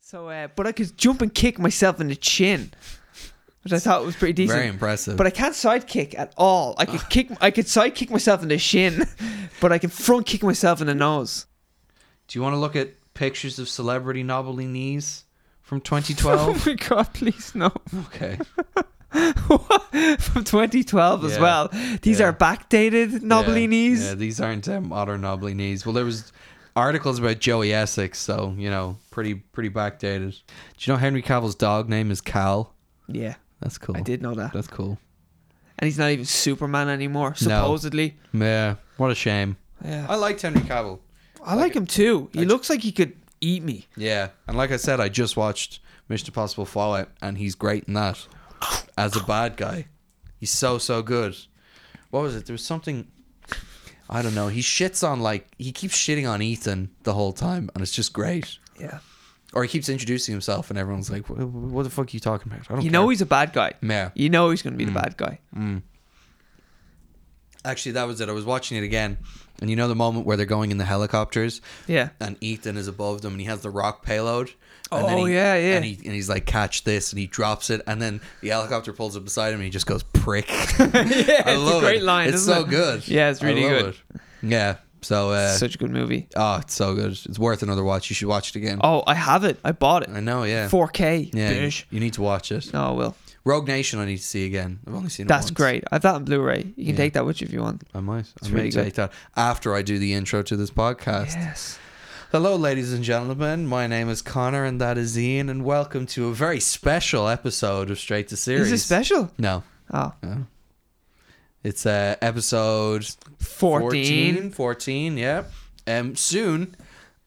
So, uh, but I could jump and kick myself in the chin, which I thought was pretty decent. Very impressive. But I can't side kick at all. I could kick, I could side kick myself in the shin, but I can front kick myself in the nose. Do you want to look at pictures of celebrity knobbly knees from Oh 2012? my god! Please no. okay. From 2012 as Yeah. well. These Yeah. are backdated Yeah, Noblinis. Yeah, these aren't um, modern knobbly knees. Well, there was articles about Joey Essex, so you know, pretty pretty backdated. Do you know Henry Cavill's dog name is Cal? yeah, That's cool. I did know that. That's cool. And he's not even Superman anymore, supposedly. Yeah, what a shame. Yeah. I liked Henry Cavill. I like him too. He I- looks like he could eat me. Yeah, and like I said, I just watched Mr. Possible Fallout, and he's great in that as a bad guy. He's so so good. What was it? There was something. I don't know. He shits on like he keeps shitting on Ethan the whole time, and it's just great. Yeah. Or he keeps introducing himself, and everyone's like, "Wh- wh- "What the fuck are you talking about?" I don't. You care." know he's a bad guy. Yeah. Mm. You know he's going to be the bad guy. Actually, that was it. I was watching it again, and you know the moment where they're going in the helicopters, Yeah. and Ethan is above them, and he has the rock payload. And Oh, he, yeah, yeah. And, he, and he's like, "Catch this!" and he drops it, and then the helicopter pulls up beside him, and he just goes, "Prick!" yeah, I it's love a great it. line. It's isn't so it? good. Yeah, it's I really love good. it. Yeah. So, uh, Such a good movie. oh, it's so good. It's worth another watch. You should watch it again. Oh, I have it. I bought it. I know. Mm. Yeah. 4K. yeah. you- Bish. You need to watch it. No, I will. Rogue Nation. I need to see again. I've only seen. it That's once. great. I have that on Blu-ray. You can Yeah. take that with you if you want. I might. I really might good. take that after I do the intro to this podcast. Yes. Hello, ladies and gentlemen. My name is Connor, and that is Ian, and welcome to a very special episode of Straight to Series. Is it special? No, Oh, no. It's uh, episode 14. 14. 14, yeah. Um, soon,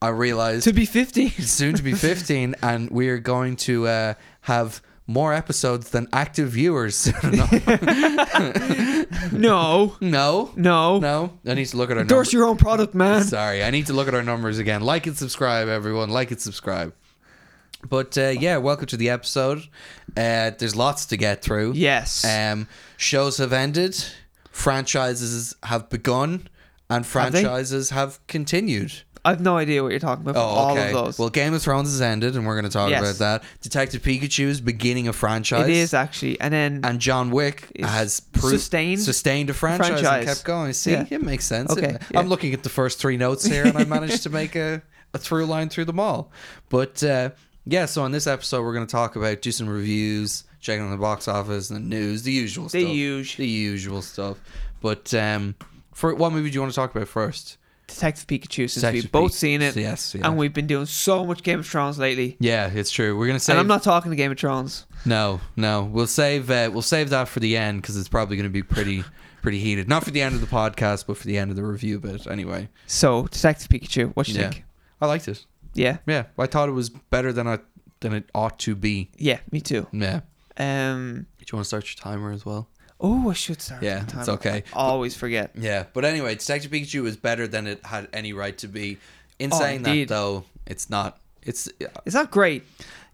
I realized To be 15. soon to be 15, and we're going to uh, have more episodes than active viewers. no, no. no, No. no. I need to look at our numbers. Endorse your own product, man. Sorry, I need to look at our numbers again. Like and subscribe, everyone. Like and subscribe. But uh, yeah, welcome to the episode. Uh, there's lots to get through. Yes. Um, shows have ended, franchises have begun, and they? franchises have, continued. I've no idea what you're talking about. for Oh, okay. All of those. Well, Game of Thrones has ended, and we're going to talk Yes. about that. Detective Pikachu is beginning a franchise. it is actually. And then And John Wick Is has pro- sustained- sustained a franchise, franchise. and kept going. See, Yeah. it makes sense. Okay, It- yeah. I'm looking at the first three notes here, and I managed to make a, a through line through them all. But uh, yeah, so on this episode, we're going to talk about do some reviews, checking on the box office, and the news, the usual The stuff, huge. the usual stuff. But um, for what movie do you want to talk about first? Detective Pikachu since Detective we've both Pikachu. seen it. Yes, yeah. And we've been doing so much Game of Thrones lately. Yeah, it's true. We're going to say And I'm not talking to Game of Thrones. No, no. We'll save uh, we'll save that for the end because it's probably going to be pretty pretty heated. Not for the end of the podcast, but for the end of the review. But anyway, So, Detective Pikachu, what you Yeah. think? I liked it. Yeah. Yeah, I thought it was better than I than it ought to be. Yeah, me too. Yeah. Um. Do you want to start your timer as well? Oh, I should start. Yeah, with the it's timer. okay. I always forget. Yeah, but anyway, Detective Pikachu was better than it had any right to be. In Oh, saying indeed. that, though, it's not. It's It's not great.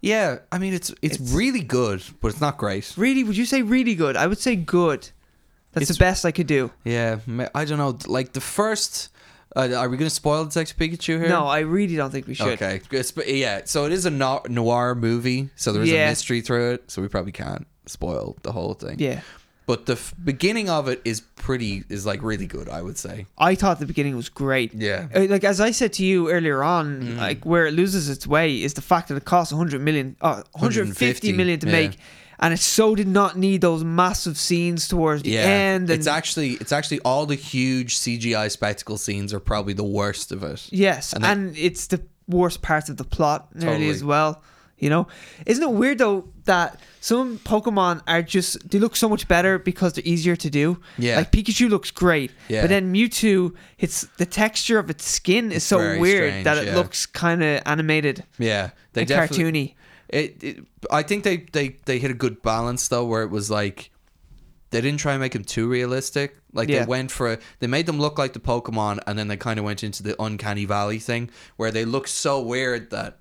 yeah. I mean, it's it's, It's- really good, but it's not great. Really? Would you say really good? I would say good. That's It's- the best I could do. Yeah, ma- I don't know. Like the first, uh, are we going to spoil Detective Pikachu here? No, I really don't think we should. Okay. It's- but yeah. So it is a no- noir movie. So there is Yeah. a mystery through it. So we probably can't spoil the whole thing. Yeah. But the f- beginning of it is pretty, is like really good, I would say. I thought the beginning was great. Yeah. Mm. Uh, Like as I said to you earlier on, like where it loses its way is the fact that it costs 100 million, uh, 150 150, million to yeah. make, and it so did not need those massive scenes towards the Yeah. end. And it's actually, it's actually all the huge CGI spectacle scenes are probably the worst of it. yes, and, and then- it's the worst parts of the plot nearly Totally. as well. You know, isn't it weird though that some Pokemon are just they look so much better because they're easier to do. Yeah. like Pikachu looks great, Yeah. but then Mewtwo, it's the texture of its skin is so very weird strange, that it yeah. looks kind of animated. Yeah. They and definitely- cartoony. It, it, I think they, they, they hit a good balance though, where it was like they didn't try and make them too realistic. Like Yeah. they went for they made them look like the Pokemon, and then they kind of went into the uncanny valley thing, where they look so weird that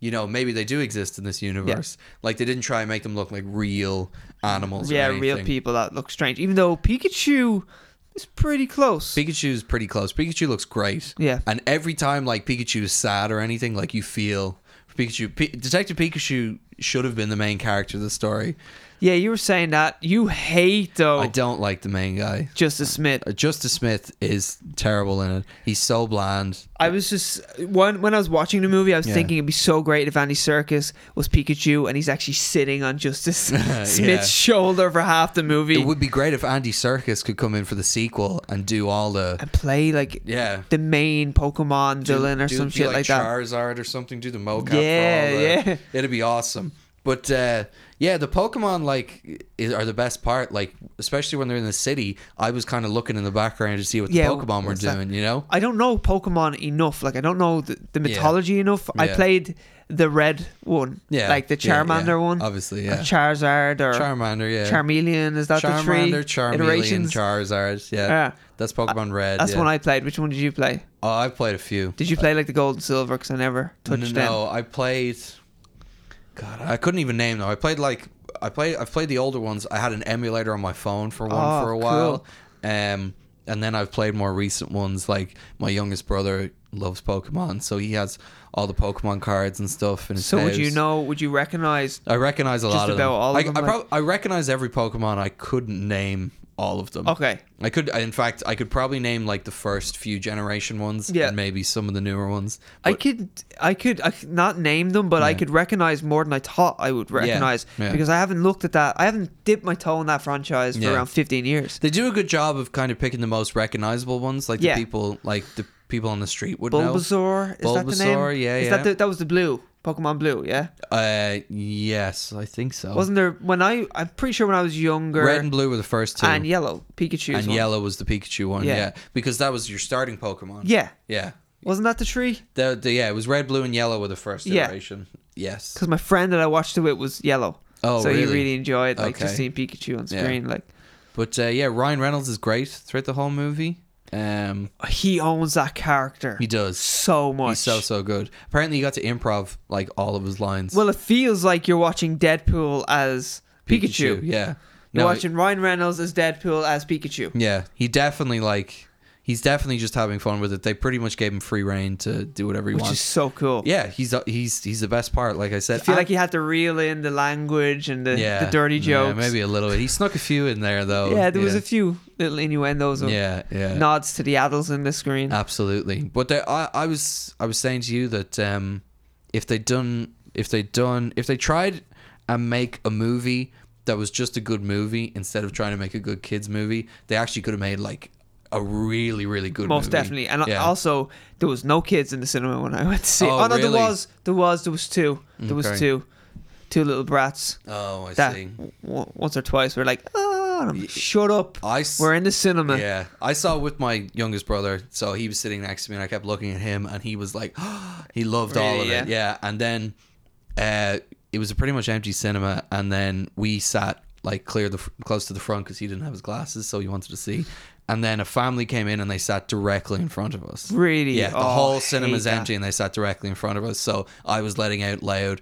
you know maybe they do exist in this universe. Like they didn't try and make them look like real animals. or Yeah, real anything. people that look strange. Even though Pikachu is pretty close. Pikachu's pretty close. Pikachu looks great. Yeah. And every time like Pikachu is sad or anything, like you feel Pikachu. P- Detective Pikachu should have been the main character of the story. Yeah, you were saying that. You hate though I don't like the main guy. Justice Smith. Uh, Justice Smith is terrible in it. He's so bland. I was just when when I was watching the movie, I was Yeah. thinking it'd be so great if Andy Circus was Pikachu and he's actually sitting on Justice Smith's Yeah. shoulder for half the movie It would be great if Andy Serkis could come in for the sequel and do all the and play like yeah. the main Pokemon Do- villain or do- some do shit like, that. Charizard or something. Do the mocap. Yeah, for all the, yeah. It'd be awesome. But uh, yeah, the Pokemon like is, are the best part. Like especially when they're in the city, I was kind of looking in the background to see what the Yeah, Pokemon were what's that? doing. You know, I don't know Pokemon enough. Like I don't know the, the mythology enough. I Yeah. played the red one, yeah, like the yeah, yeah. Charmander one, obviously, and yeah. Charizard or Charmander, yeah. Charmeleon. Is that the Charmander, three Charmeleon, iterations? Charizard. Yeah. Yeah. That's Pokemon Red. That's yeah. one I played. Which one did you play? Oh, I've played a few. Did you play like the gold and silver? Because I never touched no, them. I played. God, I couldn't even name them. I played like I played. I've played the older ones. I had an emulator on my phone for one Oh, for a cool. while. Um, and then I've played more recent ones. Like my youngest brother loves Pokemon, so he has all the Pokemon cards and stuff. In his So would you house. know? Would you recognize? I recognize a lot of about them. all of I, them, I, like- prob- I recognize every Pokemon. I couldn't name all of them. Okay. I could, I- in fact, I could probably name like the first few generation ones, Yeah. and maybe some of the newer ones. I could, I could, I could not name them, but I could recognize more than I thought I would recognize yeah. because I haven't looked at that. I haven't dipped my toe in that franchise for Yeah. around fifteen years. They do a good job of kind of picking the most recognizable ones, like Yeah. the people, like the people on the street would Bulbasaur, is that the name? Bulbasaur, yeah, is yeah. That, the, that was the blue Pokemon Blue, yeah. know. Uh, yes, I think so. Wasn't there when I? I'm pretty sure when I was younger. Red and blue were the first two, and yellow Pikachu. And yellow was the Pikachu one. Yeah. Yeah. because that was your starting Pokemon. Yeah, yeah. wasn't that the tree? The, the- yeah, it was red, blue, and yellow were the first Yeah. iteration. Yes. Because my friend that I watched it with was yellow. Oh, so he really? really enjoyed like Okay. just seeing Pikachu on Yeah. screen. Like But uh, yeah, Ryan Reynolds is great throughout the whole movie. Um, he owns that character. he does. so much. He's so so good. Apparently, he got to improv like all of his lines. well, it feels like you're watching Deadpool as Pikachu. Yeah. You're No, watching Ryan Reynolds as Deadpool as Pikachu. Yeah, he definitely like he's definitely just having fun with it. They pretty much gave him free reign to do whatever he Which is wants. so cool. yeah, he's uh, he's he's the best part. Like I I said, feel And- like he had to reel in the language and the, yeah, the dirty yeah, jokes. maybe a little. bit. He snuck a few in there though. Yeah, there was a few little innuendos of Yeah, yeah, nods to the adults in the screen. absolutely. But there, I I was I was saying to you that um, if they done if they done if they tried and make a movie that was just a good movie instead of trying to make a good kids movie, they actually could have made like a really really good most movie. definitely. And Yeah. also, there was no kids in the cinema when I went to see. it. Oh, Oh, no, really? there was, there was, there was two, there Okay. was two, two little brats oh I that see. w- once or twice were like, "Oh, and I'm like, shut up, I s- we're in the cinema." Oh, Yeah, I saw it with my youngest brother. So he was sitting next to me, and I kept looking at him, and he was like, he loved all Really, of yeah? it. Yeah, and then uh, it was a pretty much empty cinema, and then we sat like clear the fr- close to the front because he didn't have his glasses, so he wanted to see. And then a family came in and they sat directly in front of us. Really? Yeah, the Oh, whole I cinema's hate that. empty and they sat directly in front of us. So I was letting out loud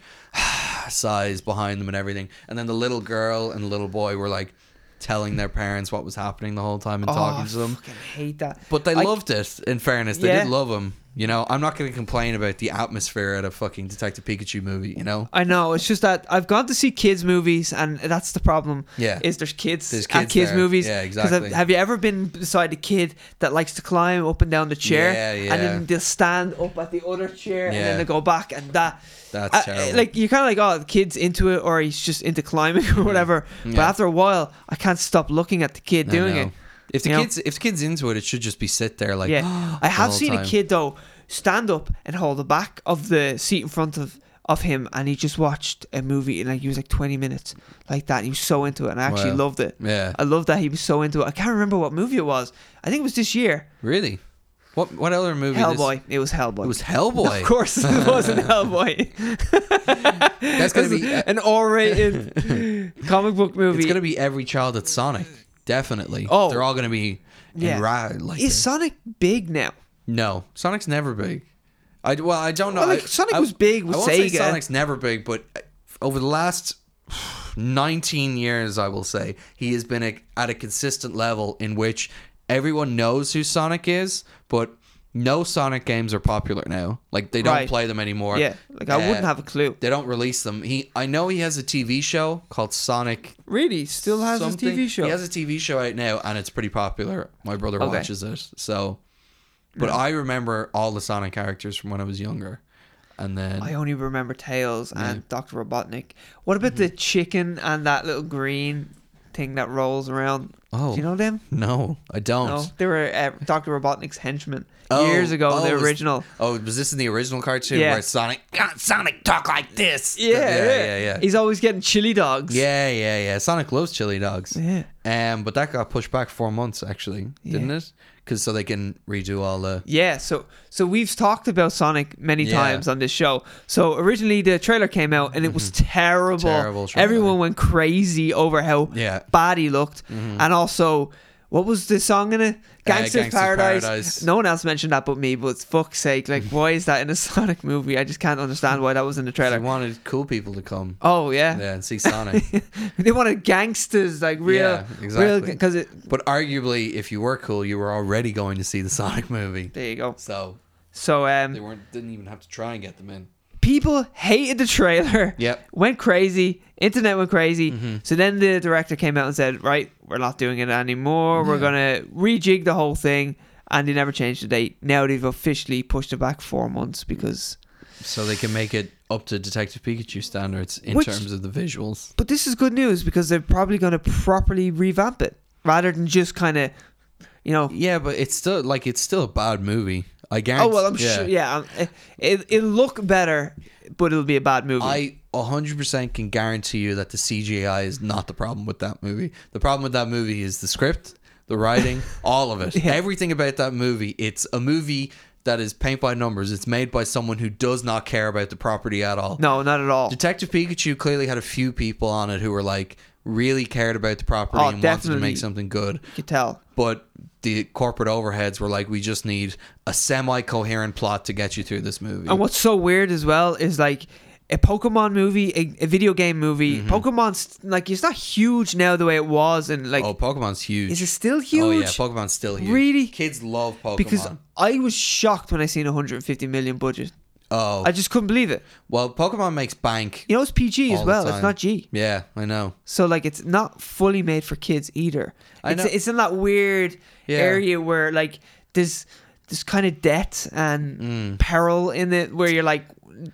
sighs behind them and everything. And then the little girl and the little boy were like telling their parents what was happening the whole time and Oh, talking to I them. fucking hate that. But they I- loved it, in fairness. They Yeah. did love him. You know, I'm not going to complain about the atmosphere at a fucking Detective Pikachu movie, you know? I know. It's just that I've gone to see kids movies, and that's the problem. Yeah. is there's kids, There's at kids kids there. movies. Yeah, 'Cause I've- exactly. Have you ever been beside a kid that likes to climb up and down the chair, Yeah, yeah. and then they'll stand up at the other chair, and Yeah. then they go back, and that That's I- terrible. Like you're kind of like, oh, the kid's into it, or he's just into climbing or whatever. But Yeah. after a while, I can't stop looking at the kid I doing know. it. If the You know? kids if the kids into it, it should just be sit there like Yeah, I the have whole seen a time. kid though stand up and hold the back of the seat in front of of him, and he just watched a movie and like he was like twenty minutes like that. And he was so into it, and I actually Wow. loved it. Yeah. I loved that he was so into it. I can't remember what movie it was. I think it was this year. Really? What what other movie? this- Hellboy. It was Hellboy. It was Hellboy. Of course, it wasn't Hellboy. That's gonna be uh, An R-rated comic book movie. It's gonna be every child at Sonic. Definitely. Oh. they're all gonna be yeah. Yeah. like Is this. Sonic big now? no. Sonic's never big. I well, I don't know. Well, like, I- Sonic I- was big with I won't say Sega. Sonic's never big, but uh, over the last nineteen years, I will say he has been a, at a consistent level in which everyone knows who Sonic is, but no Sonic games are popular now. Like they don't Right. play them anymore. yeah, like I wouldn't Uh, have a clue. They don't release them. He, I know he has a TV show called Sonic. Really, still has something. his TV show. He has a TV show right now, and it's pretty popular. My brother Okay. watches it. So, but I remember all the Sonic characters from when I was younger, and then I only remember Tails and Doctor Robotnik. What about Mm-hmm. the chicken and that little green thing that rolls around? oh Do you know them? no, I don't. No, they were uh, Doctor Robotnik's henchmen Oh, years ago. oh, the was- original. Oh, was this in the original cartoon Yeah. where Sonic? God, Sonic talk like this. Yeah, yeah, yeah, yeah. Yeah, He's always getting chili dogs. yeah, yeah. yeah. Sonic loves chili dogs. Yeah. Um, but that got pushed back four months actually, didn't Yeah. it? Because so they can redo all the. Yeah, so so we've talked about Sonic many Yeah. times on this show. So originally the trailer came out and it was terrible. Mm-hmm. Terrible trailer. Everyone went crazy over how Yeah. Mm-hmm. bad he looked, and also what was the song in it? Gangsta's, Gangsta's Paradise. Uh, Paradise. No one else mentioned that but me. But fuck's sake, like why is that in a Sonic movie? I just can't understand why that was in the They trailer. wanted cool people to come. Oh yeah, Yeah, and see Sonic. they wanted gangsters like real, Yeah, exactly. because it. but arguably, if you were cool, you were already going to see the Sonic movie. There you go. So So um, they weren't didn't even have to try and get them in. people hated the trailer. Yep. Mm-hmm. Went crazy. Internet went crazy. So then the director came out and said, "Right, we're not doing it anymore. We're gonna rejig the whole thing." And they never changed the date. Now they've officially pushed it back four months because. So they can make it up to Detective Pikachu standards in Which- terms of the visuals. But this is good news because they're probably gonna properly revamp it rather than just kind of, you know. Yeah, but it's still like it's still a bad movie. I guarantee. Oh well, I'm sure. Yeah, I'm, it it'll look better, but it'll be a bad movie. I 100% can guarantee you that the CGI is not the problem with that movie. The problem with that movie is the script, the writing, all of it. Everything about that movie. It's a movie that is paint by numbers. It's made by someone who does not care about the property at all. no, not at all. Detective Pikachu clearly had a few people on it who were like really cared about the property Oh, and wanted to definitely. make something good. You could tell. But the corporate overheads were like, we just need a semi coherent plot to get you through this movie. And what's so weird as well is like a Pokemon movie, a, a video game movie. Mm-hmm. Pokemon's like it's not huge now the way it was, and like oh, Pokemon's huge. is it still huge? Oh yeah, Pokemon's still huge. Really? kids love Pokemon. because I was shocked when I seen 150 million budget. oh I just couldn't believe it. well, Pokemon makes bank. You know, it's PG All as the well. It's time. not G, Yeah, I know. so like it's not fully made for kids either. I it's know. it's in that weird Yeah. area where like there's this kind of debt and Mm. peril in it where you're like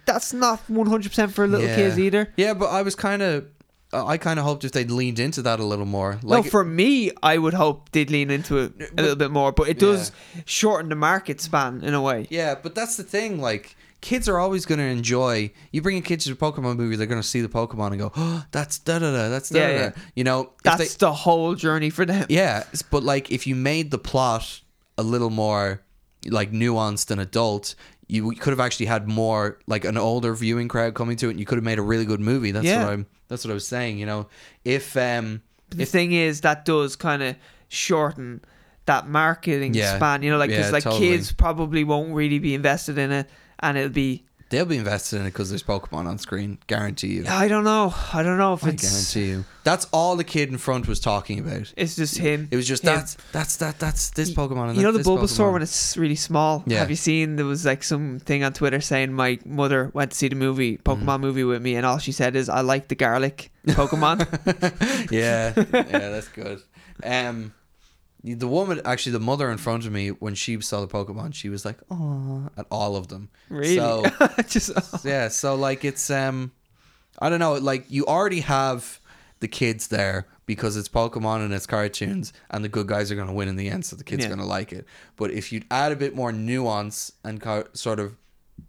that's not 100% for little yeah. kids either. Yeah, but I was kind of, I kind of hoped if they'd leaned into that a little more. Like, no, for me, I would hope they'd lean into it a little bit more, but it does shorten the market span in a way. yeah, but that's the thing. Like, kids are always going to enjoy. You bring a kid to a Pokemon movie, they're going to see the Pokemon and go, "Oh, that's da da da, that's da Yeah, da da." yeah. You know, if they- That's the whole journey for them. Yeah, s- but like if you made the plot a little more like nuanced and adult, you could have actually had more like an older viewing crowd coming to it, and you could have made a really good movie. That's Yeah. what I'm. That's what I was saying. You know, if um, But the thing is, that does kind of shorten that marketing Yeah. span. You know, like because Yeah, like totally. kids probably won't really be invested in it, and it'll be they'll be invested in it because there's Pokemon on screen, guarantee you. I don't know, I don't know if I it's guarantee you. That's all the kid in front was talking about. it's just him. It was just him. that's that's that that's this Pokemon. And You know that- the this Bulbasaur Pokemon. when it's really small. Yeah. Have you seen there was like some thing on Twitter saying my mother went to see the movie Mm. Pokemon movie with me, and all she said is I like the garlic Pokemon. yeah, yeah, that's good. Um, the woman, actually, the mother in front of me, when she saw the Pokemon, she was like, "Oh," at all of them. really? So Just yeah, so like it's um, I don't know, like you already have the kids there because it's Pokemon and it's cartoons, and the good guys are gonna win in the end, so the kids Yeah. are gonna like it. But if you add a bit more nuance and co- sort of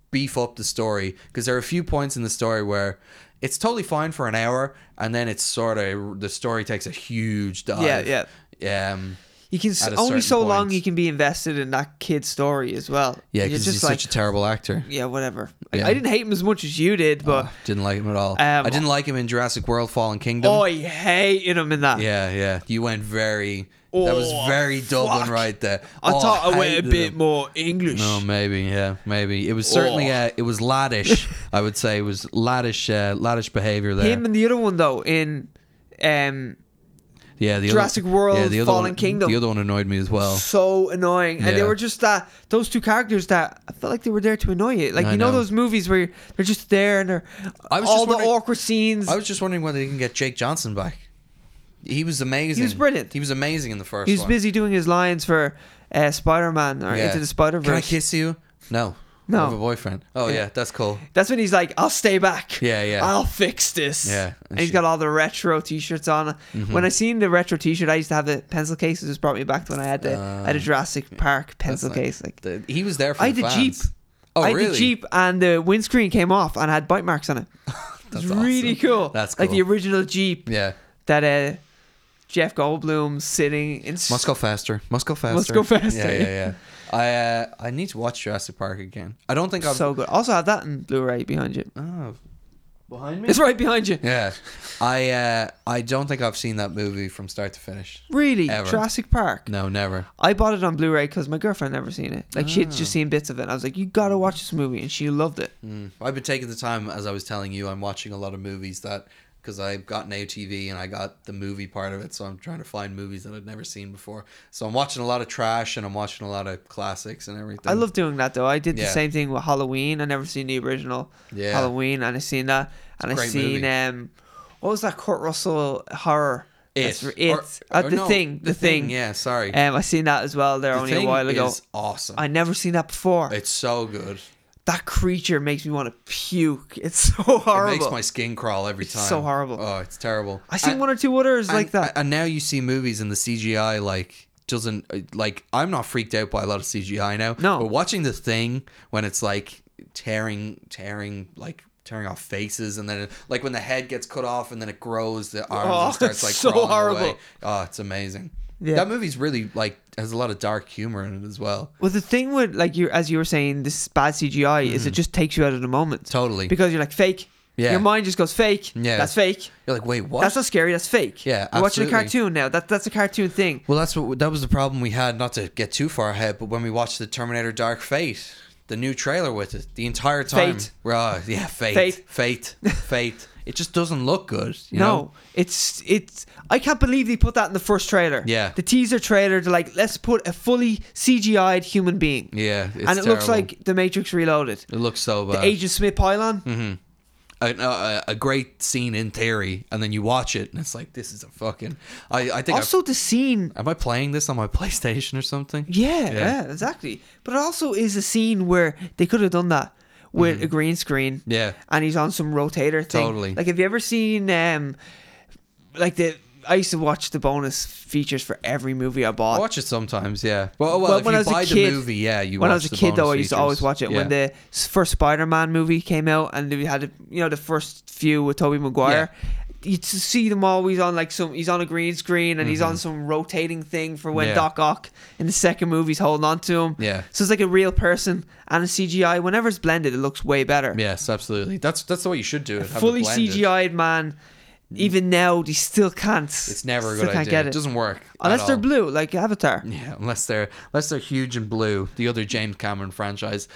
beef up the story, because there are a few points in the story where. It's totally fine for an hour, and then it's sort of the story takes a huge dive. Yeah, yeah, um, you can s- At a only certain so long point. you can be invested in that kid's story as well. yeah. You're Because just he's like such a terrible actor. yeah, whatever. Like, Yeah. I didn't hate him as much as you did, but Oh, didn't like him at all. Um, I didn't like him in Jurassic World: Fallen Kingdom. oh, I hated him in that. Yeah, yeah. You went very. that was Oh, very Dublin fuck. right there. I Oh, thought I went hated a bit him. more English. No, maybe, yeah, maybe. It was certainly, Oh. uh, it was laddish. I would say it was laddish, uh, laddish behavior there. him and the other one though in um Yeah, the Jurassic other, World, yeah, the other Fallen one, Kingdom. The other one annoyed me as well. so annoying. And they Oh. Yeah. were just that those two characters that I felt like they were there to annoy you. Like I you know, know. those movies where they're just there and they're I was all just the wondering- awkward scenes. I was just wondering whether they can get Jake Johnson back. He was amazing. He was brilliant. He was amazing in the first. He's one. busy doing his lines for uh, Spider Man or Yeah. Into the Spider Can I Verse. kiss you? No. No. I have a boyfriend. Oh Yeah. yeah, that's cool. That's when he's like, "I'll stay back. Yeah, yeah. I'll fix this." Yeah, Mm-hmm. and and, he's she- got all the retro T-shirts on. When I seen the retro T-shirt, I used to have the pencil case. It just brought me back to when I had the I Ah, had a Jurassic Park pencil nice. case. Like The- he was there for I the had a fans. Jeep. Oh I had really? the Jeep, and the windscreen came off and had bite marks on it. it's That's really awesome. cool. That's like the cool. original Jeep Yeah. that uh, Jeff Goldblum sitting in. Must go faster. Must go faster. go faster. Yeah, yeah, yeah. I uh, I need to watch Jurassic Park again. I don't think I've so good. Also have that in Blu-ray behind you. oh. behind me. It's right behind you. Yeah, I uh, I don't think I've seen that movie from start to finish. Really, Ever. Jurassic Park. No, never. I bought it on Blu-ray because my girlfriend never seen it. Like she had Ah. just seen bits of it. I was like, "You gotta watch this movie," and she loved it. Mm. I've been taking the time, as I was telling you, I'm watching a lot of movies that because I've gotten ATV and I got the movie part of it, so I'm trying to find movies that I'd never seen before. So I'm watching a lot of trash and I'm watching a lot of classics and everything. I love doing that though. I did the Mm. Yeah. same thing with Halloween. I never seen the original Yeah. Halloween, and I seen that, and I great seen movie. um, what was that Kurt Russell horror? it. That's- it. Uh, the thing. The, thing. Yeah, sorry. Um, I seen that as well there the only a while ago. is awesome. I never seen that before. it's so good. that creature makes me want to puke. It's so horrible. It makes my skin crawl every time. so horrible. Oh, it's terrible. I seen And- one or two others like and- that. And now you see movies and the CGI like doesn't uh, like I'm not freaked out by a lot of CGI now. No. but watching the thing when it's like tearing, tearing, like tearing off faces, and then it, like when the head gets cut off and then it grows, the arms Oh, and starts it's like so crawling horrible. Away. Oh, it's amazing. Yeah. That movie's really like has a lot of dark humor in it as well. well, the thing with like you, as you were saying, this bad CGI is it just takes you out of the moment. Mm. Totally. because you're like fake. Yeah. Your mind just goes fake. Yeah. That's fake. You're like, wait, what? That's not scary. That's fake. Yeah, You're watching a absolutely. cartoon now. That that's a cartoon thing. Well, that's what that was the problem we had. Not to get too far ahead, but when we watched the Terminator Dark Fate, the new trailer with it, the entire time, Fate. Right, yeah, fate, Fate. fate, fate, It just doesn't look good. You no, know? it's it's. I can't believe they put that in the first trailer. Yeah. The teaser trailer. They're like, let's put a fully CGI'd human being. yeah, it's and it looks terrible. like The Matrix Reloaded. it looks so The bad. Agent Smith pylon. Mm-hmm. a, a, a great scene in theory, and then you watch it, and it's like this is a fucking. I I think. Also, the scene. I, am I playing this on my PlayStation or something? Yeah, yeah, Yeah. exactly. But it also is a scene where they could have done that with Mm-hmm. a green screen. Yeah. and he's on some rotator thing. Totally. Like, have you ever seen um, like the? I used to watch the bonus features for every movie I I bought. watch it sometimes, yeah. Well, well, Well, if when you I was a buy kid- the movie, yeah, you. when I watch was a the kid, bonus though, I used to always features. watch it. Yeah. When the s- first Spider-Man movie came out, and we had, a, you know, the first few with Tobey Maguire, you'd s- see them always on like some. He's on a green screen, and he's on some rotating thing for when Mm-hmm. Yeah. Doc Ock in the second movie's holding on to him. Yeah. So it's like a real person and a CGI. Whenever it's blended, it looks way better. Yes, absolutely. That's that's the way you should do it. have it fully blended. Mm. CGI'd man. Even now, they still can't. It's never a still good idea. It. doesn't work at unless they're all. blue, like Avatar. Yeah, unless they're unless they're huge and blue. The other James Cameron franchise,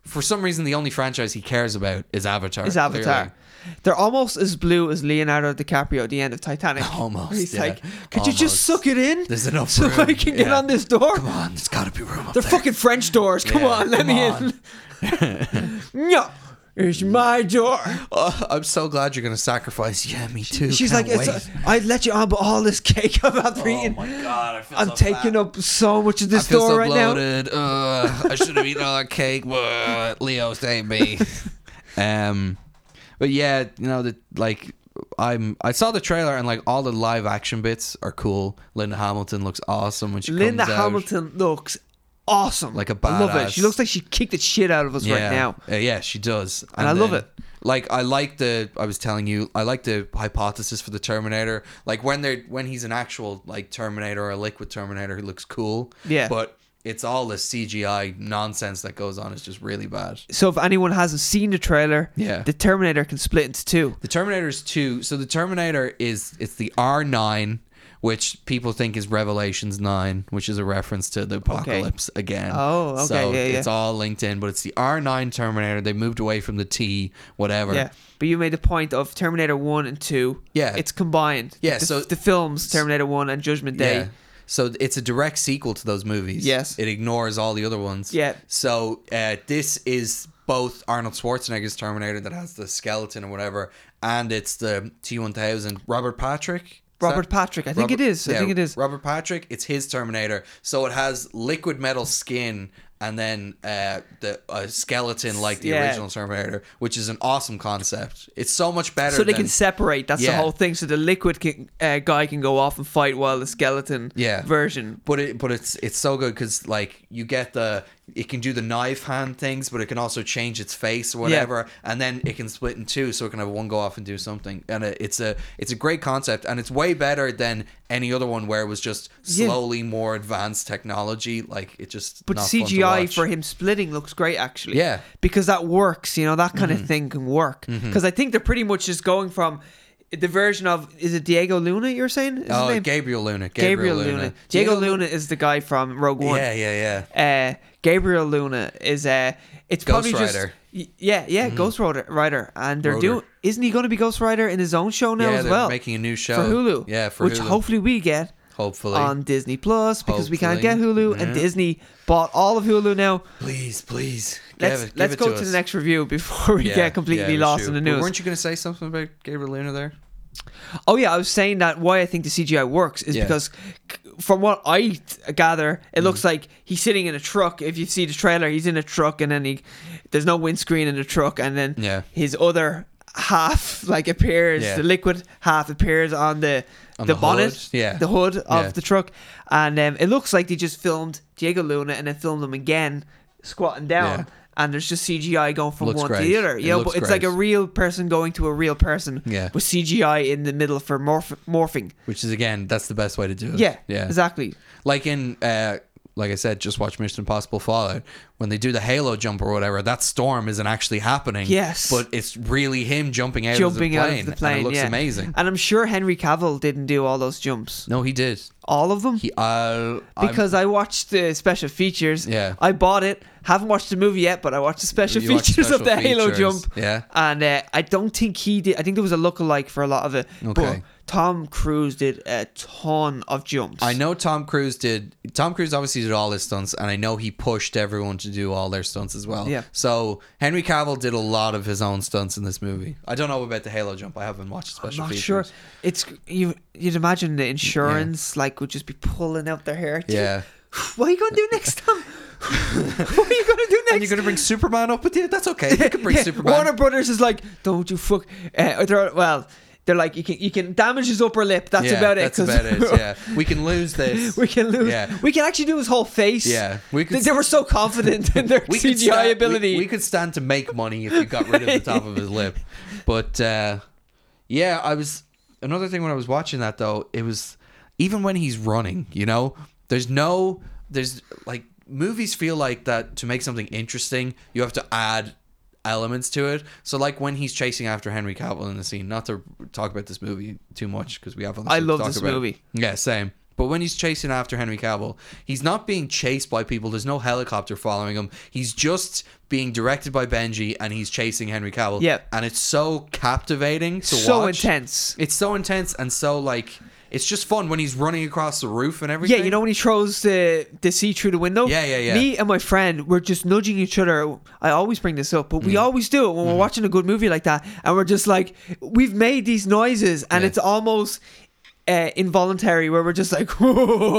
for some reason, the only franchise he cares about is Avatar. Is Avatar? They're almost as blue as Leonardo DiCaprio at the end of Titanic. Almost, He's yeah. like, could you Almost. just suck it in? There's enough so room, I can get yeah. on this door. Clearly. Come on, there's got to be room. Up They're there. fucking French doors. Come Yeah, on, let come me on. in. no, it's Mm. my door. Oh, I'm so glad you're gonna sacrifice. Yeah, me too. She's Can't like, it's, wait. Oh I'd let you on, but all this cake I'm after eating. god, I feel I'm taking up so much of I this feel door so right now. bloated. Ugh, I should have eaten all that cake. Whoa, Leo, save me. um, but yeah, you know the like. I'm. I saw the trailer and like all the live action bits are cool. Linda Hamilton looks awesome when she Linda comes out. Hamilton looks awesome. Like a I love it. badass. She looks like she kicked the shit out of us yeah. right now. Uh, yeah, she does, And I love it. Like I like the. I was telling you, I like the hypothesis for the Terminator. Like when they're when he's an actual like Terminator or a liquid Terminator, he looks cool. Yeah. but. It's all the CGI nonsense that goes on. It's just really bad. So if anyone hasn't seen the trailer, Yeah. the Terminator can split into two. The Terminator is two. So the Terminator is it's the R nine which people think is Revelations 9, which is a reference to the apocalypse again. Oh, okay, So yeah, yeah. it's all linked in, but it's the R9 Terminator. They moved away from the T, whatever. Yeah, but you made the point of Terminator One and Two. Yeah. it's combined. Yeah, the, so- the films Terminator One and Judgment Day. Yeah. So it's a direct sequel to those movies. Yes. It ignores all the other ones. Yeah. So uh, this is both Arnold Schwarzenegger's Terminator that has the skeleton or whatever, and it's the T one thousand Robert Patrick. Is Robert that- Patrick, I think it is. I think it is. Robert Patrick. It's his Terminator. So it has liquid metal skin and then uh, the uh, skeleton like the Yeah. original Terminator, which is an awesome concept. It's so much better. So they than, can separate. That's the Yeah. whole thing. So the liquid can, uh, guy can go off and fight while the skeleton Yeah. version. But it, but it's it's so good because like you get the it can do the knife hand things, but it can also change its face or whatever, and then it can split in two, so it can have one go off and do something. And it, it's a it's a great concept, and it's way better than any other one where it was just Yeah. slowly more advanced technology. Like it just But not fun to CGI watch. for him splitting looks great actually. Yeah. Mm-hmm. Because that works, you know, that kind of thing can work. Because I think they're pretty much just going from the version of is it Diego Luna you're saying? Is his oh name? Gabriel Luna, Gabriel, Luna. Diego Luna is the guy from Rogue One. Yeah, yeah, yeah. uh, Gabriel Luna is uh, it's Ghost probably just Rider. Mm-hmm. y- yeah yeah Ghost Rider, Rider and they're Roder. doing isn't he going to be Ghost Rider in his own show now yeah, as they're well making a new show for Hulu Yeah, for which Hulu. hopefully we get hopefully. on Disney Plus because we can't get Hopefully. Hulu and Disney bought all of Hulu now. please, please. Let's give it, give let's it go to to, us. the next review before we get completely yeah, lost shoot. in the But news. weren't you going to say something about Gabriel Luna there? Oh yeah, I was saying that why I think the CGI works is Yeah. because, c- from what I th- gather, it Mm-hmm. looks like he's sitting in a truck. If you see the trailer, he's in a truck, and then he there's no windscreen in the truck, and then Yeah. his other half like appears, Yeah. the liquid half appears on the On the, the bonnet, hood, yeah. the hood of Yeah. the truck, and um, it looks like they just filmed Diego Luna and then filmed him again squatting down. Yeah. And there's just CGI going from Looks one to great. the other. It You know, looks but it's like a great. real person going to a real person Yeah. with CGI in the middle for morph- morphing. Which is again, that's the best way to do it. Yeah, yeah. exactly. Like in, uh, like I said, just watch Mission Impossible Fallout. When they do the Halo jump or whatever, that storm isn't actually happening. Yes. but it's really him jumping out Jumping of the out plane. of the plane, and it looks yeah. amazing. And I'm sure Henry Cavill didn't do all those jumps, No, he did. all of them, He, uh, because i watched the special features. Yeah. I bought it. Haven't watched the movie yet, but I watched the special You watched features of special the Halo features, jump. yeah. and uh, I don't think he did. I think there was a lookalike for a lot of it. But Okay. Tom Cruise did a ton of jumps. I know Tom Cruise did. Tom Cruise obviously did all his stunts, and I know he pushed everyone to do all their stunts as well. Yeah. So Henry Cavill did a lot of his own stunts in this movie. I don't know about the Halo jump. I haven't watched I'm special not features. sure. It's you. You'd imagine the insurance like would just be pulling out their hair. Yeah. What are you gonna do next time? what are you gonna do next? And you're gonna bring Superman up with you? That's okay. You can bring Yeah, Superman. Warner Brothers is like, don't you fuck. Uh, they're, well, they're like, you can you can damage his upper lip. That's Yeah, about it. That's 'cause about it. Yeah, we can lose this. We can lose. Yeah. We can actually do his whole face. Yeah, We we could, could- they, they were so confident in their We could CGI stand- we- ability. We, could stand to make money if you got rid of the top of his lip. But uh, yeah, I was another thing when I was watching that though. It was even when he's running. You know, there's no there's like movies feel like that to make something interesting. You have to add elements to it. So like when he's chasing after Henry Cavill in the scene. Not to talk about this movie too much because we have. other I stuff to love talk this about. movie. Yeah, same. But when he's chasing after Henry Cavill, he's not being chased by people. There's no helicopter following him. He's just being directed by Benji, and he's chasing Henry Cavill. Yep. and it's so captivating to so watch. intense. It's so intense and so like it's just fun when he's running across the roof and everything. Yeah, you know when he throws the the seat through the window. Yeah, yeah, yeah. Me and my friend were just nudging each other. I always bring this up, but we Mm. always do it when we're watching a good movie like that, and we're just like, we've made these noises, and Yeah. it's almost uh, involuntary where we're just like, yeah,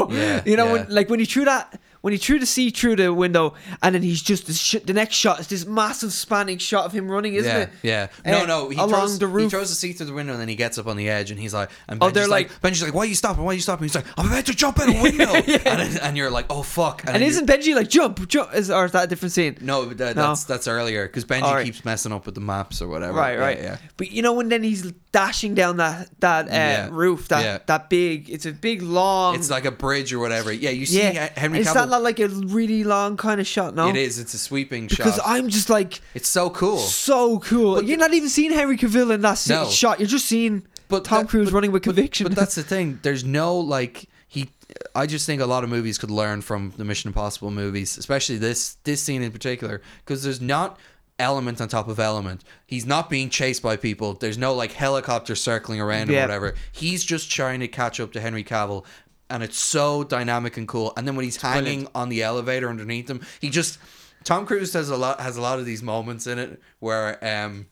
Yeah, you know, yeah. When, like when he threw that. When he threw the seat through the window, and then he's just the, sh- the next shot is this massive spanning shot of him running, isn't yeah, it? yeah. Uh, No, no. He along throws, the roof. He throws the seat through the window, and then he gets up on the edge, and he's like, and Oh, Benji's they're like, Benji's like, why are you stopping? Why are you stopping? He's like, I'm about to jump out a window, and, and you're like, oh fuck. and then you- isn't Benji like jump, jump? Is, or is that a different scene? No, but that, that's that's earlier because Benji All right. keeps messing up with the maps or whatever. Right, Yeah, right. Yeah, But you know when then he's dashing down that that uh, Yeah. roof, that Yeah. that big. It's a big long. It's like a bridge or whatever. Yeah, you see Um, yeah. Henry Is Cavill. that not like a really long kind of shot? No, It is. It's a sweeping Because shot. I'm just like it's so cool. so cool. You're not even seeing Henry Cavill in that se- No. shot. You're just seeing But Tom that- Cruise but- running with but- conviction. But that's the thing. There's no like he. I just think a lot of movies could learn from the Mission Impossible movies, especially this this scene in particular, because there's not element on top of element. He's not being chased by people. There's no like helicopter circling around him Yeah. or whatever. He's just trying to catch up to Henry Cavill. And it's so dynamic and cool. And then when he's hanging on the elevator underneath him, he just Tom Cruise has a lot has a lot of these moments in it where um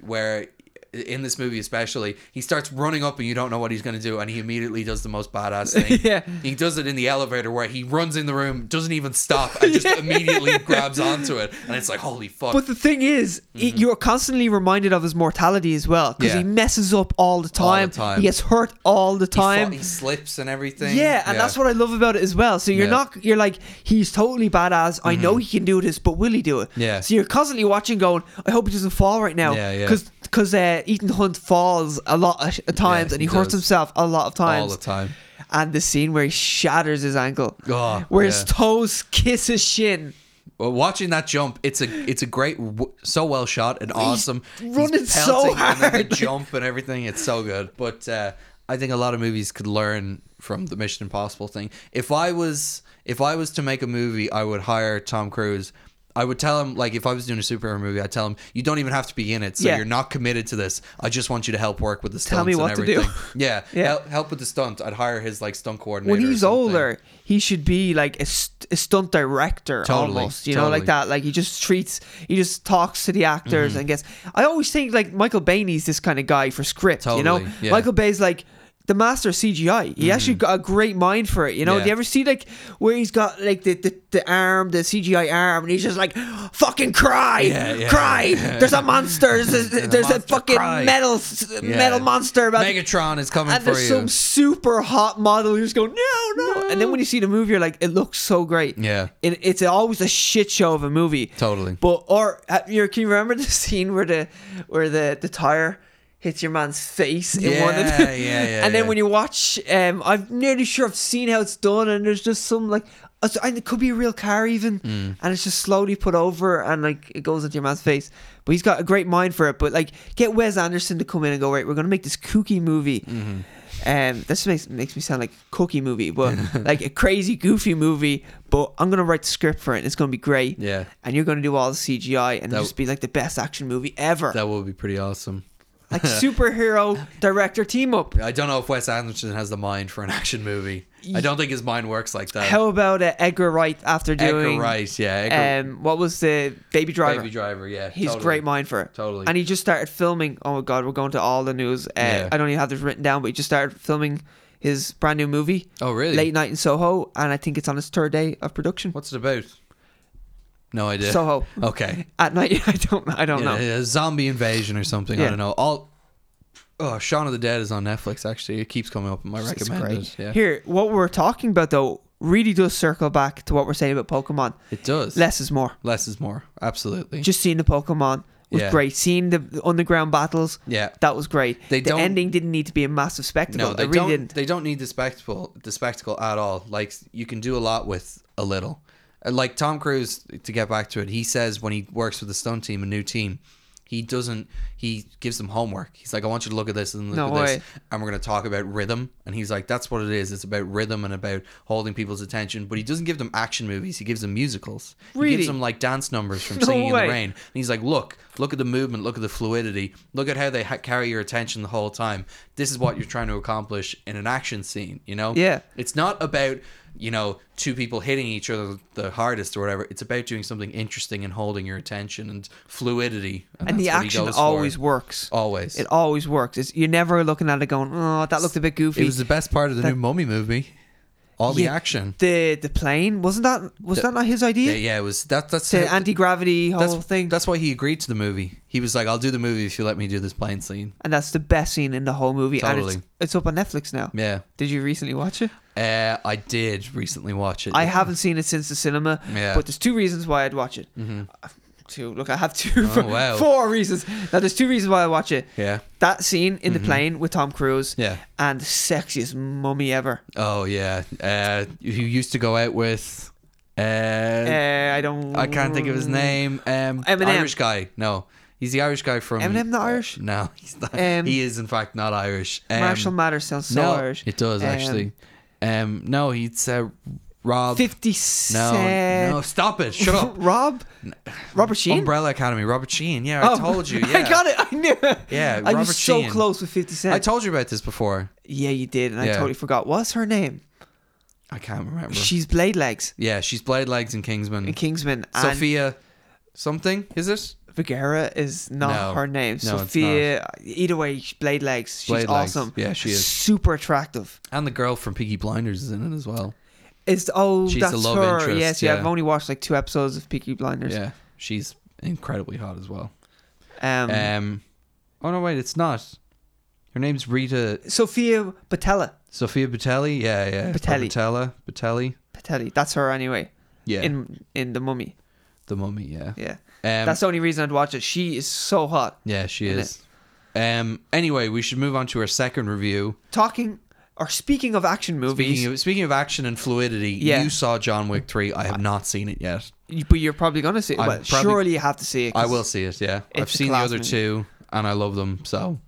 where in this movie especially he starts running up and you don't know what he's going to do and he immediately does the most badass thing Yeah. he does it in the elevator where he runs in the room doesn't even stop and just immediately grabs onto it and it's like holy fuck But the thing is, it- you're constantly reminded of his mortality as well because Mm-hmm. Yeah. he messes up all the time. time. He gets hurt all the He fa- time. he, slips and everything Yeah, and that's what I love about it as well. So you're Yeah. Mm-hmm. not you're like he's totally badass. I know he can do this, but will he do it? Yeah. So you're constantly watching, going, I hope he doesn't fall right now. Yeah, yeah. Because because uh, Ethan Hunt falls a lot of sh- of times, and he he, hurts does. himself a lot of times. all the time And the scene where he shatters his ankle, Oh, where his yeah. toes kiss his shin. Well, watching that jump, it's a it's a great, w- so well shot and awesome. running so pelting and then the hard. jump and everything. It's so good. But uh, I think a lot of movies could learn from the Mission Impossible thing. If I was if I was to make a movie, I would hire Tom Cruise. I would tell him like if I was doing a superhero movie, I'd tell him you don't even have to be in it, so Yeah. you're not committed to this. I just want you to help work with the stunts Tell me and what to do. everything. Yeah, Yeah. Help, help with the stunt. I'd hire his like stunt coordinator. When or he's something. older, he should be like a, st- a stunt director Totally, almost, you know, totally. Mm-hmm. like that. Like he just treats, he just talks to the actors and gets. I always think like Michael Bainey's this kind of guy for script, you know. Totally, yeah. Mm-hmm. Michael Bay's like the master of CGI. He actually got a great mind for it, you know. Yeah. Do you ever see like where he's got like the, the, the arm, the CGI arm, and he's just like fucking cry, Yeah, yeah. cry. There's a monster. There's a, a there's a, monster, fucking cry." metal s- Yeah. metal monster about to Megatron is coming and for there's you. some super hot model who's going no, no and then when you see the movie you're like it looks so great Yeah. it, it's always a shit show of a movie Totally. but or uh, you know, can you remember the scene where the where the the tire hits your man's face in one of Yeah, the, yeah, yeah, and then yeah. when you watch um I'm nearly sure I've seen how it's done and there's just some like it's- and it could be a real car even Mm. and it's just slowly put over and like it goes into your man's face but he's got a great mind for it but like get Wes Anderson to come in and go right we're gonna make this kooky movie Mm-hmm. um this makes makes me sound like a cookie movie but like a crazy goofy movie but I'm gonna write the script for it and it's gonna be great Yeah. and you're going to do all the CGI and That- just be like the best action movie ever. That would be pretty awesome. like superhero director team up. I don't know if Wes Anderson has the mind for an action movie. I don't think his mind works like that. How about uh, Edgar Wright after Edgar doing Wright, yeah, Edgar, um what was the Baby Driver? Baby Driver, yeah, He's totally. great mind for it. Totally. And he just started filming. Oh my god, we're going to all the news. Uh, Yeah. I don't even have this written down, but he just started filming his brand new movie. Oh, really? Late Night in Soho, and I think it's on its third day of production. What's it about? No idea. Soho. Okay. At night, I don't, I don't Yeah, know. yeah, zombie invasion or something. I Yeah. don't know. All. Oh, Shaun of the Dead is on Netflix. Actually, it keeps coming up in my It's recommended. great. Yeah, Here, what we're talking about though really does circle back to what we're saying about Pokemon. it does. Less, Less is more. is more. Absolutely. Just seeing the Pokemon was Yeah. great. Seeing the- the underground battles, yeah. that was great. They the don't- ending didn't need to be a massive spectacle. No, they it really don't. didn't. They don't need the spectacle. The spectacle at all. Like you can do a lot with a little. Uh, Like Tom Cruise, to get back to it, he says when he works with a stunt team, a new team, he doesn't. He gives them homework. He's like, I want you to look at this and look No at way. this, and we're gonna talk about rhythm. And he's like, that's what it is. It's about rhythm and about holding people's attention. But he doesn't give them action movies. He gives them musicals. He Really? gives them like dance numbers from No Singing in way. the Rain. And he's like, look, look at the movement, look at the fluidity, look at how they ha- carry your attention the whole time. This is what you're trying to accomplish in an action scene, you know? Yeah. It's not about, you know, two people hitting each other the hardest or whatever. It's about doing something interesting and holding your attention and fluidity. and the that's what he action goes for. always works. Always. It always works. It's, you're never looking at it going, oh, that looked a bit goofy. It was the best part of the new Mummy movie. All the Yeah. action. the the plane wasn't that was that not his Yeah, idea? yeah, it was that. That's The how- anti gravity whole that's, thing, That's why he agreed to the movie. He was like, "I'll do the movie if you let me do this plane scene." and that's the best scene in the whole movie. And Totally. it's, it's up on Netflix now. Yeah. Did you recently watch it? Uh, I did recently watch it. I haven't seen it since the cinema, Yeah. Mm-hmm. but there's two reasons why I'd watch it. Uh, Two. Look, I have two. for- Oh, wow. Four reasons. Now, there's two reasons why I watch it. Yeah. Mm-hmm. That scene in the plane with Tom Cruise. Yeah. And the sexiest mummy ever. Oh yeah. Uh, who used to go out with? Uh, Uh, I don't. I can't think of his name. Um, Eminem. Irish guy. No, He's the Irish guy from uh, Eminem not Irish? No, he's not. Um, he is in fact not Irish. Um, Marshall Matters sounds so no, Irish. It does Um, actually. Um, no, he's uh, Rob. 50 no, Cent. no, stop it! Shut up. Rob? Robert Sheen? Umbrella Academy. Robert Sheen. Yeah, I Oh, told you. Yeah. I got it. I knew it. Yeah, I Robert was so Sheen. close with 50 Cent. I told you about this before. yeah, you did. And I Yeah. totally forgot. What's her name? I can't remember. She's Blade Legs yeah, she's Blade Legs in Kingsman. in Kingsman. And Sophia, something is it? Vergara is not No. her name. No, it's Sophia. Either way, Blade Legs. She's Blade Legs. awesome. Yeah, she is. Super attractive. And the girl from Peaky Blinders is in it as well. It's oh, She's the that's love her. interest, yes, yeah. yeah. I've only watched like two episodes of Peaky Blinders. Yeah, she's incredibly hot as well. Um, Um, oh no, wait, it's not. Her name's Rita Sophia Patella. Sophia Batelli. Yeah, yeah, or Battelli. Batella, Batelli. Patelli. That's her anyway. Yeah, In in the Mummy. the Mummy. Yeah, Yeah. Um, that's the only reason I'd watch it. She is so hot. yeah, she in is. Um, anyway, we should move on to our second review. Talking or speaking of action movies, Speaking of, speaking of action and fluidity, Yeah. you saw John Wick three. I have not seen it yet. you- but you're probably gonna see it. I'm Well, probably- surely you have to see it. 'cause I will see it. Yeah, I've It's a seen the class other movie. two, and I love them. So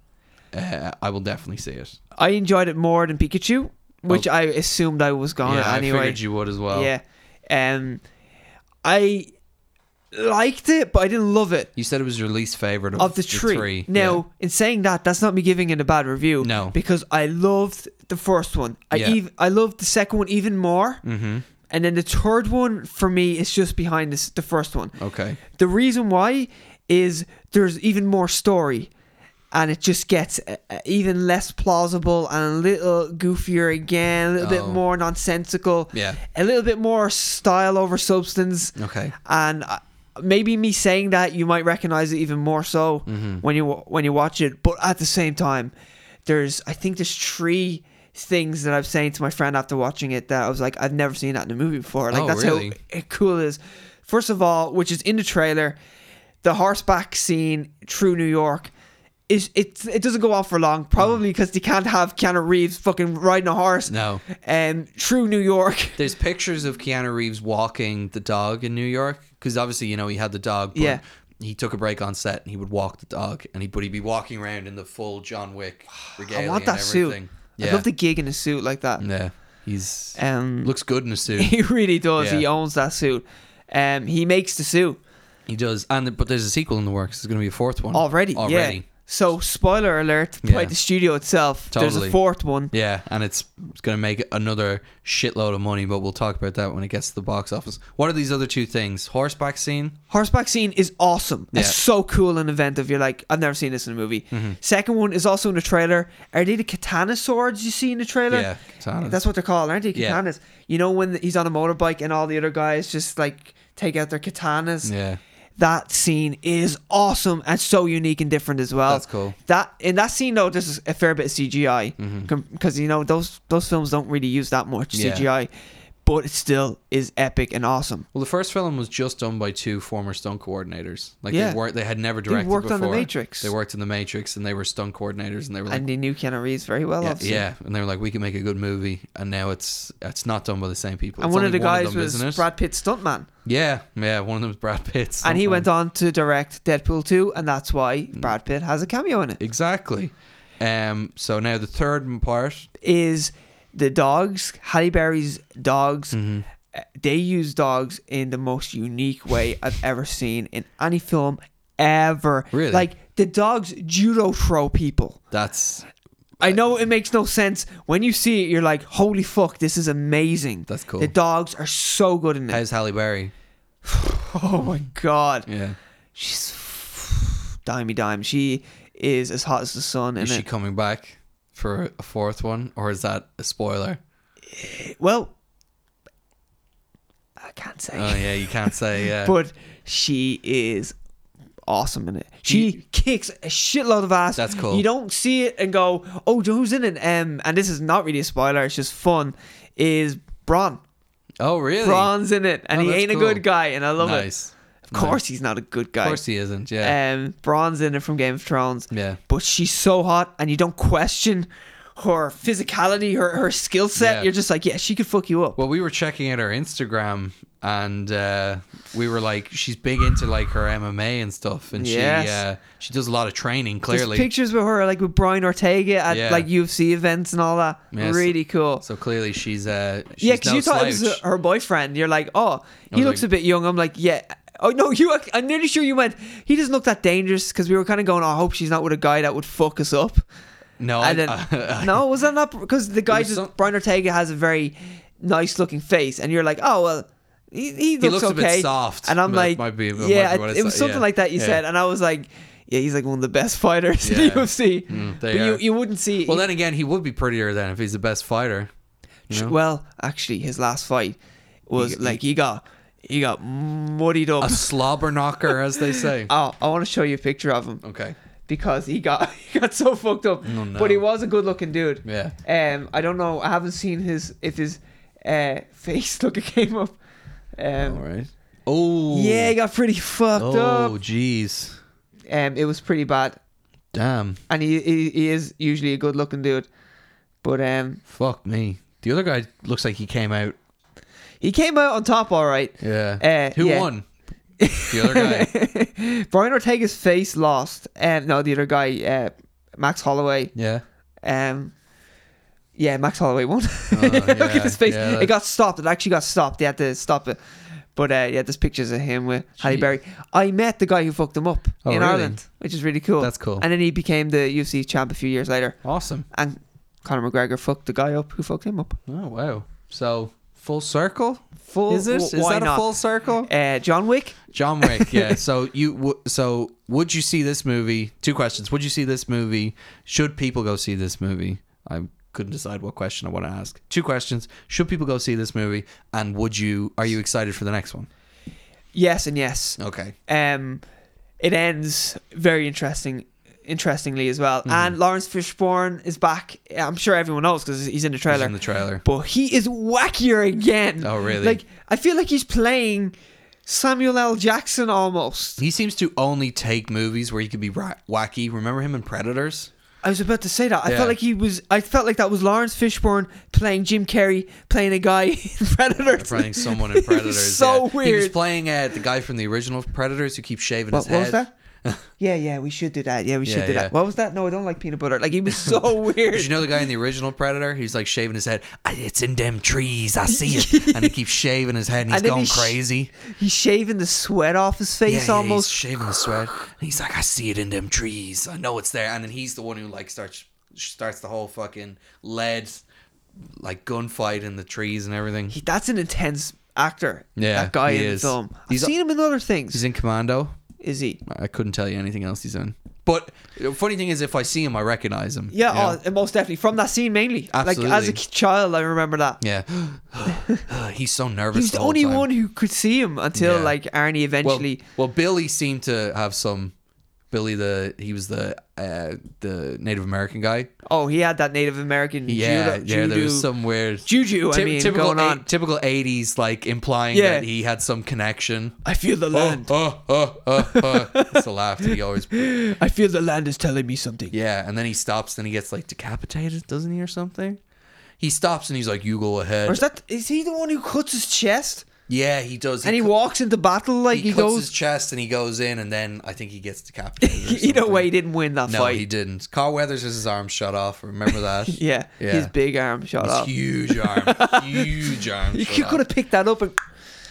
uh, I will definitely see it. I enjoyed it more than Pikachu, which I assumed I was gonna Oh. yeah, I Oh, anyway. figured you would as well. yeah. Um, I liked it, but I didn't love it. You said it was your least favorite of, of the the tree. three. Now, Yeah. in saying that, that's not me giving it a bad review. No. because I loved the first one. I Yeah. ev- I loved the second one even more, Mhm. and then the third one for me is just behind this the first one. Okay. The reason why is there's even more story, and it just gets uh, uh, even less plausible and a little goofier again, a little bit Oh. more nonsensical, Yeah. a little bit more style over substance. Okay. And uh, maybe me saying that you might recognize it even more so Mm-hmm. when you wa- when you watch it. But at the same time, there's I think there's three things that i was saying to my friend after watching it that I was like I've never seen that in a movie before. Like Oh, that's really? how it cool it is. First of all, which is in the trailer, the horseback scene through New York. Is, it, it doesn't go on for long, probably because they can't have Keanu Reeves fucking riding a horse. Mm. No. Um, through New York. There's pictures of Keanu Reeves walking the dog in New York because obviously you know he had the dog. But Yeah. He took a break on set and he would walk the dog and he but he'd be walking around in the full John Wick regalia I want and that everything. suit. Yeah. I'd love to gig in a suit like that. yeah. He's Um, looks good in a suit. he really does. He Yeah. owns that suit. Um, he makes the suit he does. And the, but there's a sequel in the works. There's going to be a fourth one already. Already. Yeah. So spoiler alert by Yeah. the studio itself. There's a Totally. fourth one. Yeah, and it's, it's going to make another shitload of money, but we'll talk about that when it gets to the box office. What are these other two things? Horseback scene? Horseback scene is awesome. Yeah. Mm-hmm. It's so cool and inventive. You're like, I've never seen this in a movie. Second one is also in the trailer. Are they the katana swords you see in the trailer? Yeah, katanas. That's what they're called, aren't they? Yeah. Katanas. You know when he's on a motorbike and all the other guys just like take out their katanas. Yeah. That scene is awesome and so unique and different as well. That's cool. Mm-hmm. That in that scene though, there's a fair bit of CGI because you know those those films don't really use that much Yeah. CGI, but it still is epic and awesome. Well, the first film was just done by two former stunt coordinators. Like Yeah. they were they had never directed worked on The before. Matrix. They worked in the Matrix, and they were stunt coordinators, and they were like, and they knew Keanu Reeves very well. yeah, obviously. yeah. and they were like, we can make a good movie, and now it's it's not done by the same people. and It's one of only the guys them, isn't was it? Brad Pitt's stuntman, Yeah, yeah, one of them was Brad Pitt, and he stuntman. Mm. went on to direct Deadpool 2, and that's why Brad Pitt has a cameo in it. exactly. Um, so now the third part, Is the dogs Halle Berry's dogs? Mm-hmm. uh, They use dogs in the most unique way I've ever seen in any film ever. Really? like the dogs judo throw people. that's I know it makes no sense. When you see it, you're like, "Holy fuck, this is amazing!" That's cool. The dogs are so good in it. how's Halle Berry? oh my god, Yeah, she's f- dimey dime. She is as hot as the sun. And is she coming back for a fourth one, or is that a spoiler? well, I can't say, Oh yeah, you can't say. Yeah, but she is awesome in it. She kicks a shitload of ass. That's cool. You don't see it and go, "Oh, who's in it?" Um, and this is not really a spoiler. It's just fun. Is Bron? oh really? Bron's in it, and Oh, he that's ain't cool. a good guy, and I love it. nice. Of course, he's not a good guy. Of course he isn't. Yeah. Um, Braun's in it from Game of Thrones. Yeah. But she's so hot, and you don't question her physicality, her her skill set. Yeah. You're just like, yeah, she could fuck you up. well, we were checking out our Instagram and uh, we were like, she's big into like her MMA and stuff, and Yes. she uh, she does a lot of training. There's Clearly, pictures with her, like with Brian Ortega at Yeah. like UFC events and all that. Yes. Really cool. so clearly she's uh, she's Yeah, 'cause no you thought it was er, slouch. her boyfriend. You're like, oh, he was looks like- a bit young. I'm like, yeah. Oh no, you. I'm nearly sure you went. He doesn't look that dangerous because we were kind of going. Oh, I hope she's not with a guy that would fuck us up. no, I, And then no, was that not because the guy was just some- Brian Ortega has a very nice looking face, and you're like, oh well, he, he, looks, looks a bit okay. soft. and I'm That like, might be- that might be yeah, what it, it's was like, something yeah. like that you Yeah. said, and I was like, yeah, he's like one of the best fighters in Yeah. the UFC. they but you are. you wouldn't see. well, then again, he would be prettier then if he's the best fighter. you know? well, actually, his last fight was He- he- like he got he got muddied up. a slobber knocker, as they say. Oh, I want to show you a picture of him Okay, because he got he got so fucked up. Oh, no. But he was a good looking dude. yeah. Um, I don't know. I haven't seen his if his uh, face look it came up. Um, All right. Oh. yeah, he got pretty fucked Oh, up. jeez. Um, it was pretty bad, Damn. and he, he he is usually a good looking dude, but um, Fuck me. The other guy looks like he came out. he came out on top all right. Yeah. Uh, Who yeah. won? The other guy. Brian Ortega's face lost. Um, no, the other guy, uh, Max Holloway. Yeah. Um, yeah, Max Holloway won. Oh, Look yeah, at his face. yeah, it that- got stopped. It actually got stopped. They had to stop it. But uh, yeah, there's pictures of him with Halle Gee. Berry. I met the guy who fucked him up Oh, in really? Ireland, which is really cool. That's cool. And then he became the UFC champ a few years later. Awesome. And Conor McGregor fucked the guy up who fucked him up. Oh wow. So full circle. Full. Is it? Is wh- why that a not? full circle? Uh, John Wick. John Wick. Yeah. so you. W- so would you see this movie? Two questions. Would you see this movie? Should people go see this movie? I couldn't decide what question I want to ask. Two questions. Should people go see this movie? And would you? Are you excited for the next one? Yes and yes. Okay. Um, it ends very interesting, interestingly as Mm-hmm. well. And Lawrence Fishburne is back. I'm sure everyone knows because he's in the He's trailer. in the trailer. but he is wackier again. Oh, really? Like I feel like he's playing Samuel L. Jackson almost. He seems to only take movies where he could be ra- wacky. Remember him in Predators? I was about to say that. I Yeah. felt like he was. I felt like that was Lawrence Fishburne playing Jim Carrey playing a guy in Predators. Playing someone He in was Predators. so yeah. He was weird. playing uh, the guy from the original Predators who keeps shaving What, his what was head. that? yeah, yeah, we should do that. Yeah, we should Yeah, do yeah. that. What was that? No, I don't like peanut butter. Like he was so weird. Did you know the guy in the original Predator? He's like shaving his head. "Ah, It's in them trees. I see it. And he keeps shaving his head and he's And then going he sh- crazy. He's shaving the sweat off his Yeah, face yeah, almost. He's shaving the sweat. And he's like, I see it in them trees. I know it's there. And then he's the one who like starts starts the whole fucking lead like gunfight in the trees and everything. He- that's an intense actor. Yeah, that guy he in is. the film. I've He's- seen him in other things. He's in Commando. is he? I couldn't tell you anything else he's in. But the funny thing is, if I see him, I recognize him. Yeah, you know? oh, and most definitely from that scene mainly. Like as Absolutely. a k- child, I remember that. yeah. he's so nervous. He was oh, the whole only time. one who could see him until Yeah. like Arnie Well, eventually. well, Billy seemed to have some. Billy the he was the uh, the Native American guy. oh, he had that Native American. Yeah, judo, yeah. There judo- was some weird juju. I Ty- mean, typical going eight- on. typical eighties like implying Yeah. that he had some connection. I feel the Oh, land. oh, oh, oh, oh. it's a laugh that he always. I feel the land is telling me something. Yeah, and then he stops. Then he gets like decapitated, doesn't he, or something? He stops and he's like, "You go ahead." Or is that? Is he the one who cuts his chest yeah, he does. and he cu- walks into battle like he, he, cuts his goes? chest and he goes in, and then I think he gets decapitated. or Either something. way, he didn't win that No, fight. he didn't. Carl Weathers has his arm shut off. Remember that? Yeah, Yeah. his big arm shot His off. huge arm. huge arm. You shut could off. have picked that up and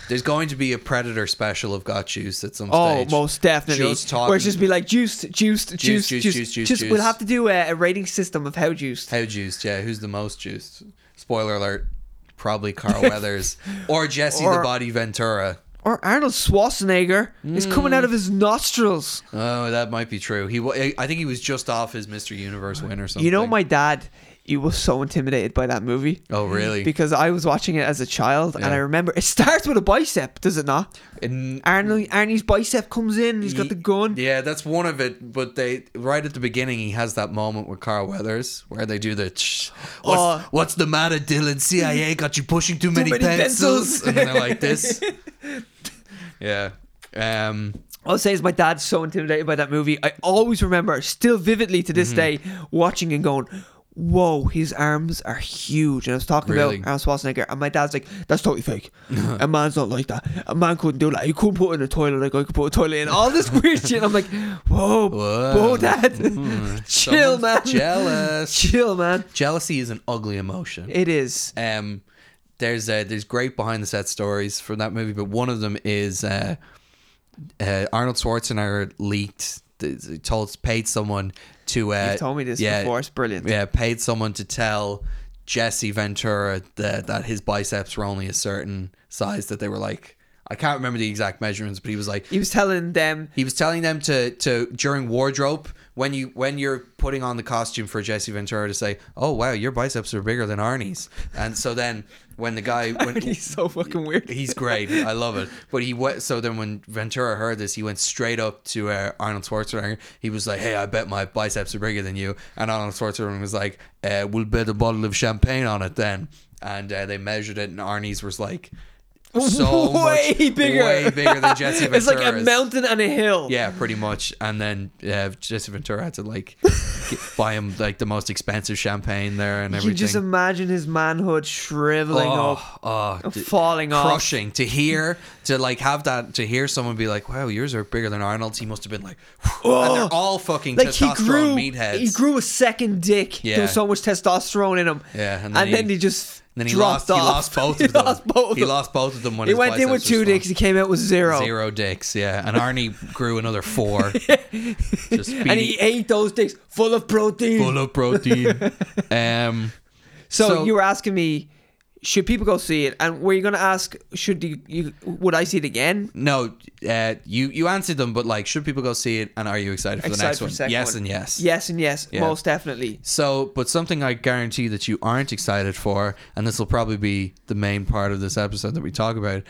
There's going to be a Predator special of Got Juice at some oh, stage. most definitely. Just talking- Where it's just be like juiced, juiced, juiced, juice, juiced, juice, juiced, juice, Just- We'll juice. have to do a, a rating system of how juiced. How juiced? Yeah, who's the most juiced? Spoiler alert. Probably Carl Weathers or Jesse the Or- Body Ventura. Or Arnold Schwarzenegger is coming Mm. out of his nostrils. Oh, that might be true. He, wa- I think he was just off his Mr. Universe win or something. You know, my dad, he was so intimidated by that movie. Oh, really? Because I was watching it as a child, and Yeah. I remember it starts with a bicep, does it not? And- Arnold, Arnie's bicep comes in. He's got the gun. Yeah, that's one of it. But they right at the beginning, he has that moment with Carl Weathers where they do the. "Tsh, What's, Oh. what's the matter, Dylan? CIA got you pushing too, many, many pencils, pencils. and they're like this. yeah. Um, All I'll say is my Mm-hmm. dad's so intimidated by that movie. I always remember, still vividly to this day, watching and going, whoa, his arms are huge. And I was talking Really? about Arnold Schwarzenegger, and my dad's like, that's totally fake. a man's not like that. A man couldn't do that. He couldn't put in a toilet like I could put a toilet in. All this weird shit. I'm like, whoa, Whoa. Hmm. whoa, dad. Chill, Someone's man. Jealous. Chill, man. Jealousy is an ugly emotion. It is. Um, there's uh, there's great behind the set stories from that movie, but one of them is uh, uh, Arnold Schwarzenegger leaked, th- told paid someone to. Uh, You've told me this yeah, before. It's brilliant. Yeah, paid someone to tell Jesse Ventura that that his biceps were only a certain size. That they were like, I can't remember the exact measurements, but he was like, He was telling them he was telling them to to during wardrobe when you when you're putting on the costume for Jesse Ventura to say, "Oh wow, your biceps are bigger than Arnie's," and so then when the guy when he's so fucking weird. he's great, I love it. But he went so then when Ventura heard this, he went straight up to uh, Arnold Schwarzenegger. He was like, "Hey, I bet my biceps are bigger than you," and Arnold Schwarzenegger was like, uh, "We'll bet a bottle of champagne on it then." And uh, they measured it, and Arnie's was like. So way much, bigger. way bigger than Jesse Ventura's. it's like a mountain and a hill. Yeah, pretty much. And then uh, Jesse Ventura had to like get, buy him like the most expensive champagne there and You everything. can just imagine his manhood shriveling up, oh, oh, d- falling off. crushing to hear to like have that to hear someone be like, "Wow, yours are bigger than Arnold's." He must have been like, and they're all fucking Like he testosterone grew, meatheads. he grew a second dick. Yeah. There was so much testosterone in him. Yeah, and and then then, he- he, just and then he dropped lost. off. He lost both he of them. Lost both of He them. lost both of them when He his went in with biceps were two small. dicks. He came out with zero. Zero dicks, yeah, and Arnie grew another four. Just And he ate those dicks full of protein. full of protein. Um, so, so- you were asking me, should people go see it? And were you going to ask, should you, you? Would I see it again? No, uh, you you answered them, but like, should people go see it? And are you excited for the Excited next for one? second yes one. and yes. Yes and yes, Yeah. most definitely. So, but something I guarantee that you aren't excited for, and this will probably be the main part of this episode that we talk about,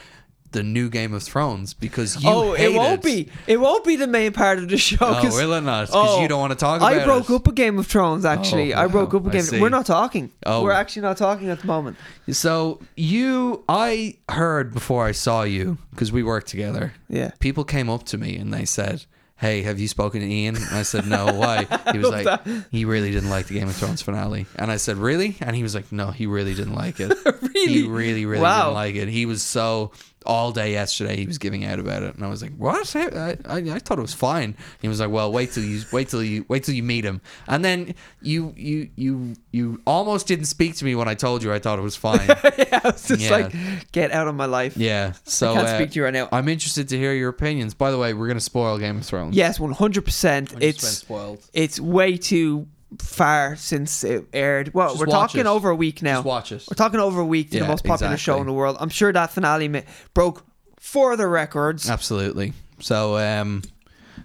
the new Game of Thrones, because you oh, hate it won't be. It won't be the main part of the show. Oh, 'cause- will it not? 'Cause you don't wanna talk about I broke it. up a Game of Thrones. Actually, Oh, I broke wow, up a I Game. see. We're not talking. Oh. we're actually not talking at the moment. So you, I heard before I saw you because we worked together. Yeah. People came up to me and they said, "Hey, have you spoken to Ian?" And I said, "No, why?" He was like, "He really didn't like the Game of Thrones finale." And I said, "Really?" And he was like, "No, he really didn't like it. Really? He really, really Wow. didn't like it. He was so all day yesterday he was giving out about it, and I was like, "What? I, I, I thought it was fine." He was like, "Well, wait till you wait till you wait till you meet him." And then you you you you almost didn't speak to me when I told you I thought it was fine. yeah, I was just Yeah. like, get out of my life. yeah. So uh, can't speak to you right now. I'm interested to hear your opinions. By the way, we're gonna spoil Game of Thrones. Yes, one hundred percent. We've just been It's spoiled. it's way too far since it aired. Well, Just we're watch talking it. over a week now. Just watch it. We're talking over a week to Yeah, the most popular show exactly. in the world. I'm sure that finale ma- broke further records. Uh, Absolutely. So um,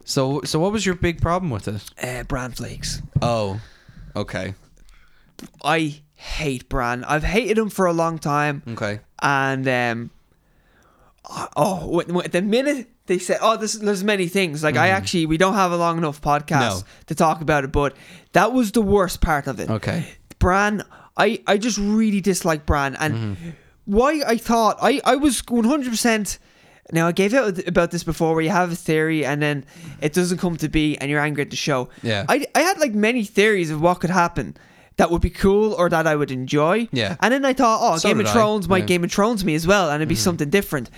so so what was your big problem with it? Uh, Brand flakes. Oh, okay, I hate Bran. I've hated him for a long time. okay. and um, oh, wait, wait, the minute they said, "Oh, this, there's many things," like I actually we don't have a long enough podcast No. to talk about it, but that was the worst part of it. Okay. Bran, I I just really dislike Bran, and Mm-hmm. why I thought I I was 100. percent now I gave out about this before, where you have a theory and then it doesn't come to be, and you're angry at the show. Yeah. I, I had like many theories of what could happen that would be cool or that I would enjoy. Yeah. and then I thought, oh, So Game did of I, Thrones might yeah. Game of Thrones me as well, and Mm-hmm. it'd be something different.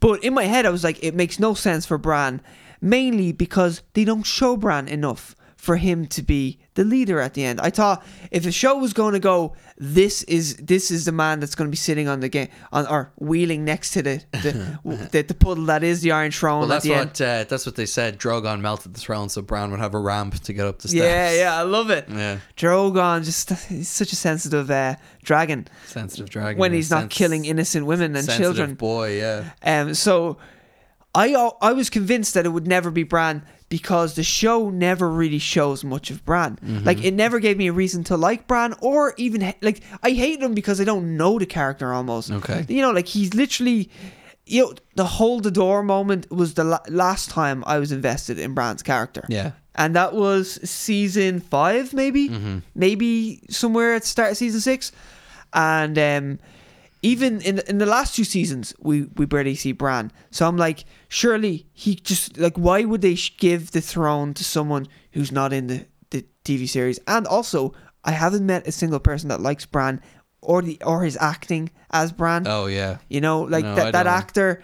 But in my head, I was like, it makes no sense for Bran, mainly because they don't show Bran enough for him to be the leader at the end. I thought if the show was going to go, this is this is the man that's going to be sitting on the game on or wheeling next to the the, w- the, the puddle that is the Iron Throne Well, at that's the end. what uh, that's what they said. Drogon melted the throne, so Bran would have a ramp to get up the Yeah, steps. yeah, I love it. yeah. Drogon just he's such a sensitive uh, dragon Sensitive dragon. when yeah. he's not Sens- killing innocent women and sensitive children. Boy, yeah. Um, so I I was convinced that it would never be Bran because the show never really shows much of Bran. Mm-hmm. Like it never gave me a reason to like Bran or even ha- like I hate him because I don't know the character almost. Okay. you know, like he's literally. You know, the hold the door moment was the la- last time I was invested in Bran's character. Yeah. And that was season five, maybe, Mm-hmm. maybe somewhere at the start of season six. And um, even in in the last two seasons, we we barely see Bran. So I'm like, surely he just like, why would they sh- give the throne to someone who's not in the the TV series? And also, I haven't met a single person that likes Bran or the or his acting as Bran. Oh yeah, You know, like No, I that, that don't. actor.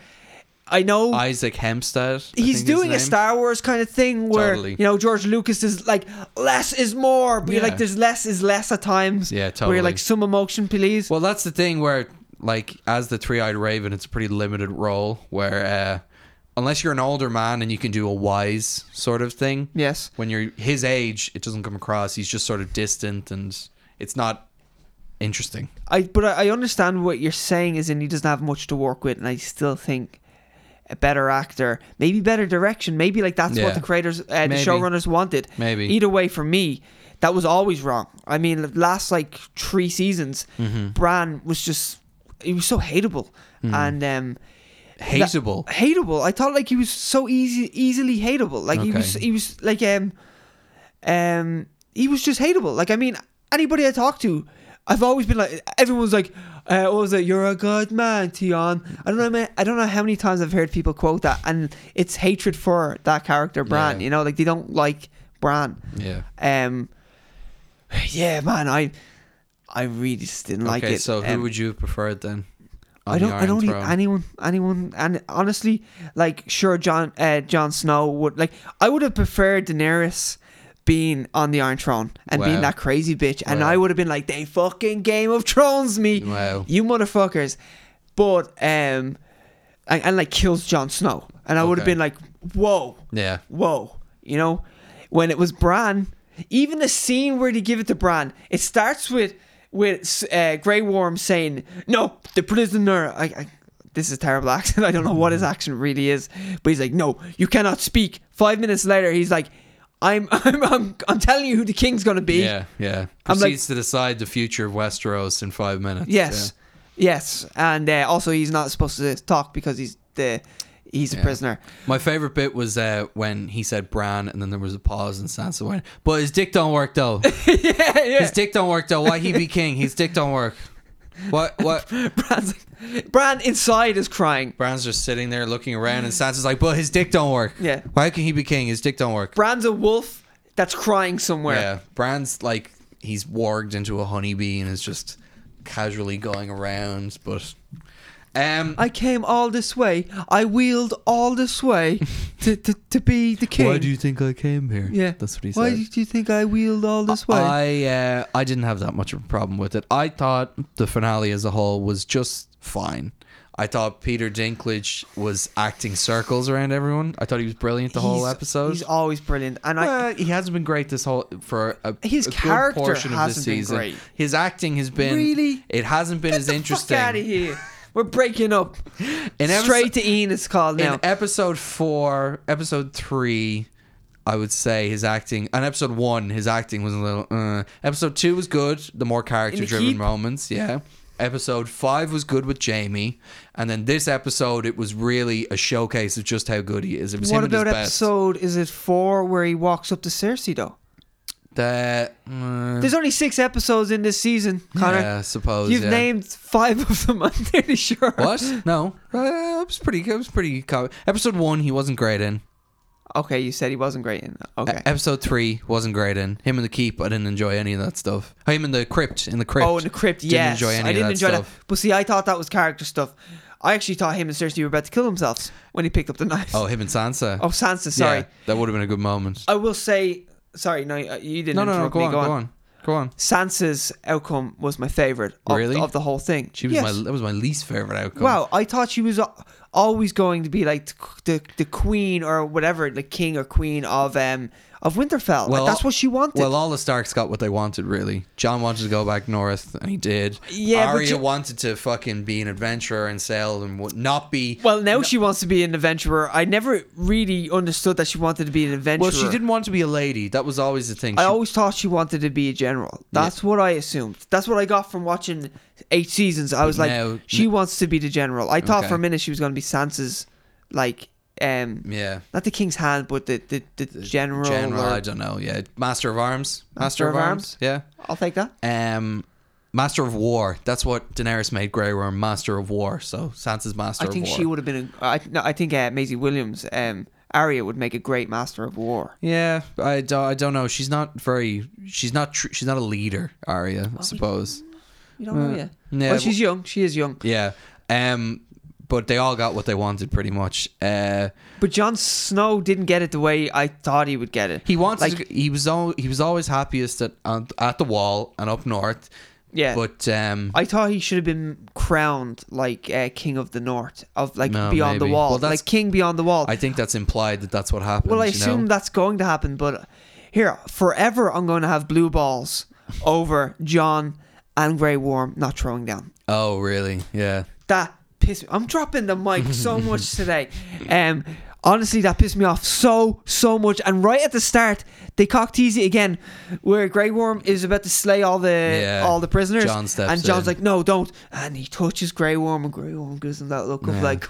I know Isaac Hempstead. I he's think his doing a name. Star Wars kind of thing where Totally. you know George Lucas is like less is more, but you're Yeah. like there's less is less at times. Yeah, Where totally. you're like some emotion, please. Well, that's the thing where, like, as the three eyed raven, it's a pretty limited role where, uh, unless you're an older man and you can do a wise sort of thing, yes. when you're his age, it doesn't come across. He's just sort of distant and it's not interesting. I but I I understand what you're saying is in he doesn't have much to work with, and I still think a better actor, maybe better direction, maybe like that's Yeah. what the creators, uh, the Maybe. showrunners wanted. Maybe. either way for me, that was always wrong. I mean, last like three seasons, Mm-hmm. Bran was just he was so hateable and um Hateable. that- hateable. I thought like he was so easy, easily hateable. Like he was, Okay. he was like um, um, he was just hateable. Like I mean, anybody I talk to, I've always been like, everyone's like, uh, what was it? You're a good man, Tion. I don't know, man, I don't know how many times I've heard people quote that, and it's hatred for that character Bran. Yeah. You know, like they don't like Bran. yeah. Um, yeah, man, I, I really just didn't like okay, it. so who Um, would you have preferred then? On I don't. the I don't Iron need Throne? anyone. Anyone. And honestly, like, sure, John. Uh, John Snow would like. I would have preferred Daenerys being on the Iron Throne and Wow. being that crazy bitch, and Wow. I would have been like, "They fucking Game of Thrones me, Wow. you motherfuckers!" But um, and, and like kills Jon Snow, and I would have Okay. been like, "Whoa, Yeah. whoa," you know, when it was Bran. Even the scene where they give it to Bran, it starts with with uh, Grey Worm saying, "No, the prisoner." I, I, this is a terrible accent. I don't know what his accent really is, but he's like, "No, you cannot speak." Five minutes later, he's like, "I'm I'm I'm, I'm telling you who the king's gonna be." Yeah, yeah. I'm like- Proceeds to decide the future of Westeros in five minutes. Yes, yes, and uh, also he's not supposed to talk because he's the he's a Yeah. prisoner. Yeah. My favorite bit was uh, when he said Bran, and then there was a pause, and Sansa went, "But his dick don't work though. yeah, yeah. His dick don't work though. Why he be king? His dick don't work. What? What?" Bran's, Bran inside is crying. Bran's just sitting there looking around, and Sansa's like, "But his dick don't work. Yeah. Why can he be king? His dick don't work. Bran's a wolf that's crying somewhere. Yeah. Bran's like he's warged into a honeybee and is just casually going around, but um. I came all this way. I wheeled all this way to, to, to be the king. you think I came here? yeah, that's what he Why said. did you think I wheeled all this way? I uh, I didn't have that much of a problem with it. I thought the finale as a whole was just fine. I thought Peter Dinklage was acting circles around everyone. I thought he was brilliant the whole He's- episode. He's always brilliant, and I Well, he hasn't been great this whole for a, His a character good portion of this hasn't been season. great. His acting has been Really? It hasn't been as interesting. Fuck out of here. We're breaking up. In episode- Straight to Ian. It's called now. In episode four, episode three, I would say his acting, and episode one, his acting was a little. Uh. Episode two was good, the more character-driven heap. moments, yeah. Episode five was good with Jamie, and then this episode, it was really a showcase of just how good he is. It was what him about at his best. Mm. episode? Is it four where he walks up to Cersei though? That, uh, There's only six episodes in this season, Connor. yeah, I suppose You've yeah. named five of them. I'm pretty sure. what? No, uh, it was pretty. It was pretty. co- Episode one, he wasn't great in. Okay, you said he wasn't great in. that. Okay. E- Episode three wasn't great in him and the keep. I didn't enjoy any of that stuff. Oh, Him in the crypt in the crypt. Oh, in the crypt. Didn't yes, enjoy any I of didn't that enjoy stuff. that. But see, I thought that was character stuff. I actually thought him and Cersei were about to kill themselves when he picked up the knife. Oh, him and Sansa. Oh, Sansa. Sorry, Yeah, that would have been a good moment. I will say. Sorry, no, uh, you didn't. no, no, no. interrupt Go me. on, go on, go on. Sansa's outcome was my favorite. Of, Really? Of the whole thing. She was Yes. my um, that was my least favorite outcome. Wow, I thought she was al- always going to be like the, the the queen or whatever, the king or queen of um of Winterfell. Well, Like, that's what she wanted. Well, all the Starks got what they wanted, really. John wanted to go back north, and he did. Yeah, but Arya you- wanted to fucking be an adventurer and sail and would not be. well, now she wants to be an adventurer. I never really understood that she wanted to be an adventurer. Well, she didn't want to be a lady. That was always the thing. I She- always thought she wanted to be a general. That's what I assumed. That's what I got from watching eight seasons. I was like, now- she wants to be the general. I thought for a Okay. minute she was going to be Sansa's, like, um, yeah. not the king's hand, but the the, the general. General, or- I don't know. Yeah, Master of Arms. Master, of, of Arms. I'll take that. Yeah. Um, Master of War. That's what Daenerys made Grey Worm. Master of War. So Sansa's Master I think of War. she would have been. A, I no, I think uh, Maisie Williams um, Arya would make a great master of war. Yeah, I, do, I don't know. She's not very. She's not. Tr- she's not a leader, Arya. I suppose. You don't know Uh, yet. yeah, well, she's young. She is young. Yeah. Um. But they all got what they wanted, pretty much. Uh. But Jon Snow didn't get it the way I thought he would get it. He wants. Like- to- he was. Al- he was always happiest at at at the wall and up north. Yeah. But um. I thought he should have been crowned like uh, king of the north of like No, beyond the maybe. wall, Well, that's- like king beyond the wall. I think that's implied that that's what happened. well, I you know? assume that's going to happen, but here forever I'm going to have blue balls over John and Grey Worm not throwing down. Oh, really? Yeah. That pissed me. I'm dropping the mic so much today. Um, honestly, that pissed me off so so much. And right at the start, they cock tease it again, where Grey Worm is about to slay all the Yeah. all the prisoners. John steps and John's in. like, "No, don't!" And he touches Grey Worm, and Grey Worm gives him that look of Yeah. like,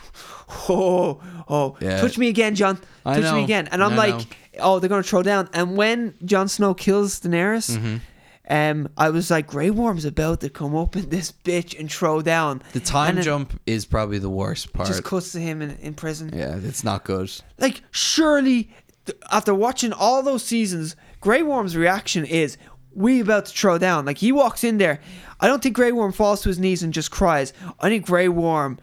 "Oh, oh, Yeah. touch me again, John. I Touch know. me again." And I'm I like, know. "Oh, they're gonna throw down." And when Jon Snow kills Daenerys. Mm-hmm. Um, I was like, Grey Worm's about to come up in this bitch and throw down. The time And it- jump is probably the worst part. just cuts to him in, in prison. yeah, it's not good. Like, surely, th- after watching all those seasons, Grey Worm's reaction is, we about to throw down. Like, he walks in there. I don't think Grey Worm falls to his knees and just cries. I think Grey Worm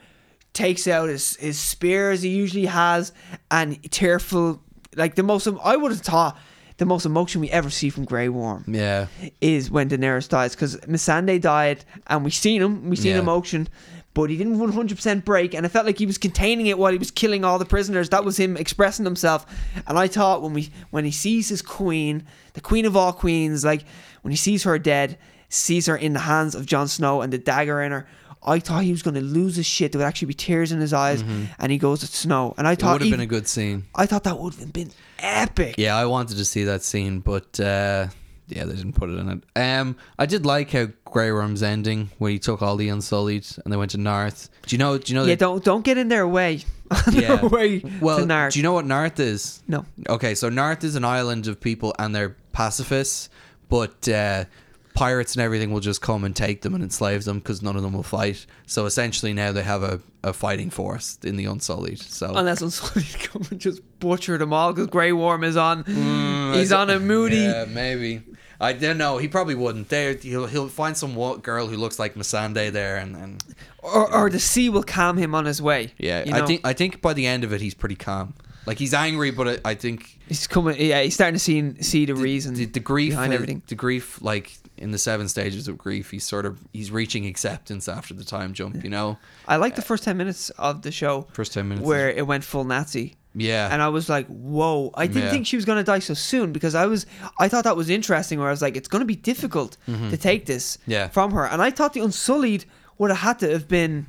takes out his, his spear, as he usually has, and tearful, like, the most, I would have thought, the most emotion we ever see from Grey Worm Yeah. is when Daenerys dies because Missandei died and we seen him, we seen Yeah. him emotion, but he didn't 100% break and I felt like he was containing it while he was killing all the prisoners. That was him expressing himself. And I thought when we when he sees his queen, the queen of all queens, like when he sees her dead, sees her in the hands of Jon Snow and the dagger in her. I thought he was going to lose his shit. There would actually be tears in his eyes, and he goes to Snow. And I Mm-hmm. It would thought, have even, been a good scene. I thought that would have been epic. Yeah, I wanted to see that scene, but uh, yeah, they didn't put it in it. Um, I did like how Grey Worm's ending when he took all the Unsullied and they went to Narth. Do you know? Do you know? Yeah, that, don't don't get in their way. Yeah. their way well, to Nard. do you know what Narth is? No. Okay, so Narth is an island of people and they're pacifists, but uh, pirates and everything will just come and take them and enslave them because none of them will fight. So essentially, now they have a, a fighting force in the Unsullied. So Unless Unsullied come and just butcher them all because Grey Worm is on. he's I on a don't- moody. Mm, Yeah, maybe. I don't know. He probably wouldn't. There, he'll he'll find some wa- girl who looks like Masande there, and then Or, or the sea will calm him on his way. yeah. you I know? think I think by the end of it, he's pretty calm. Like he's angry, but I, I think he's coming. Yeah, he's starting to see see the, reason. the, the grief behind uh, everything. The grief, like in the seven stages of grief, he's sort of he's reaching acceptance after the time jump. You know, I like the first ten minutes of the show uh, first ten minutes. is- where it went full Nazi. yeah, And uh, I was like, whoa! I didn't Yeah. think she was gonna die so soon because I was, I thought that was interesting. Where I was like, it's gonna be difficult to take this Mm-hmm. Yeah. from her, and I thought the Unsullied would have had to have been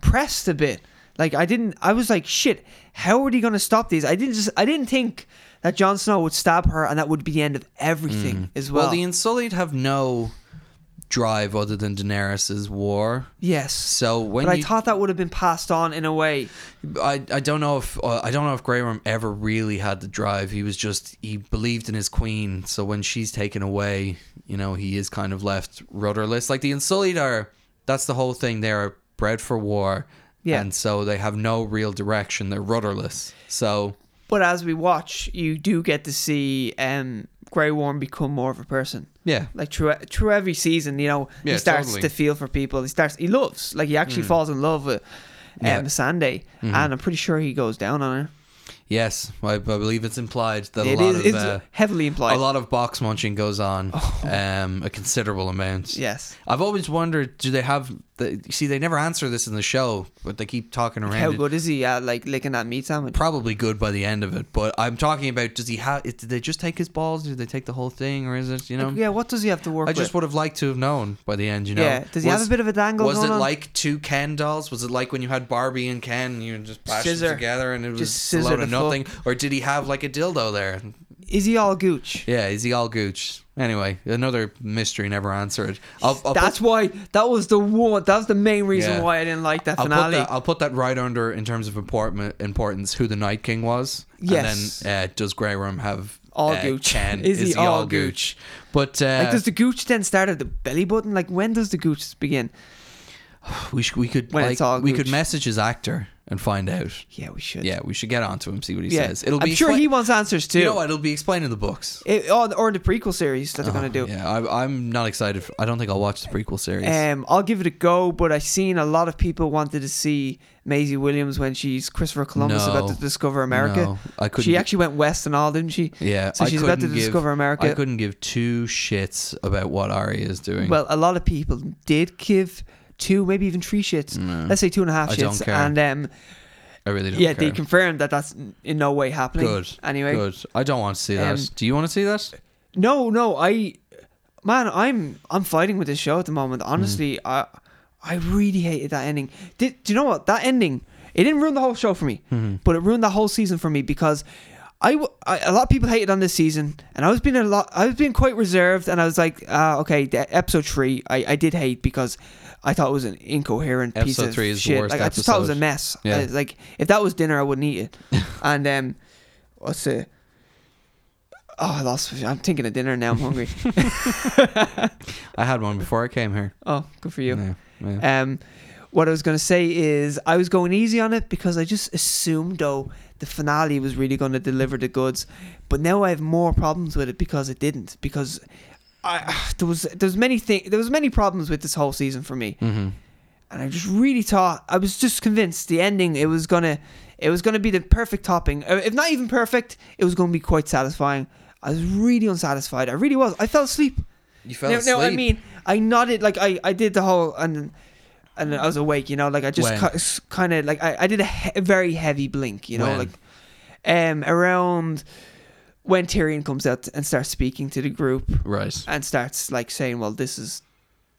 pressed a bit. Like I didn't, I was like, shit, how are they gonna stop these? I didn't just, I didn't think that Jon Snow would stab her, and that would be the end of everything as well. Mm. well, the Insullied have no drive other than Daenerys's war. yes, So when but I you thought that would have been passed on in a way. I, I don't know if uh, I don't know if Grey Worm ever really had the drive. He was just he believed in his queen. So when she's taken away, you know, he is kind of left rudderless. Like the Insullied are. That's the whole thing. They are bred for war. Yeah. And so they have no real direction. They're rudderless. So But as we watch, you do get to see um, Grey Worm become more of a person. yeah, like through through every season, you know, Yeah, he starts totally. Mm. to feel for people. He starts he loves like he actually falls in love with um, Yeah. Mm-hmm. Missandei, and I'm pretty sure he goes down on her. yes, I, I believe it's implied that It a lot is of it's Oh. uh, heavily a implied. lot of box munching goes on. Um, a considerable amount. yes, I've always wondered, do they have? The, see, they never answer this in the show, but they keep talking around. how it. good is he at like licking that meat sandwich? probably good by the end of it. But I'm talking about does he have? Did they just take his balls? Did they take the whole thing, or is it you know? yeah, what does he have to work I just with? would have liked to have known by the end. You know? Yeah, does he have a bit of a dangle Was going it on? like two Ken dolls? Was it like when you had Barbie and Ken, and you just bashed Scissor. them together, and it was Just a scissor load the of nothing? Or did he have like a dildo there? Is he all gooch? Yeah, is he all gooch? Anyway, another mystery never answered. I'll, I'll That's put, why that was the one. That was the main reason Yeah. why I didn't like that I'll put finale. that. I'll put that right under in terms of important importance who the Night King was. Yes. And then uh, does Grey Worm have All uh, gooch. Ken? Is he all gooch? But uh, like, does the gooch then start at the belly button? Like, when does the gooch begin? we sh- we could When like, it's all we could gooch. message his actor and find out. Yeah, we should. Yeah, we should get on to him, see what he Yeah. says. It'll I'm be sure expla- he wants answers too. You know what? It'll be explained in the books. It- or, or the prequel series that they're Oh, going to do. Yeah, I, I'm not excited. For, I don't think I'll watch the prequel series. Um, I'll give it a go, but I've seen a lot of people wanted to see Maisie Williams when she's Christopher Columbus No. about to discover America. No, I couldn't. She gi- actually went west and all, didn't she? yeah. So I she's about to couldn't give- discover America. I couldn't give two shits about what Ari is doing. Well, a lot of people did give two, maybe even three shits. No. Let's say two and a half I shits. don't care. And um, I really don't yeah, care. they confirmed that that's in no way happening. Good. Anyway, Good. I don't want to see that. Um, Do you want to see that? no, no, I, man, I'm I'm fighting with this show at the moment. Mm. Honestly, I I really hated that ending. Did do you know what that ending? It didn't ruin the whole show for me, but it ruined the whole season for me because. I, w- I a lot of people hated on this season, and I was being a lot. I was being quite reserved, and I was like, uh, okay, the episode three, I, I did hate because I thought it was an incoherent piece Episode of three is the shit. worst like I just thought it was a episode. mess. Yeah. I- like if that was dinner, I wouldn't eat it. and um, what's it? Oh, I lost. I'm thinking of dinner now. I'm hungry. I had one before I came here. oh, good for you. Yeah, yeah. Um, what I was gonna say is I was going easy on it because I just assumed though the finale was really gonna deliver the goods, but now I have more problems with it because it didn't. Because I there was there's many thing there was many problems with this whole season for me, Mhm. and I just really thought I was just convinced the ending it was gonna it was gonna be the perfect topping. Uh, If not even perfect, it was gonna be quite satisfying. I was really unsatisfied. I really was. I fell asleep. You fell No, asleep. no, I mean, I nodded like I, I did the whole and and I was awake, you know, like I just When? kind of like I, I did a, he- a very heavy blink, you know, When? like um around when Tyrion comes out and starts speaking to the group right. and starts like saying, well, this is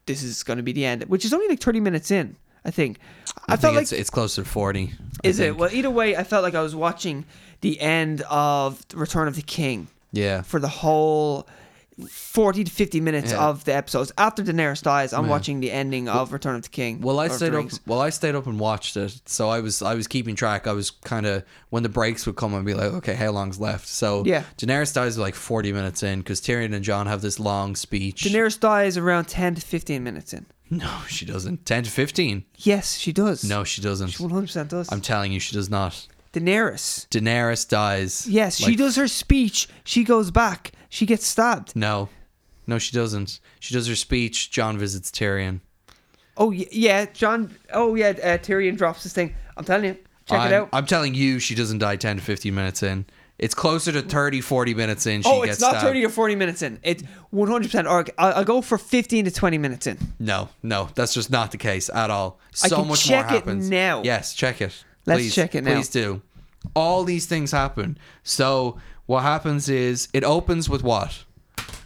this is going to be the end, which is only like thirty minutes in, I think. I, I, felt think like it's, it's closer to 40. I is it think. well either way, I felt like I was watching the end of Return of the King Yeah. for the whole 40 to 50 minutes Yeah. of the episodes. After Daenerys dies, I'm Yeah. watching the ending of Return of the King. Well, I or of the stayed up. Rings. Well, I stayed up and watched it. So I was I was keeping track. I was kind of when the breaks would come, I'd be like, okay, how long's left? So Yeah. Daenerys dies like forty minutes in because Tyrion and John have this long speech. Daenerys dies around 10 to 15 minutes in. no, she doesn't. Ten to fifteen. Yes, she does. No, she She doesn't. 100% does. I'm telling you, she does not. Daenerys. Daenerys dies. Yes, she like, does her speech. She goes back. She gets stabbed. No, no, she doesn't. She does her speech. John visits Tyrion. Oh, y- yeah. John. Oh, yeah. Uh, Tyrion drops this thing. I'm telling you. Check I'm, it out. I'm telling you, she doesn't die 10 to 15 minutes in. It's closer to 30, 40 minutes in. She oh, gets it's not stabbed. 30 or 40 minutes in. It's 100%. Or I'll, I'll go for 15 to 20 minutes in. No, no, that's just not the case at all. I So can much check more it happens. now. Yes, check it. Let's Please, check it now. Please do. All these things happen. So what happens is it opens with what?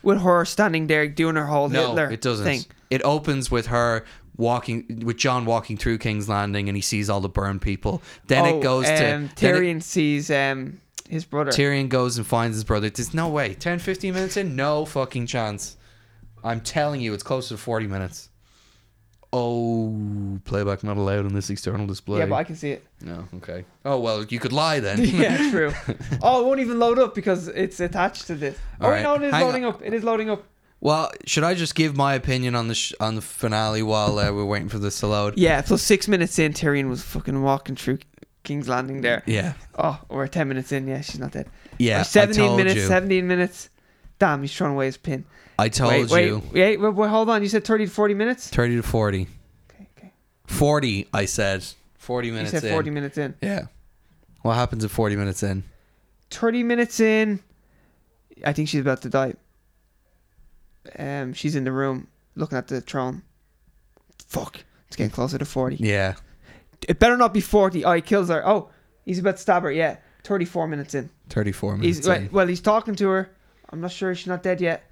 With her standing there doing her whole No, Hitler it doesn't. thing. It opens with her walking with John walking through King's Landing and he sees all the burned people. Then Oh, it goes um, to then it- Tyrion sees um his brother. Tyrion goes and finds his brother. There's no way. 10, 15 minutes in? No fucking chance. I'm telling you, it's closer to 40 minutes. Oh, playback not allowed on this external display. yeah, but I can see it. No, okay. Oh, well, you could lie then. yeah, true. Oh, it won't even load up because it's attached to this. All oh, right, no, it is hang on. loading up. It is loading up. Well, should I just give my opinion on the sh- on the finale while uh, we're waiting for this to load? Yeah, so six minutes in, Tyrion was fucking walking through King's Landing there. Yeah. Oh, we're ten minutes in. Yeah, she's not dead. Yeah, Or I seventeen told minutes. you. Seventeen minutes. Damn, he's throwing away his pin. I told wait, wait, you. wait, wait, wait, hold on. You said thirty to forty minutes. 30 to 40. Okay, okay. 40, I said. 40 You minutes said forty in. minutes in. yeah. What happens at 40 minutes in? Thirty minutes in. I think she's about to die. Um, she's in the room looking at the throne. Fuck, it's getting closer to forty. Yeah. It better not be forty. Oh, he kills her. Oh, he's about to stab her. Yeah, thirty-four minutes in. 34 minutes He's in. right, well, he's talking to her. I'm not sure she's not dead yet,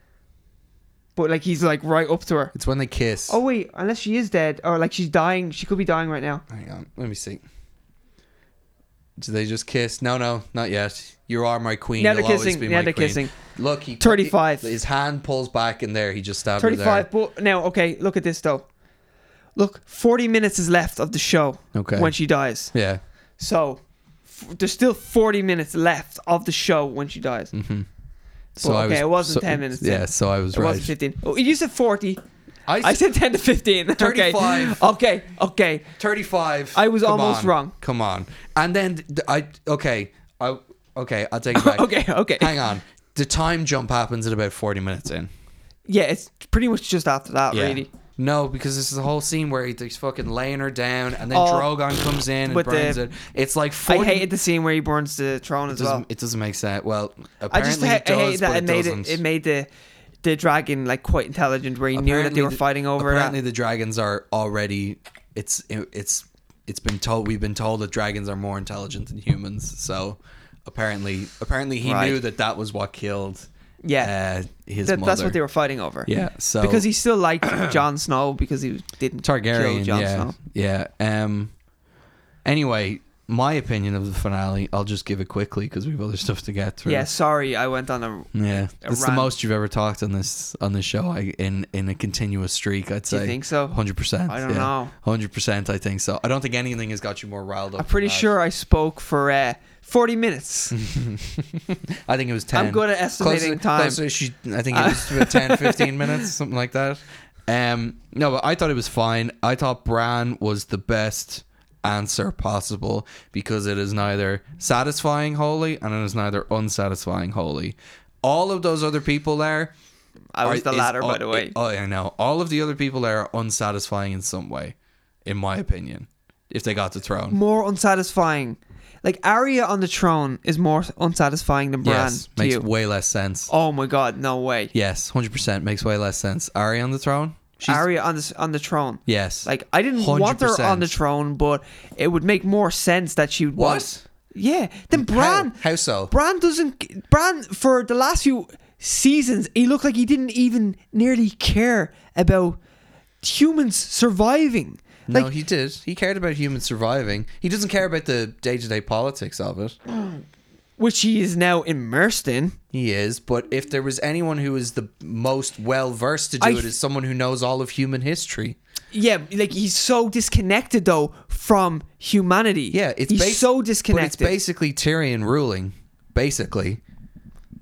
but like he's like right up to her. It's when they kiss. Oh wait, unless she is dead or like she's dying, she could be dying right now. Hang on, let me see. Do they just kiss? No, no, not yet. You are my queen. Now they're You'll always kissing. be Now my they're queen. kissing. Look, he 35. His hand pulls back in there. He just stabbed her Thirty-five. But now, okay, look at this though. Look, forty minutes is left of the show there. Okay. when she dies. yeah. So f- there's still 40 minutes left of the show when she dies. Mm-hmm. okay, it wasn't 10 minutes Yeah, in. so I was It right. wasn't 15. Oh, you said 40. I I s- said 10 to 15. 35. Okay. Okay. Okay. 35. I was Come almost on. wrong. Come on. And then th- I okay, I okay, I'll take it back. Okay. okay. Hang on. The time jump happens at about 40 minutes in. Yeah, it's pretty much just after that, Yeah. really. No, because this is the whole scene where he's fucking laying her down and then Oh. Drogon comes in and With the- burns it. It's like 40 I hated the scene where he burns the throne it as doesn't, well. it doesn't make sense. Well, I apparently just ha- it does, I hated that but it, it made doesn't. it, it made the the dragon like quite intelligent where he knew that Apparently they were the- fighting over that. Apparently, the dragons are already. It's it's it's been told we've been told that dragons are more intelligent than humans. So apparently, apparently he Right. knew that that was what killed. Yeah. uh, his That- mother. that's what they were fighting over. Yeah, so because he still liked Jon Snow because he didn't Targaryen. kill Jon yeah, Snow. yeah. Um. Anyway, my opinion of the finale. I'll just give it quickly because we've other stuff to get through. Yeah, sorry, I went on a. Yeah, it's the rant. most you've ever talked on this on this show I, in in a continuous streak. I'd Do say. you think so? Hundred percent. I don't know. Hundred percent. I think so. I don't think anything has got you more riled up. I'm pretty than that. sure I spoke for uh, 40 minutes. I think it was ten. I'm good at estimating time. Closer, she, I think it was about 10, 15 minutes, something like that. Um, no, but I thought it was fine. I thought Bran was the best answer possible because it is neither satisfying wholly and it is neither unsatisfying wholly. All of those other people there, I was are- the is- latter, by oh, the way. Oh, I know. All of the other people there are unsatisfying in some way, in my opinion. If they got the throne, More unsatisfying. Like Arya on the throne is more unsatisfying than Bran yes, to makes you. way less sense. oh my god, no way. Yes, hundred percent makes way less sense. Arya on the throne. She's Arya on the s- on the throne. yes. Like I didn't want her on the 100%. throne, but it would make more sense that she would What? want. Yeah. Then Bran. How, how so? Bran doesn't. Bran for the last few seasons, he looked like he didn't even nearly care about humans surviving. no, like he did. He cared about humans surviving. He doesn't care about the day-to-day politics of it. which he is now immersed in. He is, but if there was anyone who is the most well versed to do I it, th- is someone who knows all of human history. Yeah, like he's so disconnected though from humanity. Yeah, it's he's basi- so But disconnected. it's basically Tyrion ruling, basically.